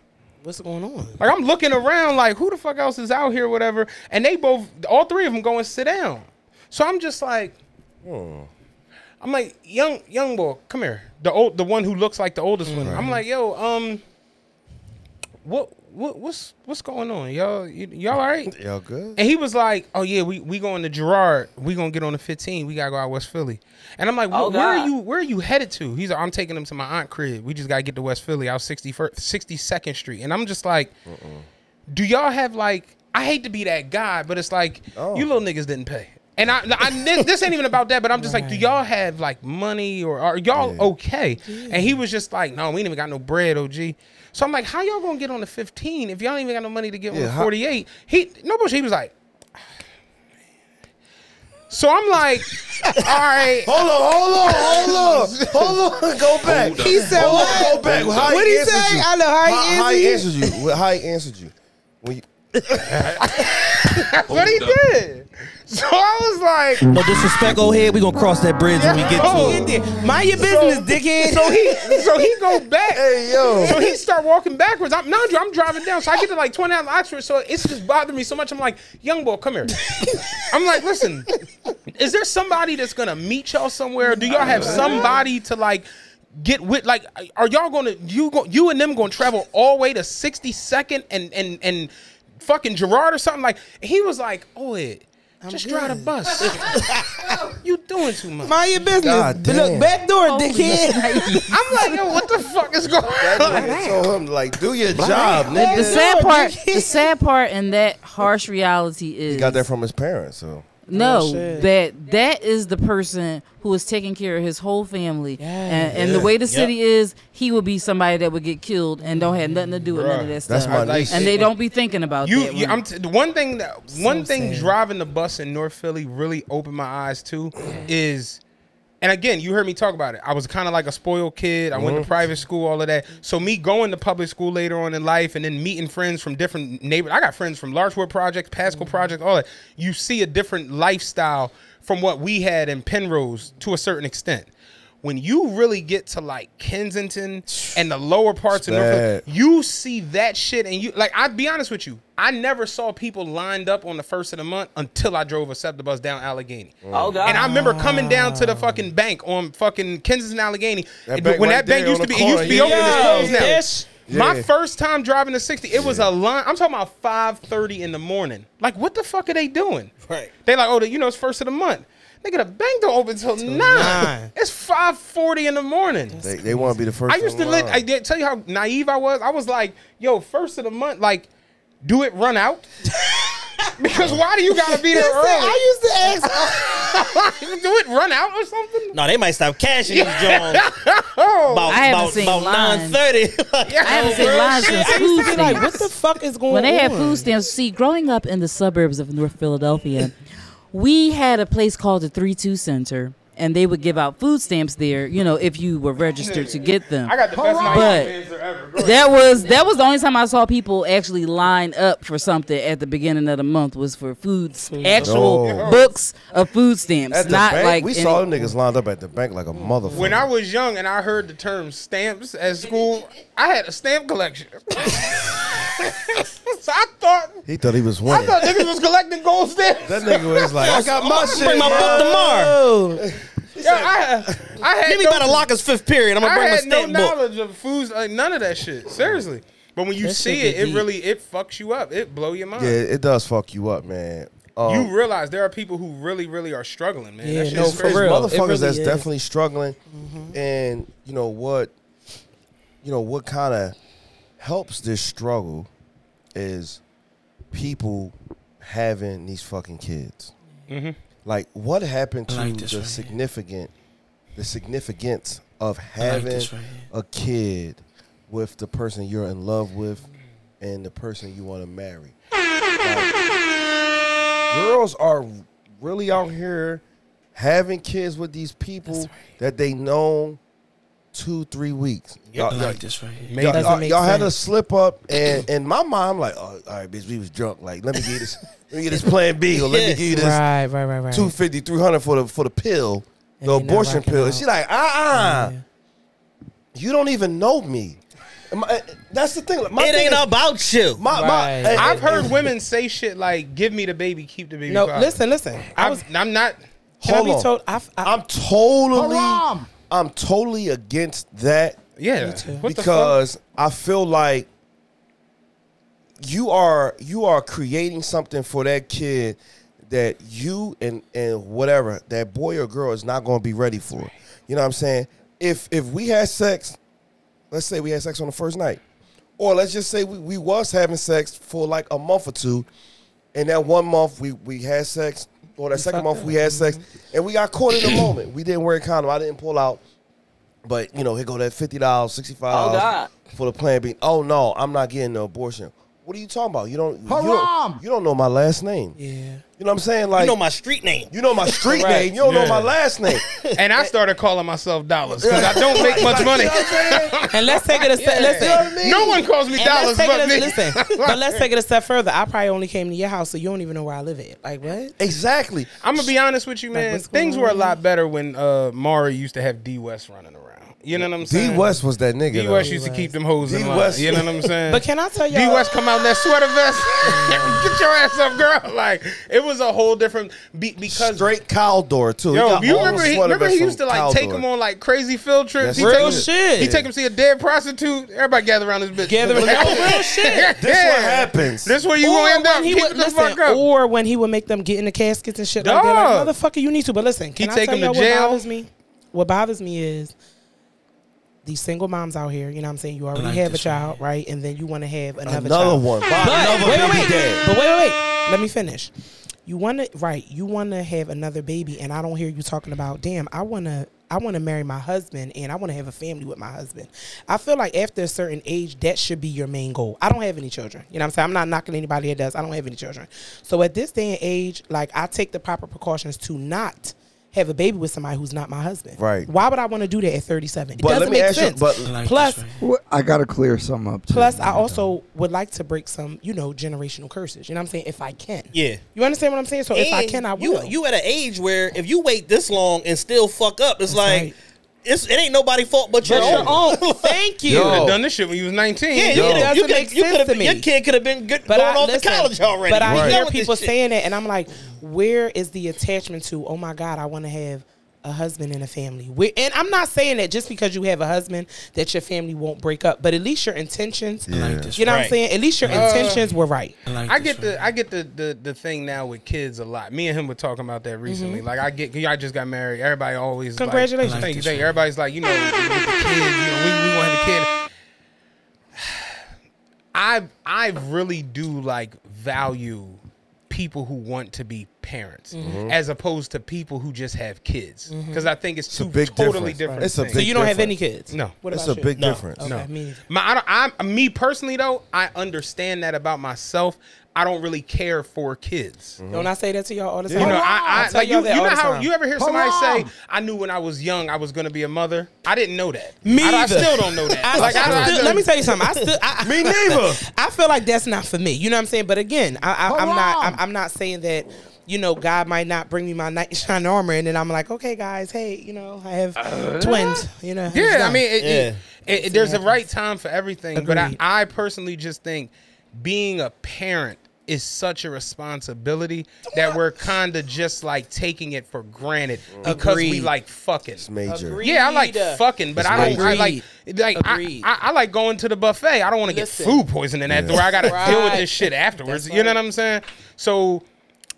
S2: What's going on?
S3: Like I'm looking around, like who the fuck else is out here, whatever. And they both, all three of them, go and sit down. So I'm just like, I'm like, young young boy, come here. The old, the one who looks like the oldest one. I'm like, yo, um, what, what, what's, what's going on, y'all? Y- y'all all right?
S1: Y'all good?
S3: And he was like, "Oh yeah, we we going to Gerard. We gonna get on the 15. We gotta go out West Philly." And I'm like,
S12: Oh,
S3: "Wh- "Where are
S12: God.
S3: you? Where are you headed to?" He's like, "I'm taking him to my aunt crib. We just gotta get to West Philly. I was 61st 62nd Street." And I'm just like, "Do y'all have like? I hate to be that guy, but it's like
S1: Oh.
S3: you little niggas didn't pay." And I, I this, this ain't even about that, but I'm just like, do y'all have like money or are y'all okay? And he was just like, no, we ain't even got no bread, OG. So I'm like, how y'all gonna get on the 15 if y'all ain't even got no money to get on
S1: Yeah,
S3: the
S1: how-
S3: 48? He no bullshit. He was like, so I'm like, all right.
S1: Hold on, hold on, hold on, hold on. Go back.
S9: He
S11: said
S1: Hold on,
S11: what?
S1: Go back. How
S11: What'd
S1: he
S11: he
S1: answered
S11: say?
S1: You.
S11: I know how he answered
S1: you. How, he answered you. When you
S3: That's what he did. So I was like,
S4: No disrespect, go ahead. We gonna cross that bridge when we get
S3: Oh.
S4: to it.
S11: Mind your business, dickhead.
S3: so he so he go back.
S1: Hey, yo.
S3: So he start walking backwards. I'm mind you, I'm driving down. So I get to like 20 out of Oxford. So it's just bothering me so much. I'm like, young boy, come here. I'm like, listen, is there somebody that's gonna meet y'all somewhere? Do y'all have somebody to like get with? Like, are y'all gonna you go you and them gonna travel all the way to 62nd and and and fucking Gerard or something? Like he was like, oh it. Just drive the bus. you doing too much.
S11: Mind your business.
S1: God
S11: But
S1: damn.
S11: Look, back door,
S5: Oh,
S11: dickhead.
S3: I'm like, yo, what the fuck is going on?
S1: I told him like, do your job, nigga.
S5: The sad part, the sad part, and that harsh reality is
S1: He got that from his parents. So
S5: No,
S2: Oh, shit.
S5: that that is the person who is taking care of his whole family, and, and the
S1: Yeah.
S5: way the city is, he would be somebody that would get killed and don't have nothing to do with none of that
S1: that's
S5: stuff.
S1: my
S3: like-
S1: niece.
S5: and they don't be thinking about
S3: You,
S5: that.
S3: you
S5: when-
S3: I'm t- the one thing that one thing
S2: sad.
S3: driving the bus in North Philly really opened my eyes to is, and again, you heard me talk about it. I was kind of like a spoiled kid. I went to private school, all of that. So me going to public school later on in life, and then meeting friends from different neighbors. I got friends from Larchwood Project, Pasco Project, all that. You see a different lifestyle from what we had in Penrose to a certain extent. when you really get to like Kensington and the lower parts of
S1: bad.
S3: Norfolk, you see that shit and you like I'd be honest with you. I never saw people lined up on the first of the month until I drove a SEPTA bus down Allegheny.
S6: Oh, God.
S3: And I remember coming down to the fucking bank on fucking Kensington and Allegheny.
S1: That
S3: And
S1: bank
S3: when
S1: right
S3: that bank
S1: there
S3: used
S1: on
S3: to
S1: the
S3: be it used to be
S1: corner,
S3: open
S1: yeah.
S3: it's closed now.
S1: Yes.
S3: My
S1: Yeah.
S3: first time driving the 60, it was a line. I'm talking about 5:30 in the morning. Like what the fuck are they doing?
S4: Right.
S3: They like, oh, the, you know, it's first of the month. Nigga, the bank don't open till nine.
S1: nine.
S3: It's five forty in the morning.
S1: They, they want to be the first.
S3: I used to
S1: in
S3: look.
S4: uh,
S1: line.
S3: I did tell you how naive I was. I was like, yo, first of the month, like, do it run out? because why do you gotta be there
S6: That's
S3: early?
S6: it.
S4: uh,
S3: I used to ask. do it run out or something?
S4: No, they might stop cashing these Jones
S3: Oh,
S4: about,
S5: I haven't
S4: about,
S5: seen
S4: about
S5: lines.
S4: 9.30.
S5: I haven't seen lines since
S2: I
S5: food
S2: used to be like,
S5: stamps.
S2: what the fuck is going
S5: when they had
S2: on?
S5: food stamps, see, growing up in the suburbs of North Philadelphia, we had a place called the Three Two Center, and they would give out food stamps there. You know, if you were registered to get them.
S3: I got the best
S5: But-
S3: naive answer ever. Go ahead.
S5: That was that was the only time I saw people actually line up for something at the beginning of the month was for food actual
S1: No.
S5: books of food stamps,
S1: Oh. At the
S5: not
S1: bank,
S5: like
S1: we
S5: any-
S1: saw them niggas lined up at the bank like a motherfucker.
S3: When I was young and I heard the term stamps at school, I had a stamp collection. so I thought
S1: he thought he was
S3: I
S1: winning.
S3: thought niggas was collecting gold stamps.
S1: that nigga was like, I got my shit.
S4: Bring my
S1: bro.
S4: book tomorrow.
S3: Yeah, I, I had
S4: Give me
S3: no,
S4: about a locker's fifth period. I'm going
S3: I
S4: to bring my
S3: had no
S4: stamp book.
S3: knowledge of foods, like none of that shit. Seriously. But when you
S4: That
S3: see
S4: shit
S3: it,
S4: get
S3: it
S4: deep.
S3: really it fucks you up. It blow your mind.
S1: Yeah, it does fuck you up, man. Um,
S3: you realize there are people who really, really are struggling, man.
S2: Yeah,
S3: that shit
S2: no,
S3: is
S2: for
S3: crazy.
S2: real.
S1: motherfuckers
S2: It really
S1: that's
S2: is.
S1: definitely struggling, and you know what, you know what kind of helps this struggle is people having these fucking kids.
S3: Mhm.
S1: Like, what happened to
S6: like
S1: the
S6: this right here.
S1: significant, the significance of
S6: like
S1: having
S6: this right
S1: a kid with the person you're in love with and the person you want to marry? girls are really out here having kids with these people that they known two, three weeks.
S6: Y'all like this right here.
S1: Y'all,
S6: Doesn't
S1: y'all-
S6: make
S1: y'all had a
S6: sense.
S1: slip up, and and my mom like, oh, all right, bitch, we was drunk. Like, let me get this, let me get this Plan B, or let me
S6: Yeah.
S1: give you this
S2: Right, right, right, right.
S1: 250, 300 for the for the pill, the
S2: they not
S1: abortion
S2: rocking
S1: pill.
S2: out.
S1: And she like, uh uh you don't even know me. Am I- that's the thing. like, my
S4: It
S1: thing
S4: ain't
S1: is-
S4: about you.
S1: my, my,
S2: Right.
S3: I've heard women say shit like, "Give me the baby, keep the baby."
S2: No,
S3: quiet."
S2: listen, listen. I was.
S3: I'm, I'm not.
S2: Can I
S1: Hold
S2: be
S1: on.
S2: told? I, f- I-
S1: I'm totally I'm totally against that
S3: Yeah, What the fuck?
S1: because I feel like you are you are creating something for that kid that you and and whatever that boy or girl is not going to be ready for. You know what I'm saying? If if we had sex, let's say we had sex on the first night, or let's just say we, we was having sex for like a month or two, and that one month we we had sex, or that second month we had sex, and we got caught in the moment. We didn't wear a condom. I didn't pull out. But you know, here go that fifty dollars, sixty five
S6: Oh, God.
S1: dollars for the plan B. Oh no, I'm not getting the abortion. What are you talking about? You don't, you
S6: Haram.
S1: don't you don't know my last name.
S2: yeah.
S1: You know what I'm saying? Like
S4: you know my street name.
S1: you know my street
S2: Right.
S1: name. You don't know my
S3: Yeah.
S1: last name.
S3: and I started calling myself dollars because I don't make much money.
S2: And let's take it a step. Listen.
S1: You know what I mean?
S3: No one calls me
S2: And let's
S3: dollars
S2: take
S3: but
S2: it a,
S3: me.
S2: listen, but let's take it a step further. I probably only came to your house, so you don't even know where I live at. Like what?
S1: Exactly.
S3: I'm gonna be honest with you, man.
S2: what's
S3: Things
S2: going
S3: were a
S2: on?
S3: lot better when uh, Mara used to have D West running around. You know what I'm
S1: D
S3: saying?
S1: West was that nigga.
S3: D
S1: though.
S3: West used to keep them hoes in
S1: D.
S3: line.
S1: West-
S3: You know what I'm saying?
S2: But can I tell
S3: D
S2: y'all?
S3: West come out in that sweater vest. Get your ass up, girl. Like it was a whole different be, because
S1: Straight Caldor too. He
S3: Yo,
S1: got
S3: you
S1: all
S3: remember he,
S1: sweater
S3: remember he
S1: vests
S3: used to
S1: from
S3: like take
S1: Caldor.
S3: him on like crazy field trips.
S1: That's
S3: He
S1: real
S3: take him-
S2: shit.
S3: He take him see a dead prostitute. Everybody gather around this bitch.
S2: Gather-
S3: Like,
S2: Oh, real shit.
S1: This
S3: yeah.
S1: what happens.
S3: This where you
S2: or
S3: gonna end
S2: when
S3: up.
S2: he
S3: Keep
S2: would
S3: the
S2: listen,
S3: fuck up.
S2: or when he would make them get in the caskets and shit like that.
S3: Dog.
S2: Like, motherfucker, you need to. But listen, can I
S3: take
S2: tell
S3: them to
S2: y'all
S3: jail.
S2: what bothers me? What bothers me is these single moms out here. You know what I'm saying? You already
S6: like
S2: have a
S6: this
S2: child, right? And then you want to have another,
S1: Another
S2: child.
S1: one.
S2: But
S1: Another
S2: wait,
S1: baby
S2: wait,
S1: dad.
S2: But wait, wait, wait. Let me finish. You want to right? You want to have another baby, and I don't hear you talking about. Damn, I want to. I want to marry my husband, and I want to have a family with my husband. I feel like after a certain age, that should be your main goal. I don't have any children. You know what I'm saying? I'm not knocking anybody that does. I don't have any children. So at this day and age, like I take the proper precautions to not have a baby with somebody who's not my husband.
S1: Right.
S2: Why would I want to do that at 37? It
S1: But let
S2: doesn't
S1: me
S2: make
S1: ask you-
S2: sense.
S1: but-
S2: plus,
S10: Wh- I gotta clear some up. Too.
S2: Plus, I also would like to break some, you know, generational curses. You know what I'm saying? If I can.
S4: Yeah.
S2: You understand what I'm saying? So if I
S4: And
S2: can, I
S4: you-
S2: will.
S4: You, at an age where if you wait this long and still fuck up, it's like,
S2: right.
S4: It's, it ain't nobody fault but your
S3: But
S4: own.
S3: your
S2: own. Thank
S3: You could have done this shit when you was 19.
S4: Yeah, you could have. You could. You could have. Your kid could have been good, going off to
S2: listen,
S4: college already.
S2: But I
S4: You
S2: hear
S4: know
S2: people
S4: this shit.
S2: saying it, and I'm like, where is the attachment to? Oh my God, I want to have a husband and a family. Where, and I'm not saying that just because you have a husband that your family won't break up, but at least your intentions.
S3: I like this
S2: you know what
S3: right.
S2: I'm saying? At least your
S3: Uh,
S2: intentions were right.
S3: I, get the I get the, the the thing now with kids a lot. Me and him were talking about that recently.
S1: Mm-hmm.
S2: Mhm.
S3: Like I get, 'cause I just got married. Everybody always like-
S2: Congratulations. I like
S3: thank you,
S2: this
S3: thank you. Everybody's like, you know, with the kids, you know, we, we want to have a kid. I I really do like value people who want to be parents
S1: Mhm.
S3: as opposed to people who just have kids
S1: Mhm.
S3: because I think it's,
S1: It's a
S3: two
S1: big
S3: totally
S1: difference.
S3: different.
S1: It's a
S3: things.
S1: big So you don't have difference. any kids?
S3: No,
S1: What It's about a you? big
S3: No.
S1: difference.
S3: No,
S1: Okay, me
S3: my, I don't, I'm, me personally though, I understand that about myself. I don't really care for kids.
S2: Don't I say that to y'all all the time?
S3: You know, I, I,
S2: Mm-hmm. tell
S3: like you.
S2: y'all
S3: You
S2: that all
S3: know
S2: the
S3: how
S2: time.
S3: you ever hear somebody
S2: Haram.
S3: say, "I knew when I was young I was going to be a mother." I didn't know that.
S2: Me
S3: I, I
S2: either.
S3: still don't know that.
S2: I-
S3: Like, I-
S2: I
S3: I
S2: still-
S3: don't-
S2: let me tell you something. I still, I,
S3: Me neither.
S2: I feel like that's not for me. You know what I'm saying? But again, I, I, I'm not.
S3: Haram.
S2: I'm, I'm not saying that. You know, God might not bring me my knight in shining armor, and then I'm like, okay, guys, hey, you know, I have twins. You know, it's
S3: Uh, Yeah, I
S2: done.
S3: mean, it, it- it- it- there's a right time for everything, but I,
S2: Agreed.
S3: I personally just think being a parent is such a responsibility that we're kind of just like taking it for granted because we
S1: Agreed.
S3: like fucking.
S1: major.
S3: Yeah, I like
S1: Agreed.
S3: fucking, but
S1: It's
S3: I don't. I like
S1: major.
S3: like I, I, I like going to the buffet. I don't want to get
S1: Listen.
S3: food poisoning at
S1: Yeah.
S3: the where I got to deal with
S1: Right.
S3: this shit afterwards. You know what I'm saying? So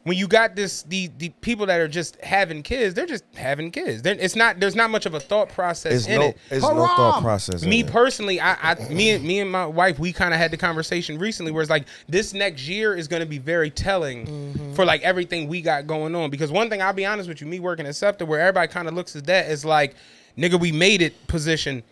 S3: when you got this, the the people that are just having kids, they're just having kids. They're, it's not there's not much of a thought process
S1: It's
S3: in
S1: no-
S3: it.
S1: it's no thought Haram. process in
S3: Me
S1: it.
S3: personally, I, I me and me and my wife, we kind of had the conversation recently where it's like this next year is going to be very telling for like everything we got going on. Because one thing I'll be honest with you, me working at SEPTA, where everybody kind of looks at that as like, nigga, we made it position.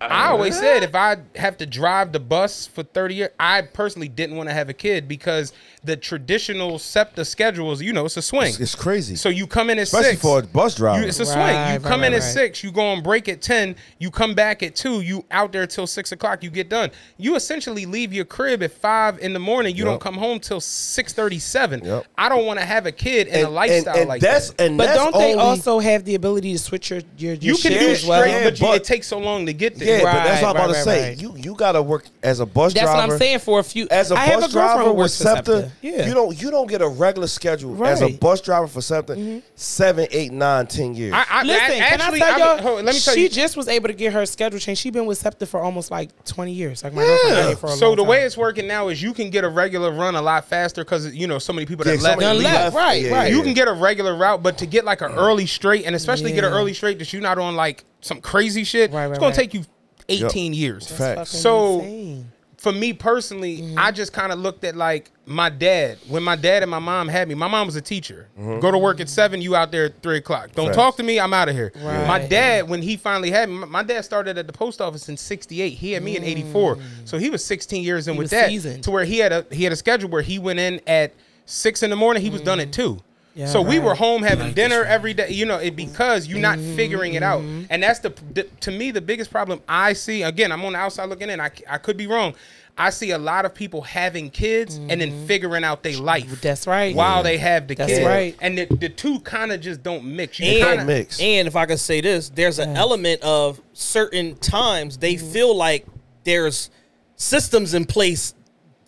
S3: I always said if I have to drive the bus for 30 years, I personally didn't want to have a kid because the traditional SEPTA schedule is, you know, it's a swing.
S1: It's, it's crazy.
S3: So you come in at
S1: Especially
S3: six
S1: for a bus driver.
S3: You, it's a
S1: Right,
S3: swing. You
S1: right,
S3: come in
S1: right,
S3: at
S1: right.
S3: six. You go on break at ten. You come back at two. You out there till six o'clock. You get done. You essentially leave your crib at five in the morning. You
S1: Yep.
S3: don't come home till six thirty-seven. I don't want to have a kid in
S1: And-
S3: a
S1: and-
S3: lifestyle
S1: and
S3: like
S1: that's-
S3: that.
S1: and
S2: but
S1: that's
S2: don't they
S1: only-
S2: also have the ability to switch your your, your
S3: you can
S2: share
S3: do
S2: as
S3: straight,
S2: well?
S3: but, you, it takes so long to get there.
S1: Yeah, but that's what I'm about to say. You you gotta work as a bus
S3: That's
S1: driver.
S3: what I'm saying
S2: for a few.
S1: As a
S3: I have
S1: bus
S3: a girlfriend
S1: driver
S3: who
S1: with
S3: works for SEPTA.
S1: SEPTA,
S3: Yeah.
S1: you don't you don't get a regular schedule as a
S3: Right. Mm-hmm.
S1: bus driver for SEPTA. Seven, eight, nine, ten years.
S3: I- I-
S2: Listen,
S3: actually,
S2: can I
S3: I've
S2: tell y'all?
S3: been- hold on, let me tell
S2: she
S3: you-
S2: just was able to get her schedule changed. She's been with SEPTA for almost like 20 years. Like my girlfriend got
S3: Yeah.
S2: here for a
S3: So
S2: long
S3: the
S2: time.
S3: way it's working now is you can get a regular run a lot faster because you know so many people that
S2: Yeah, so
S3: left,
S2: many Done left, left. right, Yeah, right.
S3: You
S2: yeah.
S3: can get a regular route, but to get like an
S1: Mm.
S3: early straight and especially get an early straight that you're not on like some crazy shit, it's gonna
S1: right.
S3: take you 18
S1: Yup.
S3: years.
S1: That's Facts. fucking Mm-hmm.
S3: So for me personally, I just kind of looked at like my dad. When my dad and my mom had me, my mom was a teacher.
S1: Mhm.
S3: Go to work at seven, you out there at three o'clock. Don't
S1: Facts.
S3: talk to me, I'm out of here.
S1: Right.
S3: My dad, when he finally had me, my- my dad started at the post office in '68. He had me in
S1: Mm.
S3: '84, so he was 16 years in
S2: He
S3: with
S2: was
S3: that.
S2: seasoned.
S3: To where he had a he had a schedule where he went in at six in the morning. He was done at two.
S2: Mm-hmm. Yeah,
S3: so we
S2: right. Mm-hmm.
S3: were home having dinner every day, you know, it because you're not figuring it out, and that's the the- to me the biggest problem I see. Again, I'm on the outside looking in. I, c- I could be wrong. I see a lot of people having kids and then figuring out their life.
S2: Mm-hmm. That's right.
S3: While they have the
S4: That's
S3: kids,
S4: right.
S3: and the, the two kind of just don't mix. You
S4: and,
S3: kinda-
S4: and if I can say this, there's an element of certain times they
S2: Mm-hmm.
S4: feel like there's systems in place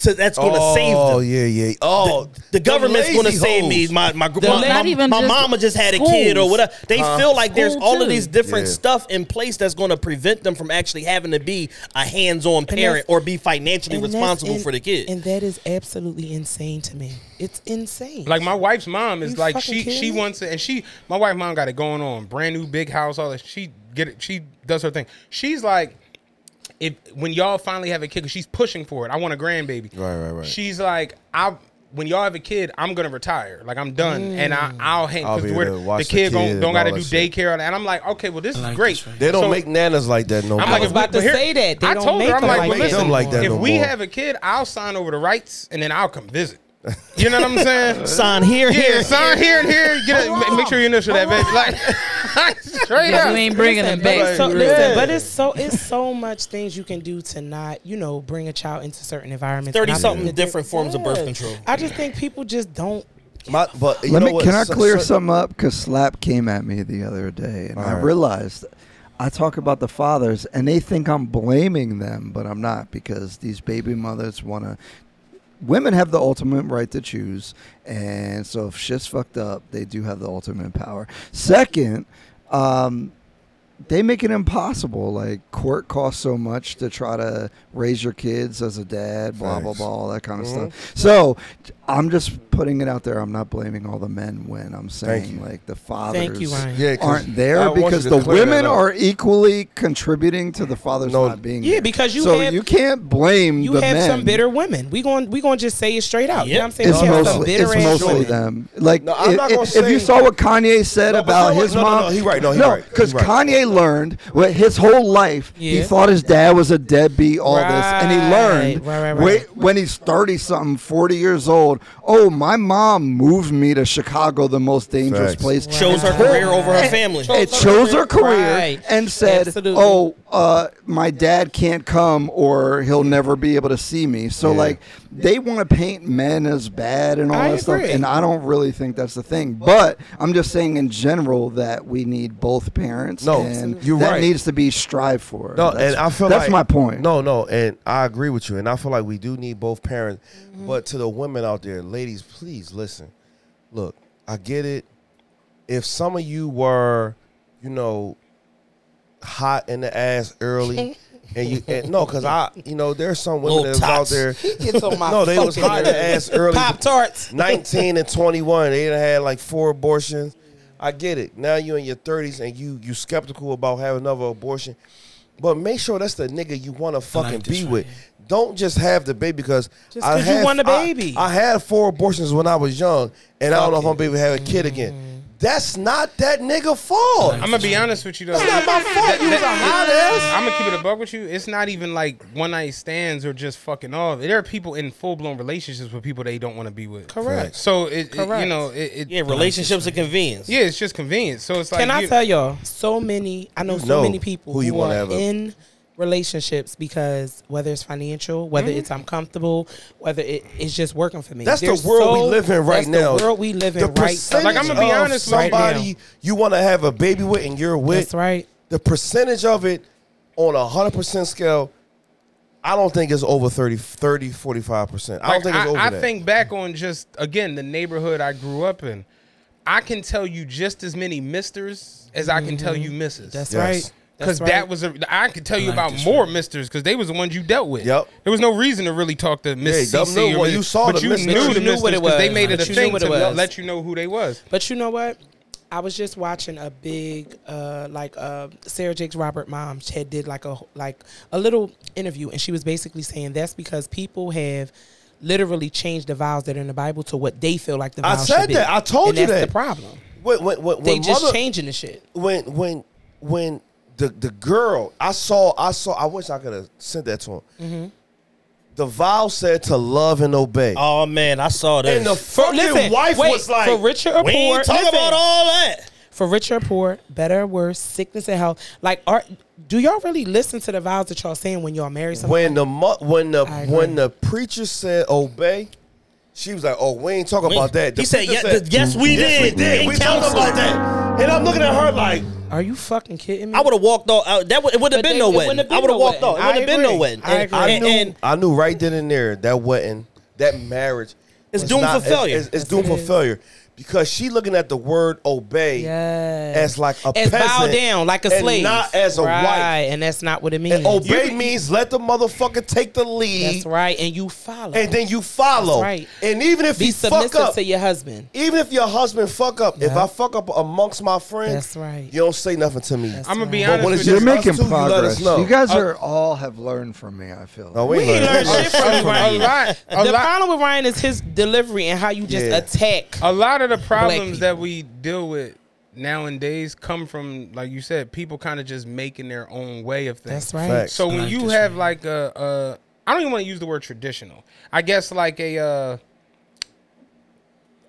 S4: to, that's going to
S1: oh,
S4: save
S1: Oh
S4: them.
S1: yeah, yeah. Oh,
S4: The government's going to save me. My my gr- my, my, my mama just had a kid or whatever. They feel like there's all of these different stuff in place that's going to prevent them from actually having to be a hands-on
S2: that's-
S4: parent or be financially
S2: And that's-
S4: responsible
S2: and-
S4: for the kid.
S2: And that is absolutely insane to me. It's insane.
S3: Like my wife's mom is
S2: You
S3: like
S2: fucking
S3: she
S2: kidding
S3: she
S2: me?
S3: wants it, and she my wife mom got it going on, brand new big house, all that. She get it, she does her thing. She's like, if when y'all finally have a kid, 'cause she's pushing for it. I want a grandbaby.
S1: Right, right, right.
S3: She's like, I when y'all have a kid, I'm gonna retire. Like I'm done, and I I'll hang
S1: Mm. I'll
S3: because
S1: be
S3: the,
S1: there to watch
S3: kid,
S1: the kid
S3: gon-
S1: and
S3: don't
S1: all
S3: got to do
S1: that
S3: daycare, and- and I'm like, okay, well this is great.
S1: They don't
S3: So-
S1: make nanas like that no more.
S3: I'm like, if we- but here- I told her, I'm like, well, listen,
S1: Them like that
S3: if
S1: no
S3: we
S1: more.
S3: have a kid, I'll sign over the rights and then I'll come visit. You know what I'm saying?
S4: Sign here,
S3: yeah,
S4: here,
S3: sign
S4: here.
S3: here, and here. Get a, ma- make sure you initial that, baby. Like, straight
S5: You
S3: up.
S5: ain't bringing them
S2: But
S5: back.
S2: it's so,
S5: Yeah.
S2: listen, but it's so it's so much things you can do to not, you know, bring a child into certain environments. And I think
S4: 30-something
S2: that there-
S4: different forms of birth
S2: Yeah.
S4: control.
S2: I just think people just don't.
S1: My, but you
S10: Let
S1: know
S10: me.
S1: what?
S10: Can I
S1: So-
S10: clear
S1: so-
S10: some up? Because Slap came at me the other day, and I
S1: Alright.
S10: realized I talk about the fathers, and they think I'm blaming them, but I'm not because these baby mothers want to. Women have the ultimate right to choose, and so if shit's fucked up, they do have the ultimate power. Second, um, they make it impossible. Like court costs so much to try to raise your kids as a dad, blah blah
S1: Facts.
S10: blah, all that kind of
S1: Mhm.
S10: stuff. So I'm just putting it out there. I'm not blaming all the men when I'm saying
S1: you.
S10: like the fathers
S1: Thank you, Ryan. Yeah, 'cause
S10: aren't
S1: I
S10: there
S1: want you
S10: because
S1: to
S10: the
S1: clear that
S10: women
S1: up.
S10: are equally contributing to the fathers not being.
S2: Yeah,
S10: there.
S2: because you
S10: so
S2: have-
S10: you can't blame
S2: You
S10: the
S2: have
S10: men.
S2: some bitter women. We going we going to just say it straight out. You know what I'm saying?
S10: It's
S2: we have some
S10: mostly,
S2: bitter
S10: it's
S2: ass
S10: mostly
S2: women.
S10: them. Like,
S2: No, I'm
S10: if-
S2: not gonna
S10: if, if you
S2: say-
S10: saw what Kanye said about
S1: no,
S10: his
S1: no, no,
S10: mom,
S1: no, he right, no, he right, he
S10: because
S1: right.
S10: Kanye learned what his whole life he
S1: Yeah.
S10: thought his dad was a deadbeat, all this, and he learned
S1: Right, right, right.
S10: wait, when he's thirty something, forty years old. Oh, my mom moved me to Chicago, the most dangerous
S4: Facts.
S10: place.
S4: Chose her
S10: And told-
S4: career over her
S10: and-
S4: family.
S10: It
S4: Chose her
S10: chose her
S4: career.
S10: career
S4: Right.
S10: and said,
S4: Absolutely.
S10: "Oh, uh, my dad can't come or he'll never be able to see me. So
S1: Yeah.
S10: like they want to paint men as bad and all
S1: I
S10: that stuff,
S1: agree.
S10: and I don't really think that's the thing. But I'm just saying in general that we need both parents.
S1: No,
S10: and
S1: you're
S10: that
S1: right.
S10: needs to be strived for.
S1: No,
S10: That's-
S1: and I feel
S10: that's
S1: like-
S10: my point.
S1: No, no, and I agree with you, and I feel like we do need both parents. But to the women out there, ladies, please listen. Look, I get it. If some of you were, you know, hot in the ass early. And you and no, cause I you know there's some women
S2: Little
S1: that's out
S2: tots.
S1: there.
S2: He gets on my
S1: no, they was
S2: fucking
S1: hot in the ass
S2: nerves.
S1: early.
S2: Pop tarts.
S1: Nineteen and twenty one, they done had like four abortions. I get it. Now you're in your thirties and you you skeptical about having another abortion, but make sure that's the nigga you want to fucking
S2: this
S1: be with. Don't just have the baby because
S2: Just 'cause you want a
S1: I-
S2: baby.
S1: I, had four abortions when I was young, and I don't know if I'm gonna be able to have a kid again.
S2: Mm-hmm.
S1: That's not that nigga fault.
S3: I'm gonna be honest with you though.
S1: That's not my fault. You was a hot ass.
S3: I'm gonna keep it above with you. It's not even like one night stands or just fucking off. There are people in full blown relationships with people they don't want to be with.
S2: Correct.
S3: So it, it-
S2: Correct.
S3: you know it, it
S4: Yeah, relationships are convenience.
S3: Yeah, it's just convenience. So it's like
S2: Can I
S3: you-
S2: tell y'all? So many. I know
S3: You
S2: so
S3: know
S2: many people
S3: who
S2: who,
S3: you
S2: are
S3: wanna have a-
S2: in relationships because whether it's financial, whether
S1: Mhm.
S2: it's I'm comfortable, whether it, it's just working for me.
S1: That's the
S2: There's
S1: world
S2: so-
S1: we live in right
S2: that's
S1: now.
S2: The world we live in
S1: The
S2: right.
S1: percentage
S2: Like I'm gonna be
S1: of
S2: honest, right now.
S1: somebody you want to have a baby with and you're with. That's
S2: right.
S1: The percentage of it on a hundred percent scale, I don't think it's over 30, 30 45 percent. I don't
S3: Like,
S1: think it's over
S3: I
S1: that.
S3: think back on just again the neighborhood I grew up in. I can tell you just as many misters as I can tell
S2: Mhm.
S3: you misses.
S2: That's Yes. right.
S3: Because
S2: That's right.
S3: that was a, I could tell you
S2: I like
S3: about more misters because they was the ones you dealt with.
S1: Yep.
S3: There was no reason to really talk to Miss
S1: Yeah, them
S3: CC
S1: knew
S3: or
S1: what-
S3: Miss-
S1: you saw
S3: but
S1: the
S3: you
S1: misters.
S3: knew
S2: But
S3: the
S2: you knew
S3: misters
S2: what it
S3: 'cause They
S2: was.
S3: made it a
S2: But you knew
S3: thing
S2: what
S3: to
S2: it was.
S3: let you know who they was.
S2: But you know what? I was just watching a big, uh, like uh, Sarah Jakes Robert mom had did like a like a little interview, and she was basically saying that's because people have literally changed the vows that are in the Bible to what they feel like the
S1: I
S2: vows
S1: said
S2: should be.
S1: that. I told
S2: And
S1: you
S2: that's
S1: that.
S2: the problem.
S1: When, when, when,
S2: They
S1: when
S2: just
S1: mother-
S2: changing the shit.
S1: When when when the the girl I saw I saw I wish I could have sent that to him.
S2: Mhm.
S1: The vow said to love and obey.
S4: Oh man, I saw this.
S1: And the fucking
S2: listen,
S1: wife
S2: wait,
S1: was like,
S2: for richer or
S4: we
S2: poor.
S4: ain't talk
S2: listen.
S4: about all that.
S2: For richer or poor, better or worse, sickness and health. Like, are do y'all really listen to the vows that y'all saying when y'all marry someone?
S1: when the mo- when the
S2: I agree.
S1: when the preacher said obey, she was like, "Oh, we ain't talking
S2: We-
S1: about that." The
S2: he said,
S1: preacher
S2: "Ye- yes, we
S1: Yes,
S2: did.
S1: we did.
S2: Ain't
S1: We talking
S2: counseling."
S1: about that." And I'm looking at her like,
S2: Are you fucking kidding me?
S4: I would have walked off. I, that would, it wouldn't
S2: But
S4: have been
S2: they-
S4: no
S2: it wouldn't
S4: wedding.
S2: have Oh, been
S4: I would
S2: no
S4: have walked off.
S2: wedding.
S4: It wouldn't have
S2: I
S4: been no
S2: agree.
S4: wedding.
S2: I
S4: And-
S2: agree.
S1: I
S4: and-
S1: knew,
S4: and
S1: I knew right then and there that wedding, that marriage,
S4: It's
S1: was
S4: doomed for
S1: it's-
S4: failure.
S1: It's, it's doomed for failure because she looking at the word obey
S2: Yes.
S1: as like a
S2: as
S1: peasant,
S2: bow down like a
S1: and
S2: slave,
S1: not as a
S2: right,
S1: wife.
S2: and that's not what it means.
S1: Obey means let the motherfucker take the lead,
S2: That's right, and you follow,
S1: and then you follow.
S2: That's right.
S1: And even if
S2: be
S1: he fuck
S2: submissive
S1: up,
S2: to your husband.
S1: even if your husband fuck up, if
S2: Yeah.
S1: I fuck up amongst my friends,
S2: That's right.
S1: You don't say nothing to me.
S3: I'm gonna be
S1: But
S3: honest
S1: when
S3: with
S1: it's
S3: you.
S10: You're
S1: just us
S10: making
S1: two, you let
S10: progress.
S1: us
S10: You,
S1: know.
S10: guys are all have learned from me. I feel.
S1: No, we ain't learned
S10: learned
S1: shit from you,
S10: Ryan.
S3: lot- a
S2: the
S3: lot-
S2: problem with Ryan is his delivery and how you just
S3: Yeah.
S2: attack.
S1: Oh,
S3: a lot of the
S2: people.
S3: problems that we deal with nowadays come from like you said people kind of just making their own way of things
S2: That's right. Facts.
S3: so when
S2: Like
S3: you
S2: this
S3: have like a, a i don't even want to use the word traditional i guess like a uh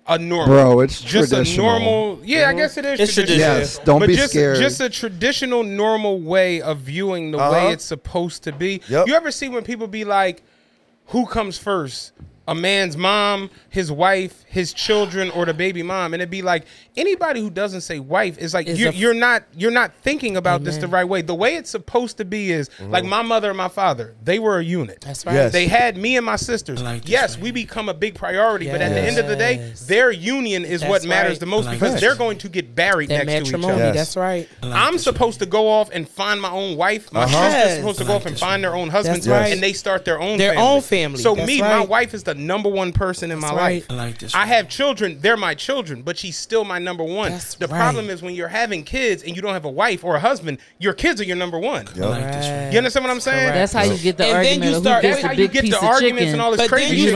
S3: a normal
S10: Bro, it's
S3: just
S10: traditional.
S3: a normal yeah i
S4: Mhm.
S3: guess it is
S4: It's
S3: traditional.
S10: traditional. Yes, don't
S3: but
S10: be
S3: just,
S10: scared.
S3: just a traditional normal way of viewing the
S1: Uh-huh.
S3: way it's supposed to be you ever see when people be like who comes first a man's mom, his wife, his children, or the baby mom, and it'd be like anybody who doesn't say wife is like
S12: Is
S3: you're,
S12: a-
S3: you're not you're not thinking about this the
S12: Amen.
S3: right way. The way it's supposed to be is like my mother and my father, they were a unit. That's
S12: right. Yes.
S3: They had me and my sisters. yes, we become a big priority, but at the end of the day, their union is
S2: That's
S3: what matters
S2: right.
S3: the most
S2: I like
S3: because
S2: that.
S3: they're going to get buried
S2: That
S3: next to each
S2: matrimony,
S3: other.
S2: that's Yes. right. I like
S3: I'm supposed to go off and find my own wife. My
S2: Uh-huh.
S3: sister's
S2: Yes.
S3: supposed to
S2: I
S3: go
S2: like
S3: off and
S2: this
S3: find their own
S2: That's
S3: husbands,
S2: right.
S3: and they start their own
S2: Their
S3: family.
S2: own family.
S3: So
S2: That's
S3: me, my
S2: right.
S3: wife is the number one person in my
S2: That's right.
S3: life.
S2: I like
S12: this
S3: I have children; they're my children, but she's still my number one. the
S12: right.
S3: problem is when you're having kids and you don't have a wife or a husband, your kids are your number one.
S12: I like this one.
S3: You understand what I'm saying?
S5: That's how you get the
S2: And
S5: argument.
S2: then you
S5: of who
S2: start.
S5: gets
S2: That's
S5: the
S2: how you
S5: big
S2: get
S5: piece
S2: the
S5: of
S2: arguments
S5: chicken.
S2: and all this
S5: But
S2: crazy
S5: then you
S2: shit.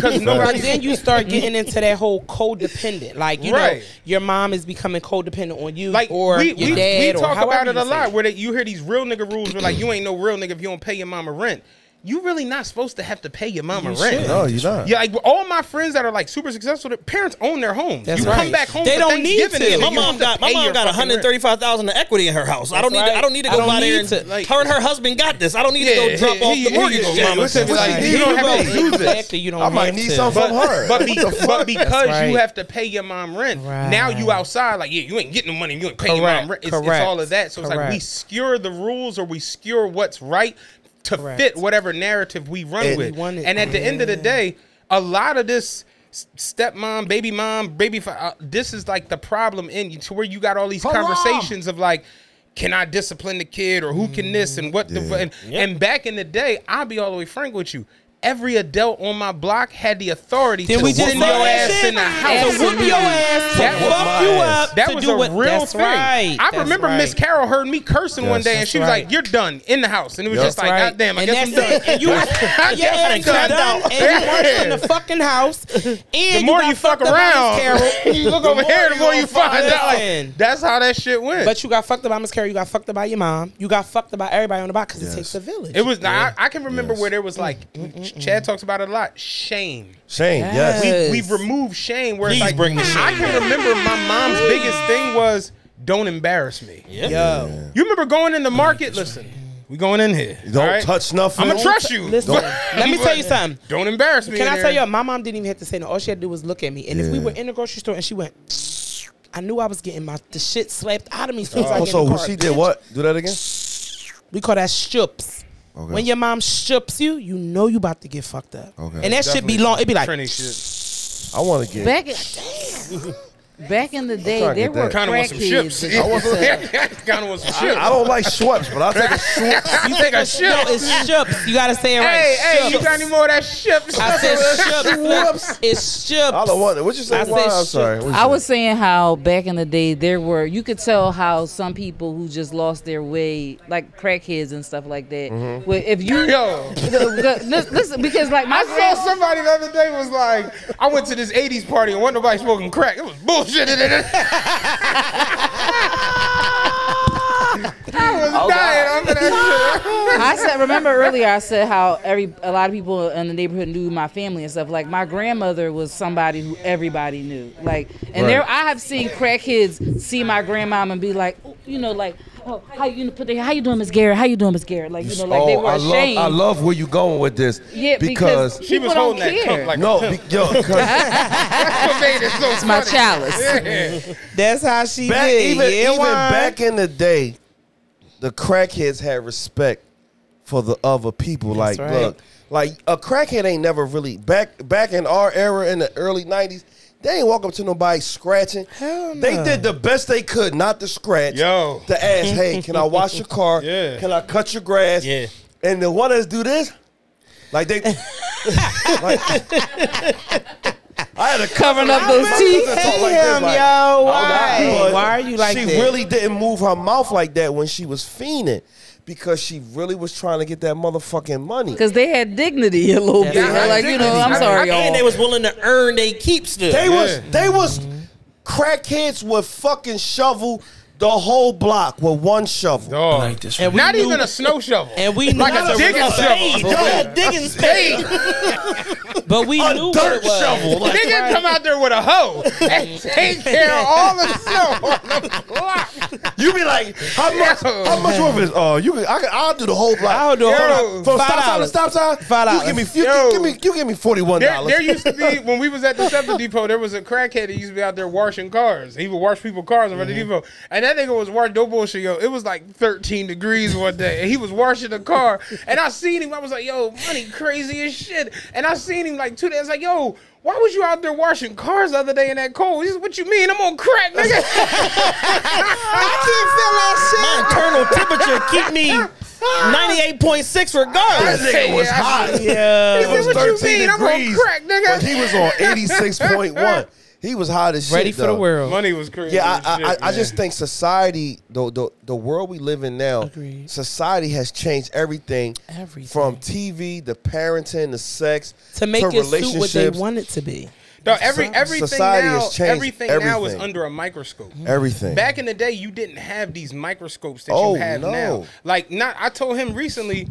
S5: don't know-
S2: but then you start getting into that whole codependent, like you
S3: Right.
S2: know, your mom is becoming codependent on you,
S3: Like
S2: or
S3: we,
S2: your
S3: we,
S2: dad,
S3: we talk
S2: or however
S3: about it
S2: you
S3: a
S2: say
S3: lot where they, you hear these real nigga rules where like you ain't no real nigga if you don't pay your mama rent. You really not supposed to have to pay your mama
S2: You
S3: rent.
S2: should. No, you not.
S3: Yeah, like all my friends that are like super successful, their parents own their homes.
S4: That's
S3: you
S4: right.
S3: come back home.
S4: They
S3: for
S4: don't need
S3: Thanksgiving
S4: to.
S3: and
S4: My
S3: you
S4: mom
S3: have to
S4: got my
S3: pay
S4: mom
S3: your
S4: got one
S3: fucking
S4: hundred
S3: rent.
S4: thirty five thousand in equity in her house. I
S3: That's
S4: don't need. To,
S3: right.
S4: I don't need to
S3: I
S4: go
S3: don't
S4: by there
S3: need
S4: and
S3: to, like-
S4: her and her husband got this. I don't need to go
S3: Yeah,
S4: drop
S3: he-
S4: off
S3: he-
S4: the
S3: he-
S4: mortgage.
S3: yeah,
S4: on mama.
S3: listen, like, you don't have to use this.
S2: You don't I might have need to. some
S3: But-
S2: from her.
S3: But, be-
S2: What the fuck?
S3: but because
S2: That's right.
S3: you have to pay your mom rent, now you outside like yeah, you ain't getting no money. You ain't paying your
S2: Correct,
S3: mom rent. It's, it's
S2: correct,
S3: all of that. So it's like we
S2: correct.
S3: skewer the rules or we skewer what's right to
S2: Correct.
S3: fit whatever narrative we run
S2: It-
S3: with.
S2: We want it,
S3: And at the end of the day, a lot of this. s- Stepmom, baby mom, baby. Fa- uh, this is like the problem in you to where you got all these
S12: Haram.
S3: conversations of like, can I discipline the kid or who
S2: Mm.
S3: can this and what the and, and back in the day, I'll be all the way frank with you. Every adult on my block had the authority
S2: Then
S3: to
S2: we
S3: whoop
S2: just
S3: your
S2: said that
S3: ass
S2: shit.
S3: in the house,
S2: To whoop your ass, to
S3: That was-
S2: fuck you up,
S3: That
S2: to
S3: was
S2: do
S3: a
S2: what-
S3: real
S2: that's
S3: thing.
S2: right,
S3: I
S2: that's
S3: remember
S2: right.
S3: Miss Carol heard me cursing one
S2: Yes,
S3: day, and she was
S2: that's right.
S3: like, "You're done in the house," and it was
S2: Yep.
S3: just like,
S2: That's right.
S3: "God damn, I
S2: And
S3: guess I'm
S2: that's
S3: done."
S2: it. And you-
S3: I
S2: Yeah,
S3: guess I'm
S2: and you're done.
S3: done.
S2: And you worse in the fucking house. And
S3: The
S2: you
S3: more
S2: got
S3: you fuck
S2: fucked up by Miss
S3: around,
S2: Carol.
S3: you look over here, the
S2: you
S3: more
S2: gonna
S3: you find
S2: fuck
S3: out.
S2: up.
S3: Like, that's how that shit went.
S2: But you got fucked up by Miss Carol. You got fucked up by your mom. You got fucked up by everybody on the block because it takes a village.
S3: It was. I, I can remember where there was like Chad talks about it a lot. Shame.
S1: Shame, yes.
S3: We, we've removed shame. Where it's
S1: Please
S3: like,
S1: bring the
S3: I
S1: shame.
S3: can remember my mom's biggest thing was don't embarrass me.
S1: Yeah.
S3: Yo. You remember going in the market? Listen, we going in here.
S1: Don't touch nothing.
S3: I'm gonna trust you.
S2: Listen,
S3: But-
S2: let me tell you something.
S3: Don't embarrass me.
S2: Can
S3: in
S2: I tell
S3: here.
S2: you? My mom didn't even have to say no. All she had to do was look at me. And if we
S1: Yeah.
S2: were in the grocery store and she went, I knew I was getting my the shit slapped out of me. As soon as I
S1: Oh,
S2: get in
S1: so
S2: the car.
S1: she did what? Do that again?
S2: We call that shups.
S1: Okay.
S2: When your mom shups you, you know you about to get fucked up.
S1: Okay.
S2: And that should be long. It'd be like,
S3: Trinity shit.
S1: I want to get.
S5: Back, back in the day,
S1: trying to
S5: there
S1: get that.
S5: were
S1: Kinda
S5: crack
S1: want some chips.
S5: kids.
S1: I want some-
S3: kind of was some shit.
S1: I, I don't like Schweppes, but I'll take a Schweppes.
S3: You take a shit.
S2: No, it's shups. You gotta say it right.
S3: Hey, hey, you
S2: Shups.
S3: got any more of that ships?
S2: I said shups. It's shups.
S1: I don't want it. What you say?
S2: I
S1: Why?
S2: said
S1: I'm sorry. What you
S5: I
S1: say?
S5: was saying how back in the day there were you could tell how some people who just lost their way, like crackheads and stuff like that.
S1: Mm-hmm.
S12: Mhm.
S5: Well, if you
S3: Yo.
S5: listen, because like my
S3: I
S5: grand-
S3: saw somebody the other day was like, I went to this 80s party and wasn't nobody smoking crack. It was bullshit in it. I was
S5: Oh, God.
S3: dying over that
S5: I
S3: shit.
S5: said, remember earlier I said how every a lot of people in the neighborhood knew my family and stuff. Like my grandmother was somebody who everybody knew. Like, and
S12: Right.
S5: there I have seen crackheads see my grandmom and be like, "Oh," you know, like, oh, how you put the, how you doing, Miss Garrett? How you doing, Miss Garrett? Like, you know, like they
S1: oh,
S5: were
S1: I love,
S5: ashamed.
S1: I love where you going with this.
S5: Yeah, because
S1: because,
S5: She was people holding don't that cup care. like a
S1: no,
S5: pimp.
S1: be- yo, 'cause
S5: it's my chalice.
S2: That's how she
S1: back,
S2: did.
S1: even,
S2: yeah,
S1: even
S2: why?
S1: back in the day, the crackheads had respect for the other people.
S2: That's
S1: like,
S2: right.
S1: look, like a crackhead ain't never really back back in our era in the early nineties. They ain't walk up to nobody scratching.
S2: Hell
S1: They
S2: no.
S1: did the best they could not to scratch.
S3: Yo.
S1: To ask, hey, can I wash your car?
S3: Yeah.
S1: Can I cut your grass? Yeah. And the one that's do this, like they like, I had to
S5: Covering up those teeth.
S2: Damn, yo, why? Why are you like
S1: Oh, she
S2: that?
S1: really didn't move her mouth like that when she was fiending because she really was trying to get that motherfucking money.
S5: Because they had dignity a little bit.
S1: Yeah,
S5: like, you know, I'm
S1: dignity.
S5: sorry, y'all.
S4: And they was willing to earn they keep still.
S1: They was they was crackheads with fucking shovel the whole block with one shovel.
S3: Like this And we Not knew- even a snow shovel.
S1: And
S3: we Like knew a there was digging a spade. shovel. Yo, a digging spade.
S13: But we
S3: A
S13: knew what it
S3: dirt
S13: was.
S3: shovel, like- Nigga come out there with a hoe and take care of all the snow on the block.
S1: You be like, how much? How much worth is? Oh, you can. I can. I'll do the whole block. I'll
S3: do a whole
S1: From
S3: block.
S1: stop sign
S3: Five
S1: to stop
S3: dollars.
S1: sign.
S3: Five
S1: you
S3: dollars.
S1: Give me. You give me. You give me forty one
S3: There,
S1: dollars.
S3: there used to be when we was at the Scepter Depot, there was a crackhead that used to be out there washing cars. He would wash people's cars in front of
S1: Mm-hmm.
S3: the depot, and that nigga was washing no bullshit. Yo, it was like 13 degrees one day, and he was washing the car. And I seen him. I was like, "Yo, money crazy as shit." And I seen him like two days. Like, "Yo, why was you out there washing cars the other day in that cold?" He said, "What you mean? I'm on crack, nigga." I
S4: can't feel that shit. My internal temperature keep me. 98.6 regardless.
S1: That nigga was hot.
S4: Yeah.
S1: It was 13 degrees, But he was on eighty six point one. He was hot as shit.
S3: Ready for the
S1: though.
S3: world. Money was crazy
S1: Yeah,
S3: as
S1: I,
S3: shit,
S1: I, I, I
S3: man.
S1: just think society, the, the the world we live in now, society has changed everything,
S2: Everything.
S1: from TV to parenting to sex
S2: to make it suit what they
S1: relationships.
S2: want it to be.
S3: No, every everything
S1: Society
S3: now,
S1: has changed
S3: everything, now is
S1: everything.
S3: under a microscope.
S1: Everything.
S3: Back in the day, you didn't have these microscopes that
S1: Oh,
S3: you have
S1: no.
S3: now. Like, not. I told him recently,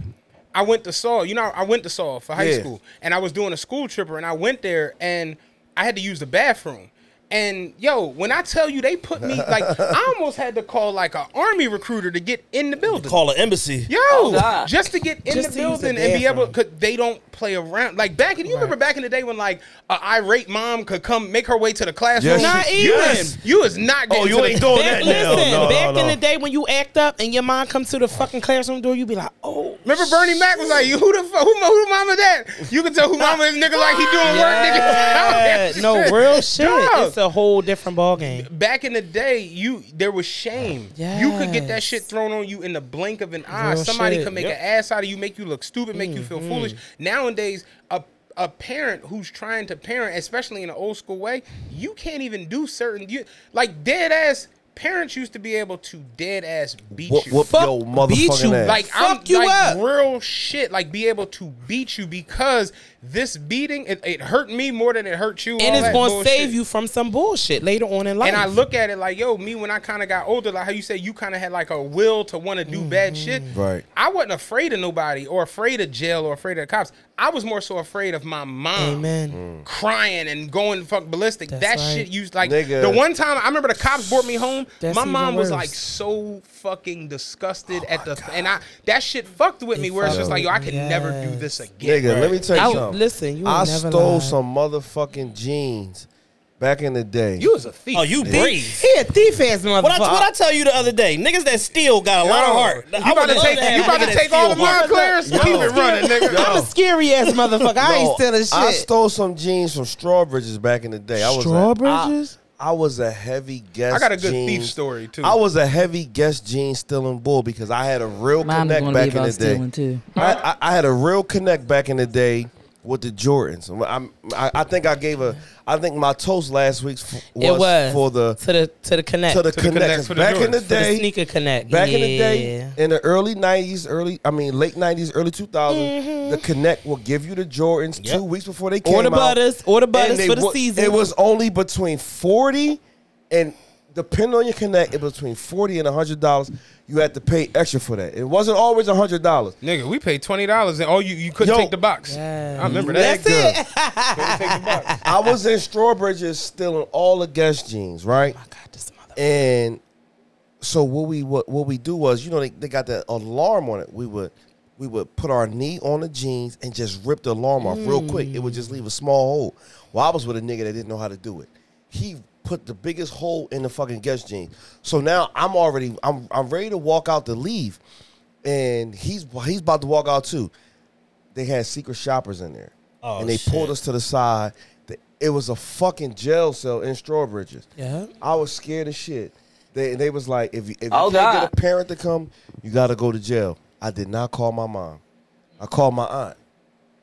S3: I went to Saul. You know, I went to Saul for high
S1: Yeah.
S3: school, and I was doing a school tripper, and I went there, and I had to use the bathroom. And yo, when I tell you they put me like, I almost had to call like an army recruiter to get in the building.
S4: Call an embassy.
S3: Yo,
S4: Oh, God.
S3: just to get in
S4: Just to
S3: the
S4: use the
S3: building and be able, cause they don't play around. Like back in, you remember back in the day when like a irate mom could come make her way to the classroom.
S1: Yes, Not she-
S3: You
S1: yes.
S3: is- You is not
S4: Oh,
S3: getting. to the-
S2: back, Listen, back in the day when you act up and your mom come to the fucking classroom door, you be like, oh.
S3: Remember Bernie Mac was like, "You who the fuck? Who, mo- who mama that? You can tell who mama is, nigga. Like he doing
S2: Yeah.
S3: work, nigga.
S2: no real shit.
S3: Dog.
S2: It's a whole different ballgame.
S3: back in the day, you there was shame. You could get that shit thrown on you in the blink of an eye.
S2: Real
S3: Somebody
S2: shit.
S3: could make
S2: Yep.
S3: an ass out of you, make you look stupid, make you feel
S2: Mhm.
S3: foolish. Nowadays, a a parent who's trying to parent, especially in an old school way, you can't even do certain you like dead ass. Parents used to be able to dead ass beat
S1: Whoop-
S3: you,
S1: whoop Fuck- your motherfucking beat you. ass.
S3: Like I'm
S1: Fuck you
S3: like
S1: up.
S3: real shit. Like be able to beat you because this beating it, it hurt me more than it hurt you. all
S2: And it's
S3: that
S2: going to
S3: bullshit.
S2: save you from some bullshit later on in life.
S3: And I look at it like, yo, me when I kind of got older, like how you say you kind of had like a will to want to do bad shit.
S1: Right.
S3: I wasn't afraid of nobody or afraid of jail or afraid of the cops. I was more so afraid of my mom
S1: Mm.
S2: Amen.
S3: crying and going fuck ballistic. that
S2: right.
S3: shit used like
S1: Nigga.
S3: the one time I remember the cops brought me home.
S1: That's
S3: my
S1: even
S3: mom was
S1: worse.
S3: like so fucking disgusted at the and I that shit fucked with me where it's just like, yo, I can never do this again.
S1: Nigga, let me tell you
S3: I-
S1: something.
S2: listen, you
S1: I
S2: ain't never
S1: stole
S2: lied.
S1: some motherfucking jeans back in the day.
S3: You was a thief.
S4: Oh, you breathe.
S2: He a thief ass motherfucker.
S4: What I, what I tell you the other day, niggas that steal got a lot of
S2: Yo,
S4: heart.
S2: Oh, you
S4: I
S2: about
S4: would
S2: to
S4: love
S2: take-
S4: have
S2: you
S4: a
S2: about
S4: nigga
S2: to
S4: that
S2: take all
S4: steal
S2: of mine,
S4: heart.
S2: Clarence? Keep it running, nigga. I'm a scary ass motherfucker. I ain't stealing shit.
S1: I stole some jeans from Strawbridges back in the day. I was a-
S2: Strawbridges?
S1: I, I was a heavy guest.
S3: I got a good
S1: jeans.
S3: thief story, too.
S1: I was a heavy guest jean stealing bull because I had a real
S5: Mine was
S1: connect
S5: gonna be
S1: back in
S5: about
S1: the day.
S5: stealing, too.
S1: I, I, I had a real connect back in the day with the Jordans. I'm- I'm- i I think I gave a. I think my toast last week f- was,
S2: it was
S1: for the
S2: to the to the connect
S1: to the connect. back in the
S2: For
S1: day,
S2: sneaker connect.
S1: Back in the
S2: Yeah.
S1: day, in the early '90s, early I mean late '90s, early 2000s,
S2: Mm-hmm.
S1: the Connect will give you the Jordans two weeks before they came
S2: Or the
S1: out.
S2: butters, or the
S1: And
S2: butters
S1: they
S2: for the
S1: wa-
S2: season.
S1: It was only between forty and depending on your Connect, it was between forty and hundred dollars. You had to pay extra for that. It wasn't always hundred dollars.
S3: Nigga, we paid twenty dollars and all you you couldn't
S1: Yo.
S3: take the box. I remember that.
S1: I was in Strawbridges stealing all the guest jeans, right? I got this mother. And so what we what, what we do was, you know, they, they got that alarm on it. We would we would put our knee on the jeans and just rip the alarm off real quick. It would just leave a small hole. Well, I was with a nigga that didn't know how to do it. He put the biggest hole in the fucking guest jeans. So now I'm already I'm I'm ready to walk out to leave. And he's he's about to walk out too they had secret shoppers in there.
S4: Oh,
S1: and they
S4: shit.
S1: pulled us to the side. Th- It was a fucking jail cell in Strawbridges.
S2: Yeah.
S1: I was scared as shit. They, they was like, if you, if you
S13: Oh,
S1: can't
S13: God.
S1: get a parent to come, you got to go to jail. I did not call my mom. I called my aunt.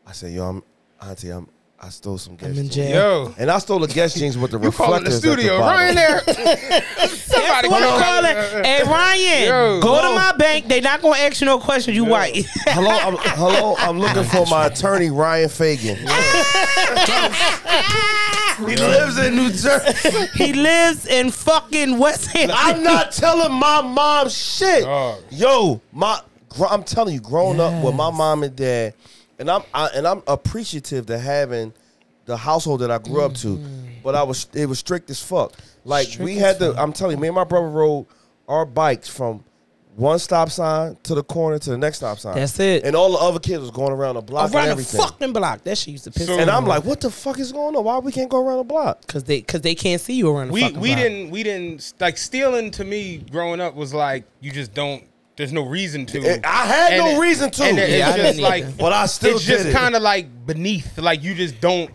S1: I said, yo, I'm, auntie, I'm, I stole some guest
S2: in
S1: jeans.
S2: jail. Yo.
S1: And I stole the guest jeans with the
S3: You calling the
S1: reflectors at
S3: studio,
S1: bottom.
S3: Ryan there. Somebody
S2: What
S3: call
S2: I'm calling, hey Ryan,
S1: Yo.
S2: go to
S1: Hello.
S2: my bank. They not gonna ask you no questions. You white.
S1: hello, I'm, hello, I'm looking for my attorney, Ryan Fagan. He lives in New Jersey.
S2: he lives in fucking West Ham.
S1: I'm not telling my mom shit. Yo, my gr- I'm telling you, growing up with my mom and dad, and I'm I, and I'm appreciative to having the household that I grew up to,
S2: Mm.
S1: but I was it was strict as fuck. Like we
S14: Strict
S1: had to. I'm telling you, me and my brother rode our bikes from. One stop sign to the corner to the next stop sign.
S2: That's it.
S1: And all the other kids was going around the block and
S2: around the
S1: everything.
S2: fucking block. That shit used to piss me
S1: and I'm
S2: off.
S1: like, what the fuck is going on? Why we can't go around the block?
S2: Cause they, cause they can't see you around the
S3: we
S2: fucking
S3: we
S2: block.
S3: didn't we didn't like stealing to me growing up was like you just don't there's no reason to.
S1: I had no reason to.
S3: And it-
S1: Yeah, I
S3: it's just
S1: didn't either.
S3: like,
S1: But I still
S3: It's just
S1: did it.
S3: kind of like beneath, like you just don't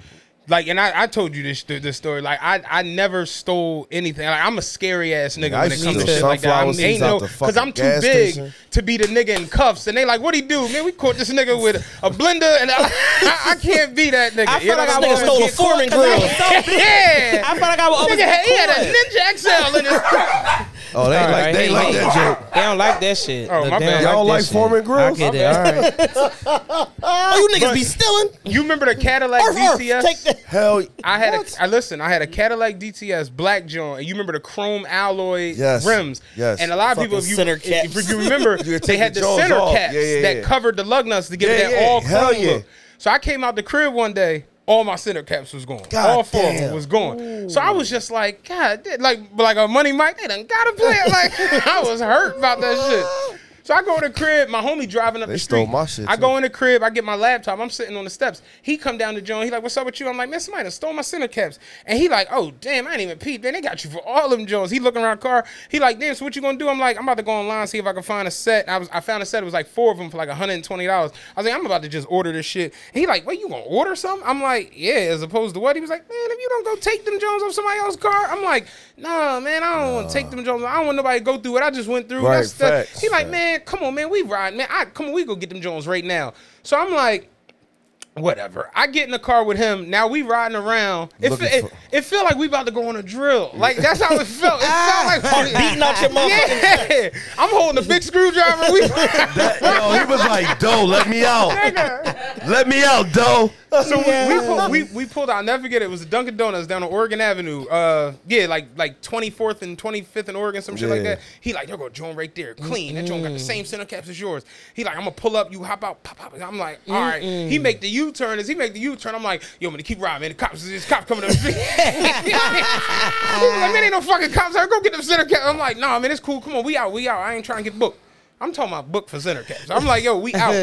S3: like. And I, I told you this this story. Like I I never stole anything. Like I'm a scary ass nigga
S1: Nigga, I
S3: when it
S1: used to
S3: comes to
S1: steal
S3: shit like that.
S1: sunflower
S3: I'm,
S1: seeds
S3: ain't
S1: out
S3: no
S1: the
S3: because I'm
S1: fucking
S3: too
S1: gas
S3: big
S1: station.
S3: to be the nigga in cuffs. And they like, what he do, man? We caught this nigga with a blender, and I, I, I can't be that nigga.
S2: I
S3: You
S2: feel like
S3: know
S2: I
S3: what I'm
S2: was
S3: saying?
S2: stole a
S3: Get caught
S2: Foreman
S3: 'cause I
S2: grill.
S3: was so big. yeah,
S2: I feel like I was always
S3: Nigga had, he had a
S2: caught.
S3: Ninja XL in his
S1: Oh, they like they like that joke.
S2: They don't like that shit.
S3: Oh,
S2: Look,
S3: my
S2: they
S3: bad.
S1: Y'all like
S2: that shit.
S1: Foreman grills?
S2: I get it. All right.
S4: Oh, you niggas be stealing.
S3: You remember the Cadillac DTS?
S1: Hell,
S3: I had a I listen. I had a Cadillac DTS black joint, and you remember the chrome alloy
S1: Yes.
S3: rims.
S1: Yes.
S3: And a lot of
S1: Fucking
S3: people, if you
S1: center
S3: if-
S1: caps.
S3: if you remember,
S1: You would
S3: they
S1: take
S3: had
S1: the
S3: the,
S1: jaws
S3: center
S1: off.
S3: caps
S1: Yeah, yeah,
S3: that
S1: yeah.
S3: covered the lug nuts to give
S1: Yeah,
S3: it that
S1: yeah.
S3: all
S1: Hell
S3: chrome
S1: yeah.
S3: look. So I came out the crib one day. All my center caps was gone.
S1: God
S3: all four of
S1: damn.
S3: them was gone. So I was just like, God, that- like like a money mic. They done gotta play it. Like I was hurt about that shit. So I go to the crib. My homie driving up
S1: They
S3: the street.
S1: stole my shit,
S3: I
S1: too.
S3: go in the crib. I get my laptop. I'm sitting on the steps. He come down to John. He like, "What's up with you?" I'm like, "Man, somebody done stole my center caps." And he like, "Oh damn, I didn't even peep. Then they got you for all them Jones." He looking around the car. He like, "Damn, so what you gonna do?" I'm like, "I'm about to go online see if I can find a set." I was I found a set. It was like four of them for like 120 dollars. I was like, "I'm about to just order this shit." And he like, "Wait, you gonna order something?" I'm like, "Yeah." As opposed to what? He was like, "Man, if you don't go take them Jones off somebody else's car," I'm like, "Nah, man, I don't want to take them Jones. I don't want nobody to go through what I just went through."
S1: Right,
S3: That's the,
S1: facts,
S3: he like,
S1: facts.
S3: "Man, come on, man, we ride, man. I come on, we go get them Jones right now." So I'm like whatever. I get in the car with him. Now we riding around. It fe-
S1: Looking
S3: it,
S1: for-
S3: it felt like we about to go on a drill. Like that's how it felt. It felt like
S4: Beating out your motherfucking-
S3: Yeah. I'm holding a big screwdriver. We
S1: Yo, he was like, "Doe, let me out, let me out, Doe."
S3: so we- we, pulled, we we pulled out. I'll never forget it. It was the Dunkin' Donuts down on Oregon Avenue. Uh, yeah, like like 24th and 25th in Oregon, some shit like
S1: Yeah.
S3: that. He like, there go Joan right there, clean. That Joan got the same center caps as yours. He like, I'm gonna pull up, you hop out, pop pop. I'm like, all right. He make the U turn. As he make the U turn, I'm like, yo, man, keep riding, man. The cops, this cop coming up. the street. He was like, man, ain't no fucking cops. I go get them center caps. I'm like, nah, man, it's cool. Come on, we out, we out. I ain't trying to get booked. I'm talking about book for center caps. I'm like, yo, we out.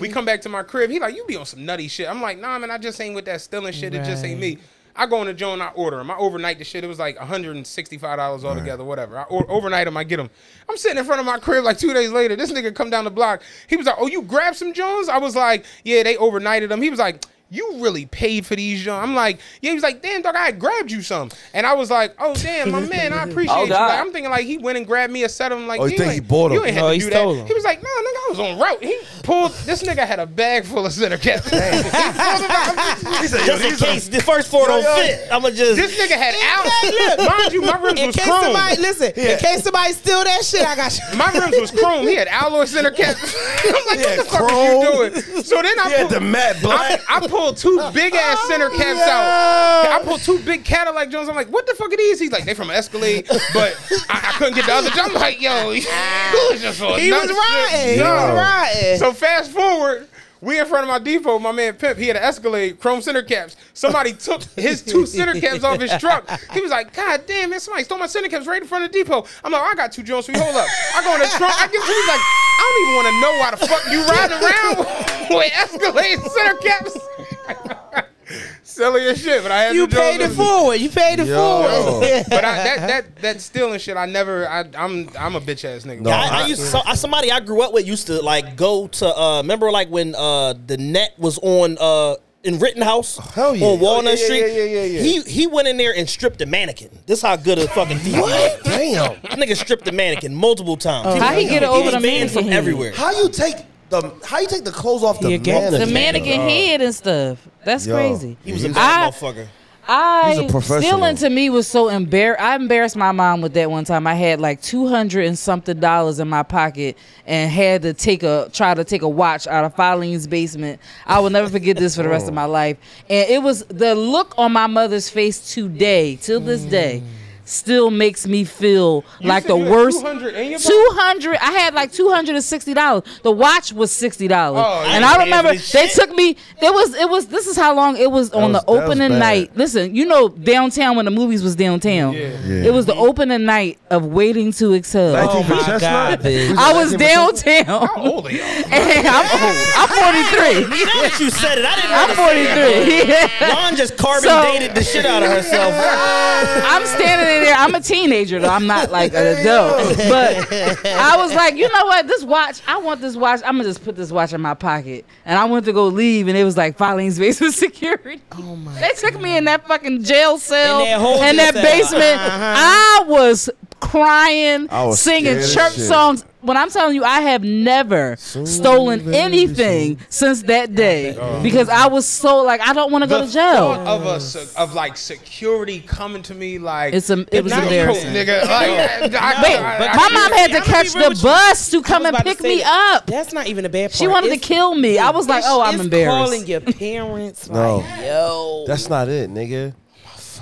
S3: we come back to my crib. He like, you be on some nutty shit. I'm like, nah, man, I just ain't with that stealing shit. It just ain't me. I go in the joint, I order them. I overnight the shit. It was like $165 altogether, whatever. I or- overnight them, I get them. I'm sitting in front of my crib like two days later. This nigga come down the block. He was like, oh, you grabbed some Jones? I was like, yeah, they overnighted them. He was like, you really paid for these Jones. I'm like, yeah, he was like, damn, dog, I had grabbed you some. And I was like, oh, damn, my man, I appreciate
S1: Oh,
S3: you.
S1: God.
S3: Like, I'm thinking like he went and grabbed me a set of them. Like,
S1: Oh, you think
S3: ain't-
S1: he bought 'em?
S3: You ain't had
S1: No,
S3: to
S1: he
S3: do
S1: stole
S3: that.
S1: 'em.
S3: He was like, no, nigga, I was on route. He pulled, this nigga had a bag full of center caps. he
S4: said, yo, Just in these are- case the first four don't fit, I'ma just-
S3: This nigga had out.
S2: Look,
S3: Mind you, my rims
S2: in
S3: was
S2: case
S3: chrome.
S2: Somebody, listen,
S3: Yeah.
S2: in case somebody steal that shit, I got you.
S3: My rims was chrome. He had alloy center caps. I'm like, what the fuck
S1: chrome.
S3: is you doing? So then I
S1: He had
S3: pulled
S1: the matte black.
S3: I, I pulled two big ass
S2: Oh,
S3: center caps out. I pulled two big Cadillac Jones. I'm like, what the fuck it is? He's like, they from Escalade, but I, I couldn't get the other. Jones. I'm like, yo, he was just on
S2: He was
S3: nuts.
S2: riding. He
S3: Yo.
S2: was riding.
S3: So fast forward. We in front of my depot, my man Pimp, he had an Escalade, chrome center caps. Somebody took his two center caps off his truck. He was like, God damn, man, somebody stole my center caps right in front of the depot. I'm like, "Oh, I got two Jones, so we hold up. I go in the trunk, I give he's like, I don't even want to know why the fuck you riding around with Escalade center caps. Silly as shit, but I had
S2: You
S3: the Jones
S2: paid it
S3: with me.
S2: forward. You paid it
S3: Yo.
S2: forward.
S3: but I, that that that stealing shit, I never, I, I'm I'm a bitch ass nigga.
S4: I, I used so, I, somebody I grew up with used to like go to uh remember like when uh the net was on uh in Rittenhouse Hell
S1: yeah.
S4: on Walnut
S1: Oh, yeah, yeah,
S4: Street.
S1: yeah, yeah, yeah, yeah.
S4: He he went in there and stripped a mannequin. This how good a fucking thief. What?
S1: Damn.
S4: That nigga stripped the mannequin multiple times.
S5: Oh, How he get it over the
S4: banned from
S5: mannequin?
S4: everywhere.
S1: How you take the how you take the clothes off the mannequin?
S5: the mannequin head and stuff. That's
S1: Yo.
S5: crazy.
S1: He was a
S5: I-
S4: motherfucker.
S1: He's a
S5: I
S1: professional.
S5: stealing to me was so embarrassed. I embarrassed my mom with that one time. I had like two hundred and something dollars in my pocket and had to take a try to take a watch out of Filene's basement. I will never forget this for the rest of my
S3: Oh.
S5: life. And it was the look on my mother's face today, till this day. Still makes me feel
S3: Hmm. You
S5: like
S3: said
S5: the
S3: you had
S5: worst.
S3: 200 in your pocket?
S5: Two hundred. I had like two hundred and sixty dollars. The watch was sixty dollars,
S3: Oh,
S5: and
S3: you
S5: I remember
S3: nasty
S5: they took me. It was. It was. This is how long it was
S3: Oh,
S5: on
S1: was-
S5: the
S1: that was
S5: opening
S1: bad.
S5: night. Listen, you know downtown when the movies was downtown.
S1: Yeah.
S5: It was the opening night of Waiting to Exhale.
S1: Oh my Chestnut? God, bitch.
S5: I was downtown. How old are y'all? I'm old. I'm 43.
S4: Now that you said it, I didn't
S5: I'm
S4: want to say it,
S5: 43.
S4: but Lon just carbon
S5: So-
S4: dated the shit out of herself.
S5: I'm standing in there. I'm a teenager though. I'm not like an adult. But I was like, you know what? This watch, I want this watch. I'm gonna just put this watch in my pocket. And I went to go leave, and it was like Filene's basement security. Oh my! They took me in that fucking jail cell
S4: In that whole
S5: in that
S4: jail cell.
S5: basement.
S4: Uh-huh.
S5: I was crying,
S4: I was
S5: singing
S4: scared as
S5: church
S4: shit.
S5: songs. When I'm telling you, I have never stolen anything since that day
S4: Oh.
S5: because I was so like, I don't want to go to jail.
S3: thought of a se- of like security coming to me like
S5: It's a, it was
S3: "Not you,
S5: embarrassing.
S3: nigga. Like, I- I-
S5: Wait,
S3: I- I-
S5: my mom had to
S2: I'm gonna
S5: catch
S2: be real
S5: the
S2: with you.
S5: bus to
S2: I
S5: come
S2: was
S5: and
S2: about to
S5: pick
S2: say
S5: me
S2: that.
S5: up.
S2: That's not even a bad part.
S5: She wanted to
S2: It's-
S5: kill me. I was like,
S2: it's-
S5: oh, I'm
S2: it's
S5: embarrassed.
S2: Calling your parents,
S1: No.
S2: like, yo,
S1: That's not it, nigga.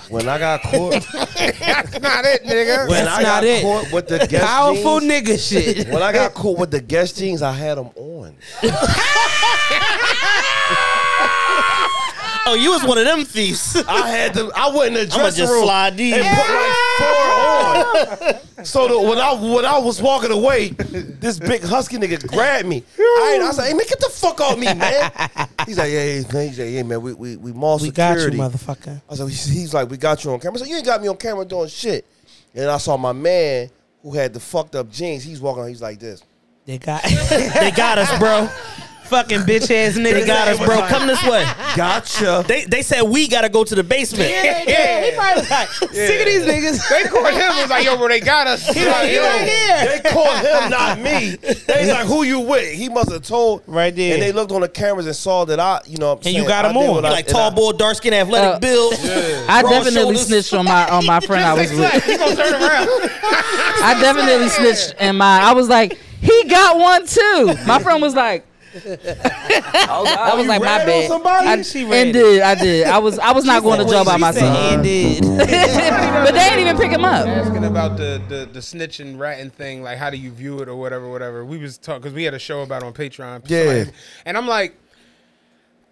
S1: When I got caught,
S3: That's not it, nigga.
S1: when I got caught with the guest
S11: Powerful
S1: jeans,
S11: nigga shit.
S1: When I got caught with the guest jeans, I had them on.
S4: Oh, you was one of them thieves.
S1: I had to. I went in the
S4: I'ma
S1: dressing
S4: just
S1: room
S4: slide these.
S1: and put like four on. So the, when I when I was walking away, this big husky nigga grabbed me. I, ain't- I was like, "Hey man, get the fuck off me, man!" He's like, "Yeah, yeah, man. He's like, yeah, man. We we we mall
S2: we got you,
S1: security."
S2: motherfucker.
S1: I was like, "He's like, we got you on camera." So you ain't got me on camera doing shit. And I saw my man who had the fucked up jeans. He's walking. He's like this.
S2: They got
S4: they got us, bro.
S11: Fucking bitch ass nigga.
S4: They got us, bro. Come this way.
S1: Gotcha.
S4: They they said we gotta go to the basement.
S11: Yeah, yeah. He probably was like, sick
S3: Yeah.
S11: of these niggas.
S3: They caught him. Was like, yo, bro, they got us.
S11: He like, he like,
S1: They called him, not me. They was like, "Who you with?" He must have told right
S4: there.
S1: And they looked on the cameras and saw that I, you know, what I'm saying, I did what I-
S4: like
S1: and
S4: tall
S1: I-
S4: boy, dark skin, athletic
S5: Uh,
S4: build.
S5: I
S4: broad
S5: definitely
S4: shoulders.
S5: snitched on my on my friend I was with.
S3: He gonna turn around.
S5: I definitely snitched in my. I was like, he got one too. My friend was like, I was like, my bad. I, and did I did I was I was not going to jail by myself. but they didn't even pick him up.
S3: Asking about the, the the snitching ratting thing, like how do you view it or whatever, whatever. We was talking because we had a show about it on Patreon.
S1: Yeah.
S3: Somebody- and I'm like,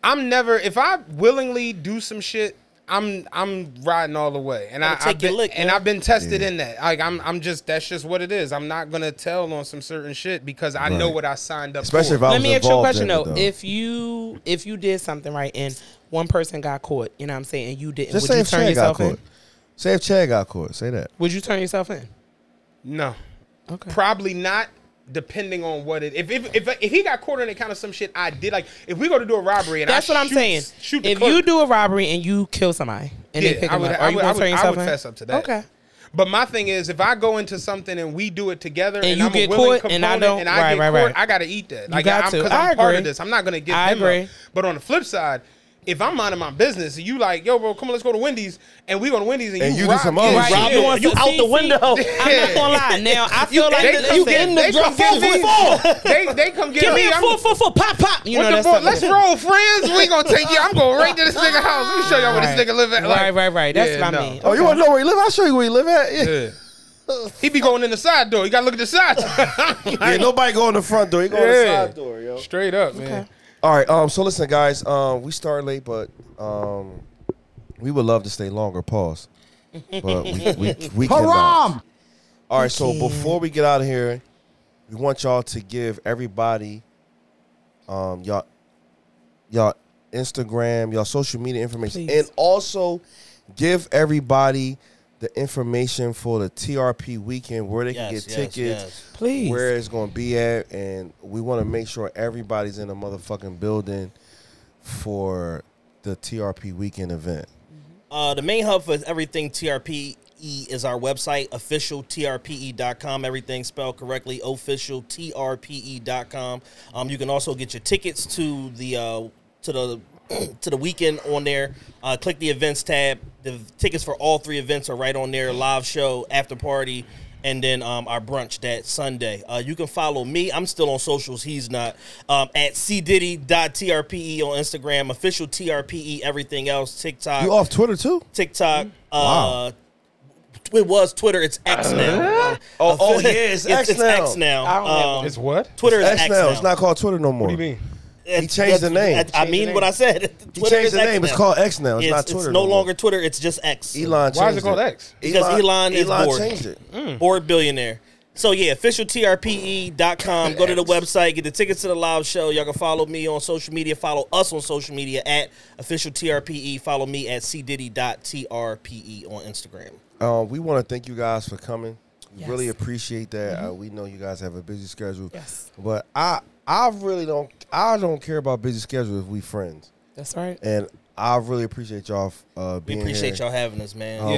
S3: I'm never if I willingly do some shit, I'm I'm riding all the way, and I
S4: Gotta take
S3: I've
S4: your
S3: been,
S4: lick,
S3: and
S4: man.
S3: I've been tested in that. Like I'm I'm just that's just what it is. I'm not gonna tell on some certain shit because I know
S1: Right.
S3: what I signed up.
S1: Especially
S3: for.
S1: if I
S2: Let
S1: was
S2: me ask you a
S1: involved in
S2: question
S1: it,
S2: though.
S1: though.
S2: If you if you did something right and one person got caught, you know what I'm saying, and you didn't,
S1: Just
S2: would
S1: say
S2: you
S1: if
S2: turn
S1: Chad got
S2: yourself
S1: caught.
S2: in?
S1: Say if Chad got caught. Say that.
S2: Would you turn yourself in?
S3: No. Okay. Probably not. Depending on what it, if if if, if he got caught in it, kind of some shit I did. Like if we go to do a robbery and I
S2: That's what I'm
S3: shoot-
S2: saying.
S3: Shoot the
S2: if
S3: clerk,
S2: you do a robbery and you kill somebody and they
S3: yeah,
S2: pick
S3: I
S2: him
S3: would,
S2: up,
S3: I
S2: are you
S3: would,
S2: going
S3: I
S2: to
S3: would,
S2: turn
S3: I
S2: yourself
S3: would
S2: in?
S3: fess up to that.
S2: Okay.
S3: But my thing is, if I go into something and we do it together, and,
S2: And you
S3: I'm
S2: get
S3: a willing
S2: caught
S3: component,
S2: and I don't-
S3: and I
S2: right,
S3: get
S2: right,
S3: caught,
S2: right.
S3: I gotta eat that.
S2: You
S3: Like,
S2: got
S3: I'm,
S2: to.
S3: 'cause
S2: I
S3: I'm part of
S2: agree.
S3: this. I'm not gonna give
S2: I
S3: him
S2: agree.
S3: up. But on the flip side, if I'm minding my business, and you like, yo, bro, come on, let's go to Wendy's, and we go to Wendy's, and,
S1: And you do
S3: rob
S1: some
S3: kids.
S1: other
S3: Right.
S1: shit.
S3: Yeah.
S1: You
S4: want some
S3: out the window.
S2: I'm not gonna lie. Now I feel like
S3: they,
S2: the-
S3: you
S2: they-
S3: getting
S2: they
S3: the drunk
S2: come get me.
S3: They they come get
S2: Give me a
S3: I'm-
S2: four, four, four, pop, pop. You
S3: What
S2: know
S3: the
S2: that's
S3: fuck?
S2: something
S3: Let's
S2: different.
S3: roll, friends. We gonna take you. I'm going right to this nigga house. Let me show y'all where this nigga live at. Like,
S2: Right, right, right. That's
S3: Yeah,
S2: what I
S3: no.
S2: mean.
S1: Oh, you want to know where he live? I'll show you where he live at. Yeah.
S3: He be going in the side door. You gotta look at the side. door.
S1: Yeah, nobody go in the front door. He go in the
S3: Yeah.
S1: side door, yo.
S3: Straight up, man.
S1: All right. Um. So listen, guys. Um. We start late, but um, we would love to stay longer. Pause. But we we, we
S10: Haram!
S1: cannot. All right. So before we get out of here, we want y'all to give everybody, um, y'all, y'all Instagram, y'all social media information,
S12: Please.
S1: and also give everybody the information for the TRP weekend where they can
S12: Yes,
S1: get
S12: yes,
S1: tickets
S12: yes.
S2: Please.
S1: where it's gonna be at, and we want to make sure everybody's in the motherfucking building for the TRP weekend event.
S4: Uh, the main hub for everything TRPE E is our website, officialtrpe.com. E Everything spelled correctly, E officialtrpe.com. Um, you can also get your tickets to the uh, to the to the weekend on there. Uh, click the events tab. The tickets for all three events are right on there. Live show, after party, and then um, our brunch that Sunday. Uh, you can follow me. I'm still on socials. He's not. Um, at cdiddy.trpe E on Instagram, official TRPE, E everything else, TikTok.
S1: You off Twitter too?
S4: TikTok. Uh, It was Twitter. It's X now.
S1: Uh,
S4: Uh,
S1: Oh, oh, yeah, it's X
S4: it's
S1: now.
S4: X now.
S1: I don't have
S4: Um,
S1: It's
S3: what?
S4: Twitter is
S1: It's
S4: X
S1: now. It's not called Twitter no more. What do you mean? He changed the name.
S4: I mean what I said.
S1: He
S4: Twitter
S1: changed
S4: is
S1: the
S4: X
S1: name. It's
S4: now.
S1: called X now. It's
S4: it's
S1: not
S4: It's
S1: Twitter
S4: no
S1: no more.
S4: longer Twitter. It's just X.
S1: Elon
S4: Why is
S1: changed
S4: it called
S1: it.
S4: X? Because Elon,
S1: Elon-
S4: is
S1: Elon
S4: bored.
S1: changed it. Mm.
S4: Bored billionaire. So yeah, officialtrpe.com. Go to the website, get the tickets to the live show. Y'all can follow me on social media. Follow us on social media at officialtrpe. Follow me at cdiddy.trpe e on Instagram.
S1: Um, we want to thank you guys for coming. We
S4: Yes.
S1: Really appreciate that. Uh, we know you guys have a busy schedule. Yes. But I I really don't I don't care about busy schedule if we friends.
S2: That's right.
S1: And I really appreciate y'all f- uh,
S4: We
S1: being
S4: appreciate
S1: here.
S4: y'all having us, man.
S3: Oh,
S1: Uh, we-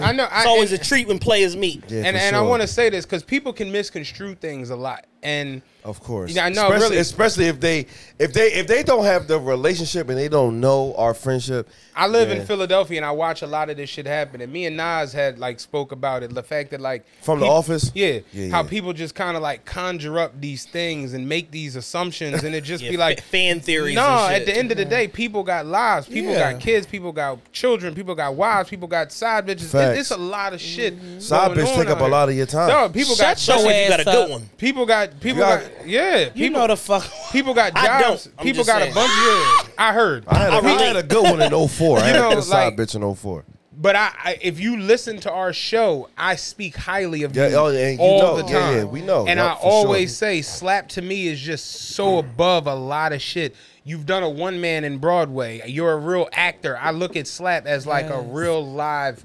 S3: I know-
S4: It's
S3: I-
S4: always
S3: and-
S4: a treat when players meet.
S1: Yeah,
S3: and
S1: for
S3: and I
S1: sure.
S3: want to say this because people can misconstrue things a lot. And
S1: Of course.
S3: Yeah, I know,
S1: Especially,
S3: really.
S1: especially if they if they if they don't have the relationship and they don't know our friendship.
S3: I live
S1: then-
S3: in Philadelphia and I watch a lot of this shit happen. And me and Nas had like spoke about it. The fact that like
S1: From The
S3: peop-
S1: Office?
S3: yeah,
S1: Yeah,
S3: how
S1: yeah.
S3: people just kind of like conjure up these things and make these assumptions, and it just
S4: Yeah,
S3: be like
S4: fa- fan theories
S3: No,
S4: and
S3: at
S4: shit.
S3: the end of the day, people got lives, people
S1: Yeah.
S3: got kids, people got children, people got wives, people got side bitches. It,
S1: Facts.
S3: it's a lot of shit.
S1: Side
S3: going
S1: bitch
S3: on
S1: take up a
S3: out
S1: lot of your time.
S3: Dog, people got
S4: Mm-hmm. Shut your
S3: especially if
S4: ass up.
S3: People got people
S1: got-
S3: got, yeah. People,
S4: know the fuck.
S3: People got
S4: I don't.
S3: jobs.
S4: I'm
S3: People
S4: just
S3: got a
S4: saying.
S3: bunch. Yeah, I heard.
S1: I had, a, I had a good one in 04. I
S3: You
S1: had
S3: know,
S1: a side
S3: like-
S1: bitch in 04.
S3: But I, I, if you listen to our show, I speak highly of
S1: Yeah,
S3: you
S1: oh, and you
S3: all
S1: know,
S3: the time.
S1: yeah, yeah, we know.
S3: And
S1: Yup,
S3: I
S1: for sure. Mm.
S3: always say, slap to me is just so above a lot of shit. You've done a one man in Broadway. You're a real actor. I look at slap as like a
S12: Yes.
S3: real live.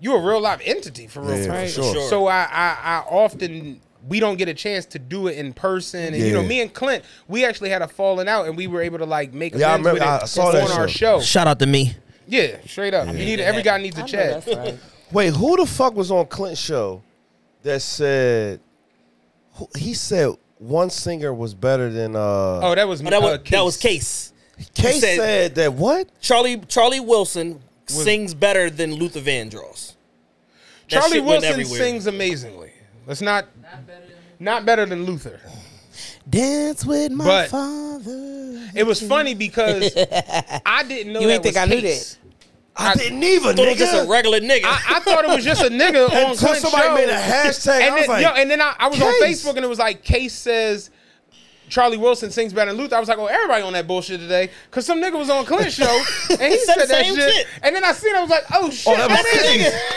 S3: You're a real live entity for real.
S1: Yeah,
S3: for
S1: for
S3: real.
S1: sure. Sure.
S3: So I, I, I often. We don't get a chance to do it in person, and you know,
S1: Yeah.
S3: me and Clint, we actually had a falling out, and we were able to like make
S1: Yeah, I
S3: amends with
S1: remember-
S3: it
S1: I saw that
S3: on our
S1: show.
S3: show.
S4: Shout out to me.
S3: Yeah, straight up. You need every guy needs a chat.
S1: Wait, who the fuck was on Clint's show that said who, he said one singer was better than uh
S3: Oh, that was
S4: Oh, that,
S3: uh,
S4: was,
S3: Keith.
S4: that was Case.
S1: Case said, that what?
S4: Charlie Charlie Wilson sings better than Luther Vandross. That
S3: Charlie
S4: shit went
S3: Wilson
S4: everywhere.
S3: sings amazingly. Let's not not better than Luther.
S2: Dance with my
S3: But-
S2: father.
S3: It was funny because I didn't know
S2: You
S3: that
S2: ain't think
S3: was
S2: I knew
S3: Case.
S1: I, didn't either,
S4: Thought it was just a regular nigga.
S3: I, I thought it was just a nigga
S1: Until
S3: on Clint's
S1: somebody
S3: show.
S1: made a hashtag,
S3: And
S1: I was
S3: then,
S1: like,
S3: yo, and then I, I was on
S1: Case.
S3: Facebook and it was like Case says Charlie Wilson sings better than Luther. I was like, oh, everybody on that bullshit today, because some nigga was on Clint's show and he
S4: Said
S3: said,
S4: the
S3: that
S4: same
S3: shit.
S4: shit.
S3: And then I seen, it, I was like, oh shit,
S1: that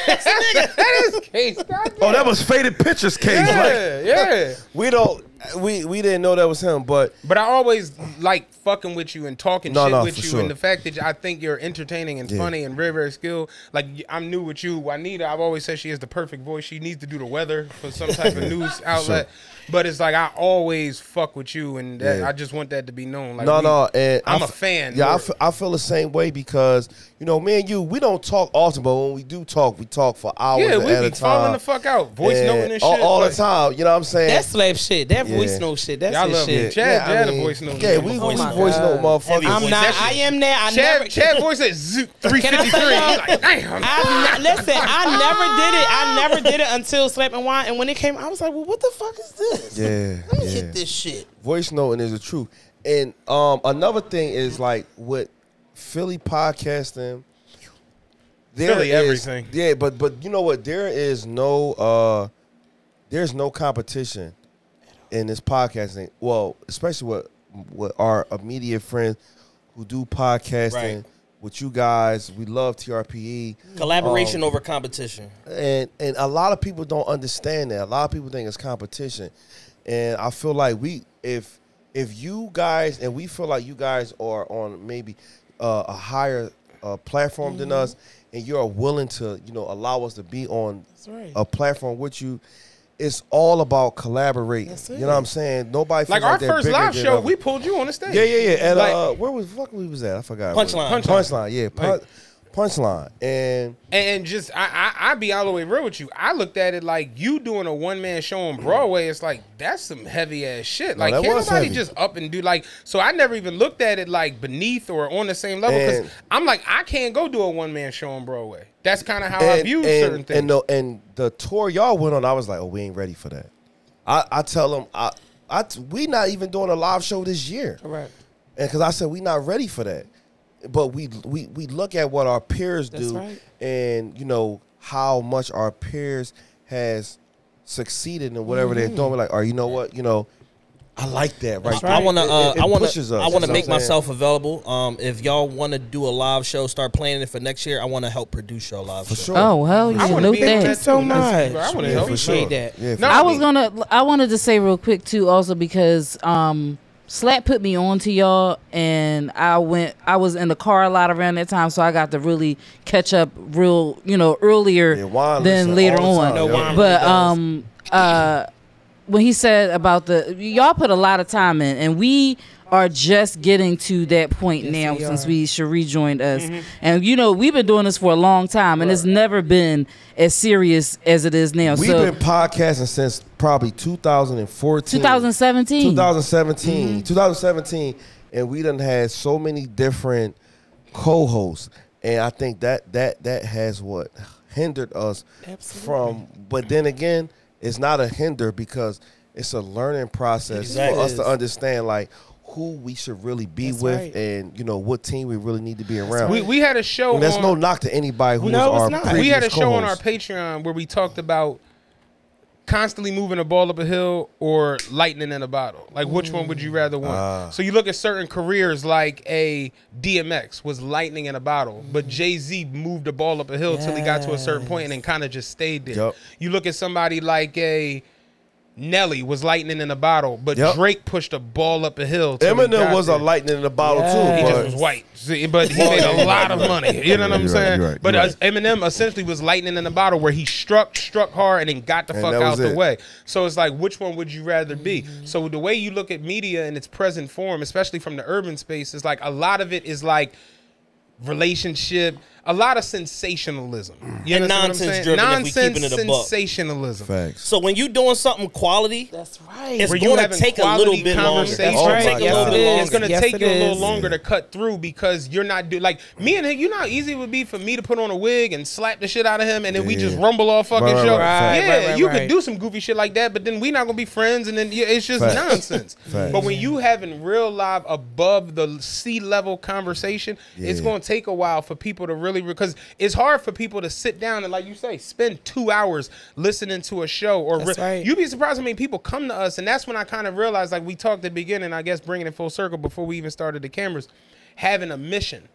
S3: that
S1: was
S3: is-
S1: Case.
S3: that is Case.
S1: Oh, that was faded pictures case.
S3: Yeah,
S1: like,
S3: yeah.
S1: We don't we we didn't know that was him, but
S3: But I always like fucking with you and talking
S1: No,
S3: shit
S1: no,
S3: with
S1: for
S3: you,
S1: sure.
S3: and the fact that I think you're entertaining and
S1: Yeah.
S3: funny and very, very skilled. Like y- I'm new with you, Juanita. I've always said she has the perfect voice. She needs to do the weather for some type of news outlet. But it's like I always fuck with you, and that,
S1: Yeah.
S3: I just want that to be known. Like
S1: no,
S3: we-
S1: no, and
S3: I'm
S1: a
S3: a fan.
S1: Yeah, I
S3: Lord.
S1: fe- I feel the same way because you know, me and you, we don't talk often, but when we do talk, we talk for hours.
S3: yeah,
S1: at
S3: we
S1: a
S3: be falling
S1: time.
S3: the fuck out, voice
S1: And
S3: knowing and shit
S1: all, all
S3: like-
S1: the time. You know what I'm saying?
S2: That slap shit. That voice
S1: Yeah.
S2: note shit. That's
S3: Y'all
S2: his
S3: love
S2: shit.
S3: it. Chad- Yeah, I Chad a mean, voice note.
S1: Yeah, we,
S2: Oh
S1: we
S2: my
S1: voice note
S2: God.
S1: motherfuckers.
S2: I'm not. I am there. I
S3: Chad,
S2: never.
S3: Chad voice at zoot
S2: Can I
S3: 353.
S2: say Ah. y'all-
S3: Like, damn.
S2: I, listen, I never did it. I never did it until Slap and Wine. And when it came, I was like, well, what the fuck is this?
S1: Yeah,
S2: Let me
S1: yeah.
S2: hit this shit.
S1: voice noting is the truth. And um, another thing is like with Philly podcasting.
S3: Philly
S1: is-
S3: everything.
S1: Yeah, but but you know what? There is no uh, there's no competition in this podcasting. Well, especially with with our immediate friends who do podcasting.
S4: Right.
S1: With you guys, we love TRPE
S4: Collaboration
S3: Oh.
S1: Um,
S4: over competition.
S1: and and a lot of people don't understand that. A lot of people think it's competition, and I feel like we if if you guys and we feel like you guys are on maybe uh, a higher uh, platform than us, and you are willing to you know allow us to be on
S2: right.
S1: a platform with you. It's all about collaborating.
S2: That's
S1: You
S2: it.
S1: know what I'm saying? Nobody feels
S3: like
S1: like,
S3: our
S1: they're
S3: first
S1: bigger
S3: live
S1: than
S3: show,
S1: us.
S3: we pulled you on the stage.
S1: Yeah, uh, yeah, yeah. At
S3: Like-
S1: uh, where was fuck we was at? I forgot.
S3: Punchline.
S1: Punchline.
S3: Punchline.
S1: yeah. Pun-
S3: Like-
S1: punchline. And
S3: And just I, I I be all the way real with you. I looked at it like you doing a one man show on Broadway. It's like that's some heavy ass shit.
S1: No,
S3: Like
S1: that
S3: can't
S1: was
S3: nobody
S1: heavy.
S3: just up and do like. So I never even looked at it like beneath or on the same level
S1: And-
S3: because I'm like I can't go do a one man show on Broadway. That's kind of how I view
S1: and,
S3: certain things.
S1: And the, and the tour y'all went on, I was like, oh, we ain't ready for that. I, I tell them, I, I, we not even doing a live show this year.
S2: Correct.
S1: And because I said we not ready for that, but we we we look at what our peers
S2: That's
S1: do,
S2: right.
S1: and you know how much our peers has succeeded in whatever
S4: Mhm.
S1: they're doing. We're like, oh, you know what, you know, I like that. Right.
S4: I want to.
S1: It-
S4: Uh,
S1: it- it
S4: I want
S1: pushes
S4: to.
S1: us,
S4: I want
S1: you
S4: to
S1: know
S4: make
S1: what I'm saying?
S4: myself available. Um, if y'all want to do a live show, start planning it for next year. I want to help produce your live for show.
S1: sure. Oh, hell
S5: yeah, I wanna no be in thanks. that
S2: so much.
S4: I
S5: wanna
S1: help you.
S4: appreciate
S1: Sure.
S4: that.
S1: Yeah,
S5: I was gonna. I wanted to say real quick too, also because um, Slap put me on to y'all, and I went. I was in the car a lot around that time, so I got to really catch up real, you know, earlier
S1: listen
S5: than later
S1: all the
S5: on.
S1: time, No, yeah. Juan really
S5: but
S1: does.
S5: um, uh, when he said about the y'all put a lot of time in, and we are just getting to that point now
S2: we
S5: since
S2: are. Mm-hmm.
S5: we Cherie joined us, and you know we've been doing this for a long time, and it's never been as serious as it is now.
S1: We've
S5: so
S1: been podcasting since probably 2014.
S5: 2017.
S1: 2017.
S3: Mm-hmm.
S1: 2017. And we done had so many different co-hosts. And I think that that that has what hindered us from but then again, it's not a hinder because it's a learning process
S15: Exactly.
S1: for us to understand like who we should really be
S15: That's
S1: with
S15: right.
S1: and you know what team we really need to be around.
S3: We- we had a show
S1: And that's
S3: on-
S1: no knock to anybody who was our previous
S3: We had a show on our
S1: co-host.
S3: Patreon where we talked about constantly moving a ball up a hill or lightning in a bottle. Like, which one would you rather want?
S1: Ah.
S3: So you look at certain careers, like a DMX was lightning in a bottle, but Jay Z moved the ball up a hill till he got to a certain point and then kind of just stayed there.
S1: Yup.
S3: You look at somebody like a Nelly was lightning in a bottle, but
S1: Yup.
S3: Drake pushed a ball up a hill. till he
S1: Eminem
S3: got
S1: was a
S3: there.
S1: lightning in a bottle
S3: He
S1: too.
S3: just
S1: but-
S3: was white, See, but he made a lot of money. You know what I'm
S1: You're right,
S3: saying?
S1: you're right,
S3: But
S1: you're
S3: uh, Eminem essentially was lightning in the bottle, where he struck, struck hard, and then got the
S1: And
S3: fuck
S1: that
S3: out
S1: was
S3: the
S1: it.
S3: way. So it's like, which one would you rather be? So the way you look at media in its present form, especially from the urban space, is like a lot of it is like relationship, a lot of sensationalism You
S4: And
S3: understand what I'm
S4: nonsense
S3: saying?
S4: driven if we
S3: Nonsense,
S4: keeping it a buck.
S3: sensationalism.
S4: So when you doing something quality,
S2: that's right.
S4: It's
S3: Where you
S4: going to
S3: having
S4: take a
S3: quality
S4: little bit longer.
S3: conversation.
S4: It's gonna take a little bit
S3: It's
S4: longer.
S3: going to take you a little longer to cut through because you're not do like me and him. You know how easy it would be for me to put on a wig and slap the shit out of him, and then we just
S1: Yeah.
S3: rumble all fucking
S1: Right, right, right,
S3: show.
S1: right,
S3: yeah,
S1: right, right,
S3: you
S1: right.
S3: could do some goofy shit like that, but then we not gonna be friends, and then yeah, it's just
S1: Facts.
S3: nonsense.
S1: Facts.
S3: But when you having real live above the sea level conversation, it's
S1: Yeah.
S3: going to take a while for people to really because it's hard for people to sit down and like you say, spend two hours listening to a show or
S2: That's
S3: re-
S2: right.
S3: you'd be surprised how many people come to us, and that's when I kind of realized, like we talked at the beginning, I guess bringing it full circle before we even started the cameras, having a mission,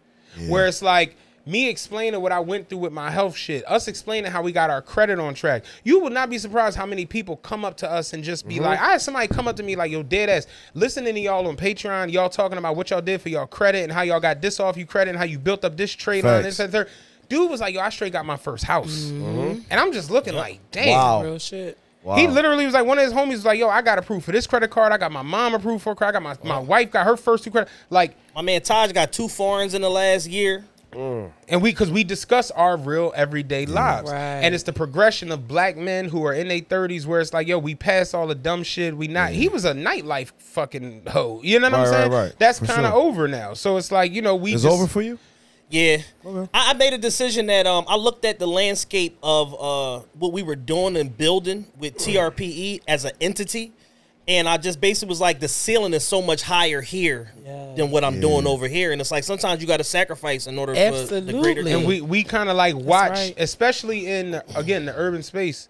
S3: where it's like me explaining what I went through with my health shit, us explaining how we got our credit on track. You would not be surprised how many people come up to us and just be
S1: Mhm.
S3: like, I had somebody come up to me like, yo, dead ass, listening to y'all on Patreon, y'all talking about what y'all did for y'all credit and how y'all got this off you credit and how you built up this trade line, this
S1: Facts. Mm-hmm.
S3: and third. Dude was like, yo, I straight got my first house. And I'm just looking like, damn.
S1: Wow.
S2: Real shit.
S3: He literally was like, one of his homies was like, yo, I got approved for this credit card. I got my mom approved for a credit. I got my, my wife got her first two credit. Like,
S4: my man Taj got two foreigns in the last year.
S3: and we, because we discuss our real everyday
S1: Mm.
S3: lives.
S4: Right.
S3: And it's the progression of black men who are in their 30s where it's like, yo, we pass all the dumb shit. We not, he was a nightlife fucking hoe. You know
S1: Mm. Right,
S3: what I'm
S1: right,
S3: saying?
S1: right.
S3: That's
S1: For
S3: kind of
S1: sure.
S3: over now. So it's like, you know, we
S1: It's
S3: just-
S1: over for you?
S4: Yeah, I, I made a decision that um, I looked at the landscape of uh, what we were doing and building with TRPE E as an entity, and I just basically was like, the ceiling is so much higher here than what I'm doing over here, and it's like sometimes you got to sacrifice in order for the greater.
S3: And
S4: good.
S3: we we kind of like watch,
S4: right.
S3: especially in the- again the urban space,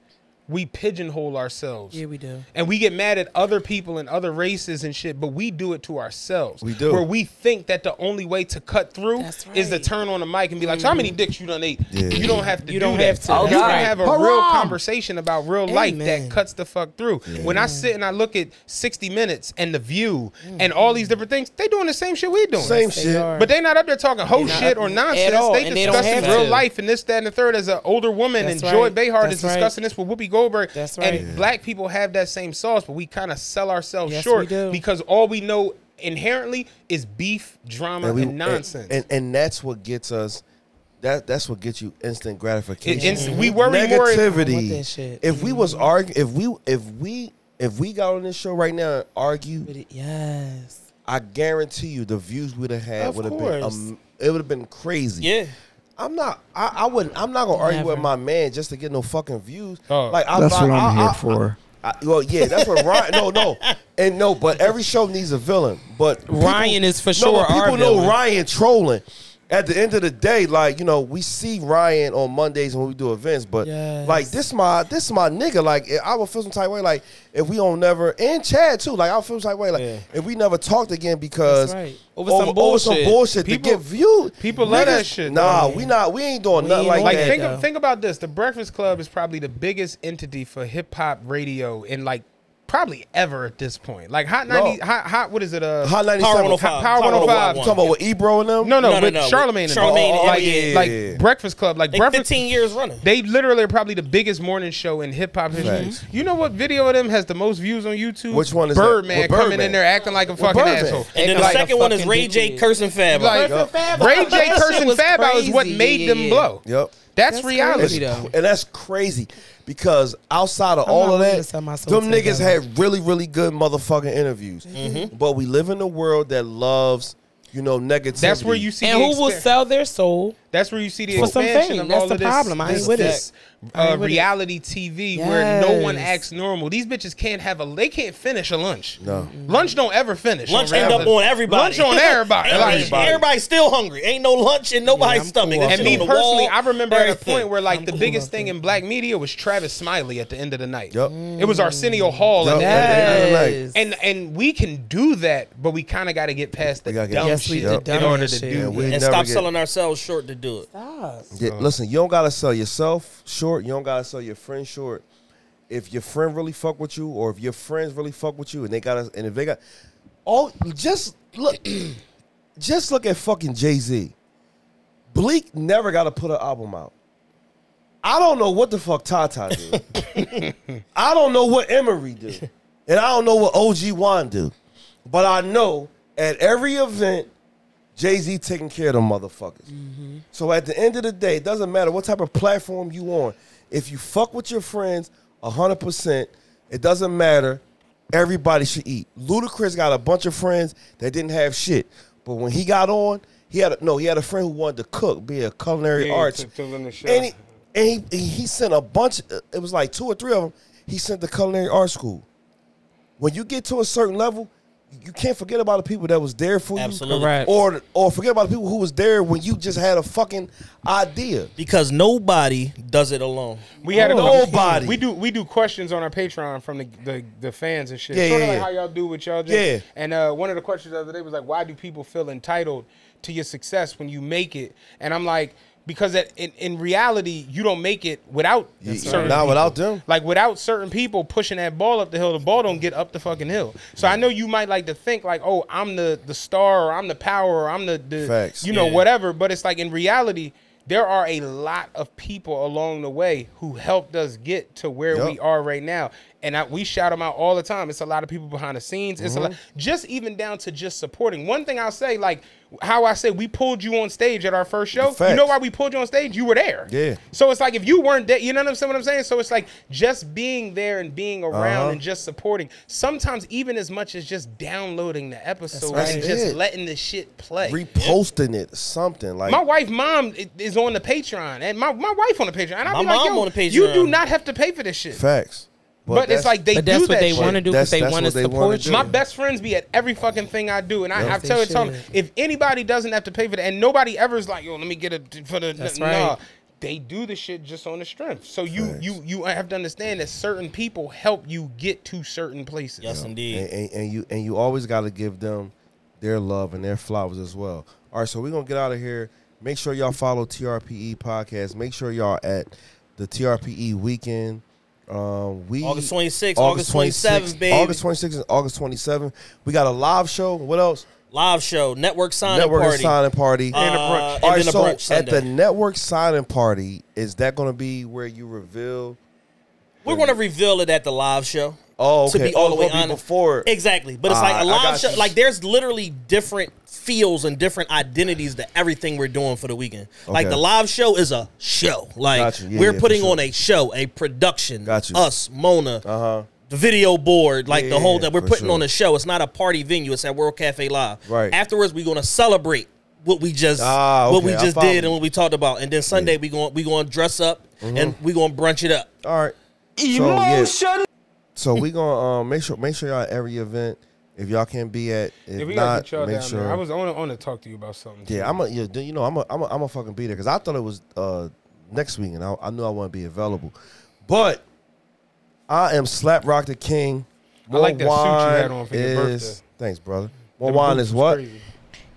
S3: we pigeonhole ourselves.
S2: Yeah, we do.
S3: And we get mad at other people and other races and shit, but we do it to ourselves.
S1: We do.
S3: Where we think that the only way to cut through is to turn on the mic and be like, so how many dicks you done ate?
S1: Yeah.
S3: You don't have to
S2: Mm-hmm. You
S3: do
S2: don't
S3: that.
S2: have to.
S3: You
S2: That's
S3: can
S2: right.
S3: have a real
S2: Haram.
S3: conversation about real life that
S2: Amen.
S3: cuts the fuck through. When I sit and I look at 60 Minutes and The View
S2: Mm.
S3: and all these different things, they doing the same shit we doing.
S1: Same Yes, they shit. are.
S3: But they not up there talking
S1: They
S3: whole
S1: not
S3: shit
S1: up
S3: or
S1: at
S3: nonsense.
S1: all,
S3: They
S1: and they don't
S3: discussing
S1: have
S3: real
S1: to.
S3: life and this, that, and the third. As an older woman,
S1: That's
S3: and Joy
S1: right.
S3: Behar is
S1: That's right.
S3: discussing this with Whoopi Goldberg.
S1: That's right.
S3: And black people have that same sauce, but we kind of sell ourselves
S1: Yes,
S3: short
S1: we do.
S3: because all we know inherently is beef, drama, and,
S1: we-
S3: nonsense.
S1: And, and that's what gets us That that's what gets you instant gratification.
S3: It- instant- we worry more- I
S1: negativity.
S3: want that shit.
S1: If we was argue, if we if we if we got on this show right now and argue,
S2: yes,
S1: I guarantee you the views we'd have had
S2: Of
S1: would have been
S2: course.
S1: um, it would have been crazy.
S4: Yeah.
S1: I'm not. I, I wouldn't. I'm not gonna argue with my man just to get no fucking views.
S3: Oh.
S1: Like I,
S10: That's
S1: I,
S10: what I'm
S1: I-
S10: here
S1: I-
S10: for.
S1: I- well, yeah, that's what Ryan. No, no, and no. But every show needs a villain. But people-
S2: Ryan is for
S1: no,
S2: sure
S1: but People
S2: our
S1: know
S2: villain.
S1: Ryan trolling. At the end of the day, like you know, we see Ryan on Mondays when we do events. But like this, my this my nigga. Like I would feel some type of way. Like if we don't never and Chad too. Like I would feel some type of way. Like if we never talked again because
S3: That's right. Over some bullshit.
S1: people,
S3: People-
S1: to get viewed.
S3: people love that
S1: Niggas-
S3: shit,
S1: Nah,
S3: though.
S1: we not. We ain't doing nothing like, that.
S3: think, think about this. The Breakfast Club is probably the biggest entity for hip hop radio in like probably ever at this point. Like Hot
S1: No.
S3: 90 hot, hot what is it uh
S1: Hot 97.
S3: Hot- Power 105.
S1: You talking about with Ebro and them?
S3: No, no, with Charlemagne and
S1: Charlamagne
S3: all.
S1: and
S3: like,
S1: yeah.
S3: like Breakfast Club, like
S4: They
S3: Breakfast
S4: 15 years running.
S3: They literally are probably the biggest morning show in hip hop history. Mm-hmm.
S1: Facts.
S3: You know what video of them has the most views on YouTube?
S1: Which one is that?
S3: Birdman
S1: With
S3: coming
S1: Birdman.
S3: in there acting like a
S1: With
S3: fucking
S1: Birdman.
S3: asshole.
S1: And then the
S3: Like-
S1: second
S4: one is Ray J cursing Fab.
S3: Like, Ray J cursing Fab out is what made them blow.
S1: Yep.
S3: That's That's reality,
S1: It's-
S3: though.
S1: and that's crazy because outside of
S2: I'm
S1: all
S2: not
S1: of
S2: willing
S1: that,
S2: to sell
S1: them
S2: my soul to the
S1: niggas
S2: devil.
S1: had really, really good motherfucking interviews.
S3: Mm-hmm.
S2: Mhm.
S1: But we live in a world that loves, you know, negativity.
S3: That's where you see
S2: And
S3: the
S2: who will
S3: exper-
S2: sell their soul?
S3: That's where you see the
S2: For some
S3: expansion
S2: fame.
S3: of
S2: That's
S3: all
S2: the
S3: of this,
S2: problem. I ain't
S3: this-
S2: with it.
S3: this,
S2: I
S3: uh,
S2: ain't with it.
S3: reality TV where no one
S2: Yes.
S3: acts normal. These bitches can't have a. They can't finish a lunch.
S1: No.
S3: Lunch don't ever finish.
S4: Lunch
S3: on
S4: end up
S3: reality.
S4: on everybody.
S3: Lunch on everybody.
S4: Ain't-
S3: Like-
S4: everybody. still hungry. Ain't no lunch in nobody's stomach. That
S3: and
S4: shit
S3: me
S4: on the
S3: personally,
S4: wall,
S3: I remember at a
S4: everything.
S3: point where like the biggest thing in black media was Travis Smiley at the end of the night. It was Arsenio Hall
S1: Yup,
S3: at the
S1: at the
S3: end
S1: end
S3: of the night. And and we can do that, but we kind of got to get past the
S1: gotta get
S3: dumb
S1: past
S3: shit
S1: the Yup.
S3: in
S1: dumb
S3: order to
S1: shit.
S3: do.
S1: And we
S3: that.
S4: and
S1: never
S4: stop
S1: get-
S4: selling ourselves short to do it.
S1: Yeah, listen, you don't gotta sell yourself short. You don't gotta sell your friend short. If your friend really fuck with you, or if your friends really fuck with you, and they gotta, and if they got, all just look, just look at fucking Jay Z. Bleak never got to put an album out. I don't know what the fuck Tata did. I don't know what Emery did, and I don't know what OG Wan do, but I know at every event, Jay Z taking care of them motherfuckers. So at the end of the day, it doesn't matter what type of platform you on. If you fuck with your friends 100%, it doesn't matter. Everybody should eat. Ludacris got a bunch of friends that didn't have shit. But when he got on, he had a, no, he had a friend who wanted to cook, be a culinary
S16: Yeah,
S1: arts.
S16: to- to learn the chef.
S1: and he, and he, he sent a bunch, it was like two or three of them, he sent to culinary art school. When you get to a certain level, you can't forget about the people that was there for you.
S4: Absolutely. Correct.
S1: Or or forget about the people who was there when you just had a fucking idea.
S4: Because nobody does it alone.
S3: We had a
S1: Nobody.
S3: We do we do questions on our Patreon from the the, the fans and shit.
S1: Yeah,
S3: sort
S1: yeah,
S3: of like
S1: yeah.
S3: how y'all do what y'all do.
S1: Yeah.
S3: And uh, one of the questions the other day was like, why do people feel entitled to your success when you make it? And I'm like, because at, in in reality, you don't make it without
S1: Yeah,
S3: certain
S1: not
S3: people.
S1: without them.
S3: Like without certain people pushing that ball up the hill, the ball don't get up the fucking hill. So I know you might like to think like, oh, I'm the the star, or I'm the power, or I'm the, the
S1: Facts.
S3: you know
S1: Yeah.
S3: whatever. But it's like in reality, there are a lot of people along the way who helped us get to where
S1: Yup.
S3: we are right now, and I, we shout them out all the time. It's a lot of people behind the scenes. It's a lot,
S1: Mhm.
S3: just even down to just supporting. One thing I'll say, like how I say we pulled you on stage at our first show. You know
S1: Facts.
S3: why we pulled you on stage? You were there.
S1: Yeah.
S3: So it's like if you weren't there, you know what I'm saying? What I'm saying? So it's like just being there and being around
S1: Uh-huh.
S3: and just supporting. Sometimes even as much as just downloading the episode
S1: right.
S3: and
S1: That's
S3: just
S1: it.
S3: letting the shit play.
S1: Reposting it, something like
S3: my wife, mom i- is on the Patreon, and my, my wife on the Patreon, and
S4: My
S3: I'm like,
S4: mom
S3: Yo,
S4: on the
S3: you do
S4: Patreon.
S3: not have to pay for this shit.
S1: facts.
S3: But, it's like they
S2: But that's
S3: do
S2: what
S3: that
S2: they
S3: shit.
S2: wanna do 'cause That's- they that's wanna what they support wanna you. do.
S3: My best friends be at every fucking thing I do, and I,
S2: Yep.
S3: I
S2: They
S3: tell, tell them
S2: should.
S3: if anybody doesn't have to pay for that, and nobody ever is like, yo, let me get it for the
S2: That's
S3: nah.
S2: right.
S3: They do the shit just on the strength. So you you you have to understand that certain people help you get to certain places.
S4: Yes, indeed.
S1: and, and, and you and you always got to give them their love and their flowers as well. All right, so we're gonna get out of here. Make sure y'all follow TRPE E podcast. Make sure y'all at the TRPE E weekend. Um, we
S4: August 26th, August 27th, baby.
S1: August 26th and August 27th. We got a live show. What else?
S4: Live show, network signing
S1: network
S4: party.
S1: signing party
S4: Uh, And a brunch. and
S1: All right,
S4: then a
S1: so
S4: brunch
S1: at the
S4: Sunday.
S1: network signing party, is that going to be where you reveal
S4: We're going to reveal it at the live show.
S1: Oh,
S4: To
S1: okay.
S4: be
S1: Oh,
S4: all
S1: it's
S4: the way
S1: gonna be
S4: honest.
S1: before it.
S4: Exactly. But it's
S1: Ah,
S4: like
S1: I
S4: a live
S1: got
S4: show.
S1: you.
S4: Like there's literally different feels and different identities to everything we're doing for the weekend. Like
S1: Okay.
S4: the live show is a show. Like
S1: Got you. Yeah, yeah,
S4: we're
S1: for
S4: putting
S1: sure.
S4: on a show, a production.
S1: Got you. Uh,
S4: Us, Mona. Uh-huh. The video board, like the whole
S1: Yeah,
S4: that we're
S1: for
S4: putting
S1: sure.
S4: on a show. It's not a party venue. It's at World Cafe Live.
S1: Right.
S4: Afterwards, we're gonna celebrate what we just
S1: Ah,
S4: what we
S1: okay, I
S4: just
S1: follow
S4: did
S1: you. Mm-hmm.
S4: and what we talked about. And then Sunday we going we going to dress up and we going to brunch it up.
S1: All right. So, yeah. so we gonna um, make sure make sure y'all at every event. If y'all can be at, if
S3: Yeah, we gotta
S1: not,
S3: get y'all
S1: make
S3: down
S1: sure.
S3: there. I was on on to talk to you about something.
S1: Yeah, I'm a yeah, dude, you know I'm a, I'm a, I'm a fucking be there because I thought it was uh next week and I, I knew I want to be available, but I am Slap Rock the King.
S3: I like that suit you
S1: Wine
S3: had on for your birthday.
S1: Thanks, brother. More
S3: Them
S1: wine
S3: boots
S1: is
S3: was
S1: what?
S3: crazy.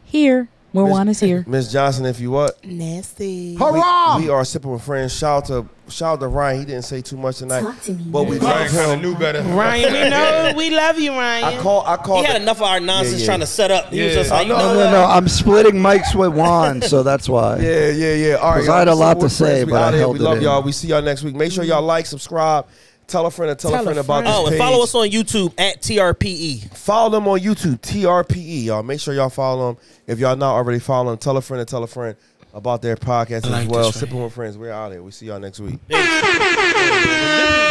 S5: Here, Marwan is here.
S1: Miss Johnson, if you what?
S2: Nasty.
S1: We, we are sipping with friends. Shout out to shout out to Ryan. He didn't say too much tonight, but we
S3: Ryan
S1: love
S3: kinda
S1: him.
S3: knew better.
S2: Ryan, we know we love you, Ryan.
S1: I call I call
S4: He had enough of our nonsense
S1: Yeah, yeah.
S4: trying to set up. He was
S1: Yeah.
S4: just like, "Oh,
S10: No, no, no. I'm splitting mics with Juan, so that's why.
S1: Yeah, yeah, yeah. All right,
S10: 'Cause
S1: y'all.
S10: I had a
S1: So
S10: lot
S1: we're
S10: to say,
S1: friends. We
S10: but
S1: out
S10: I
S1: here.
S10: held
S1: We
S10: it
S1: love
S10: in.
S1: y'all. We see y'all next week. Make sure y'all like, subscribe, tell a friend, and tell, a friend about this
S4: Oh, and
S1: page.
S4: follow us on YouTube at TRPE.
S1: Follow them on YouTube, TRPE, E, y'all. Make sure y'all follow them. If y'all not already follow them, tell a friend and tell a friend about their podcast
S4: I like
S1: as well.
S4: this one.
S1: Sipping with friends. We're out here. We see y'all next week.
S4: This is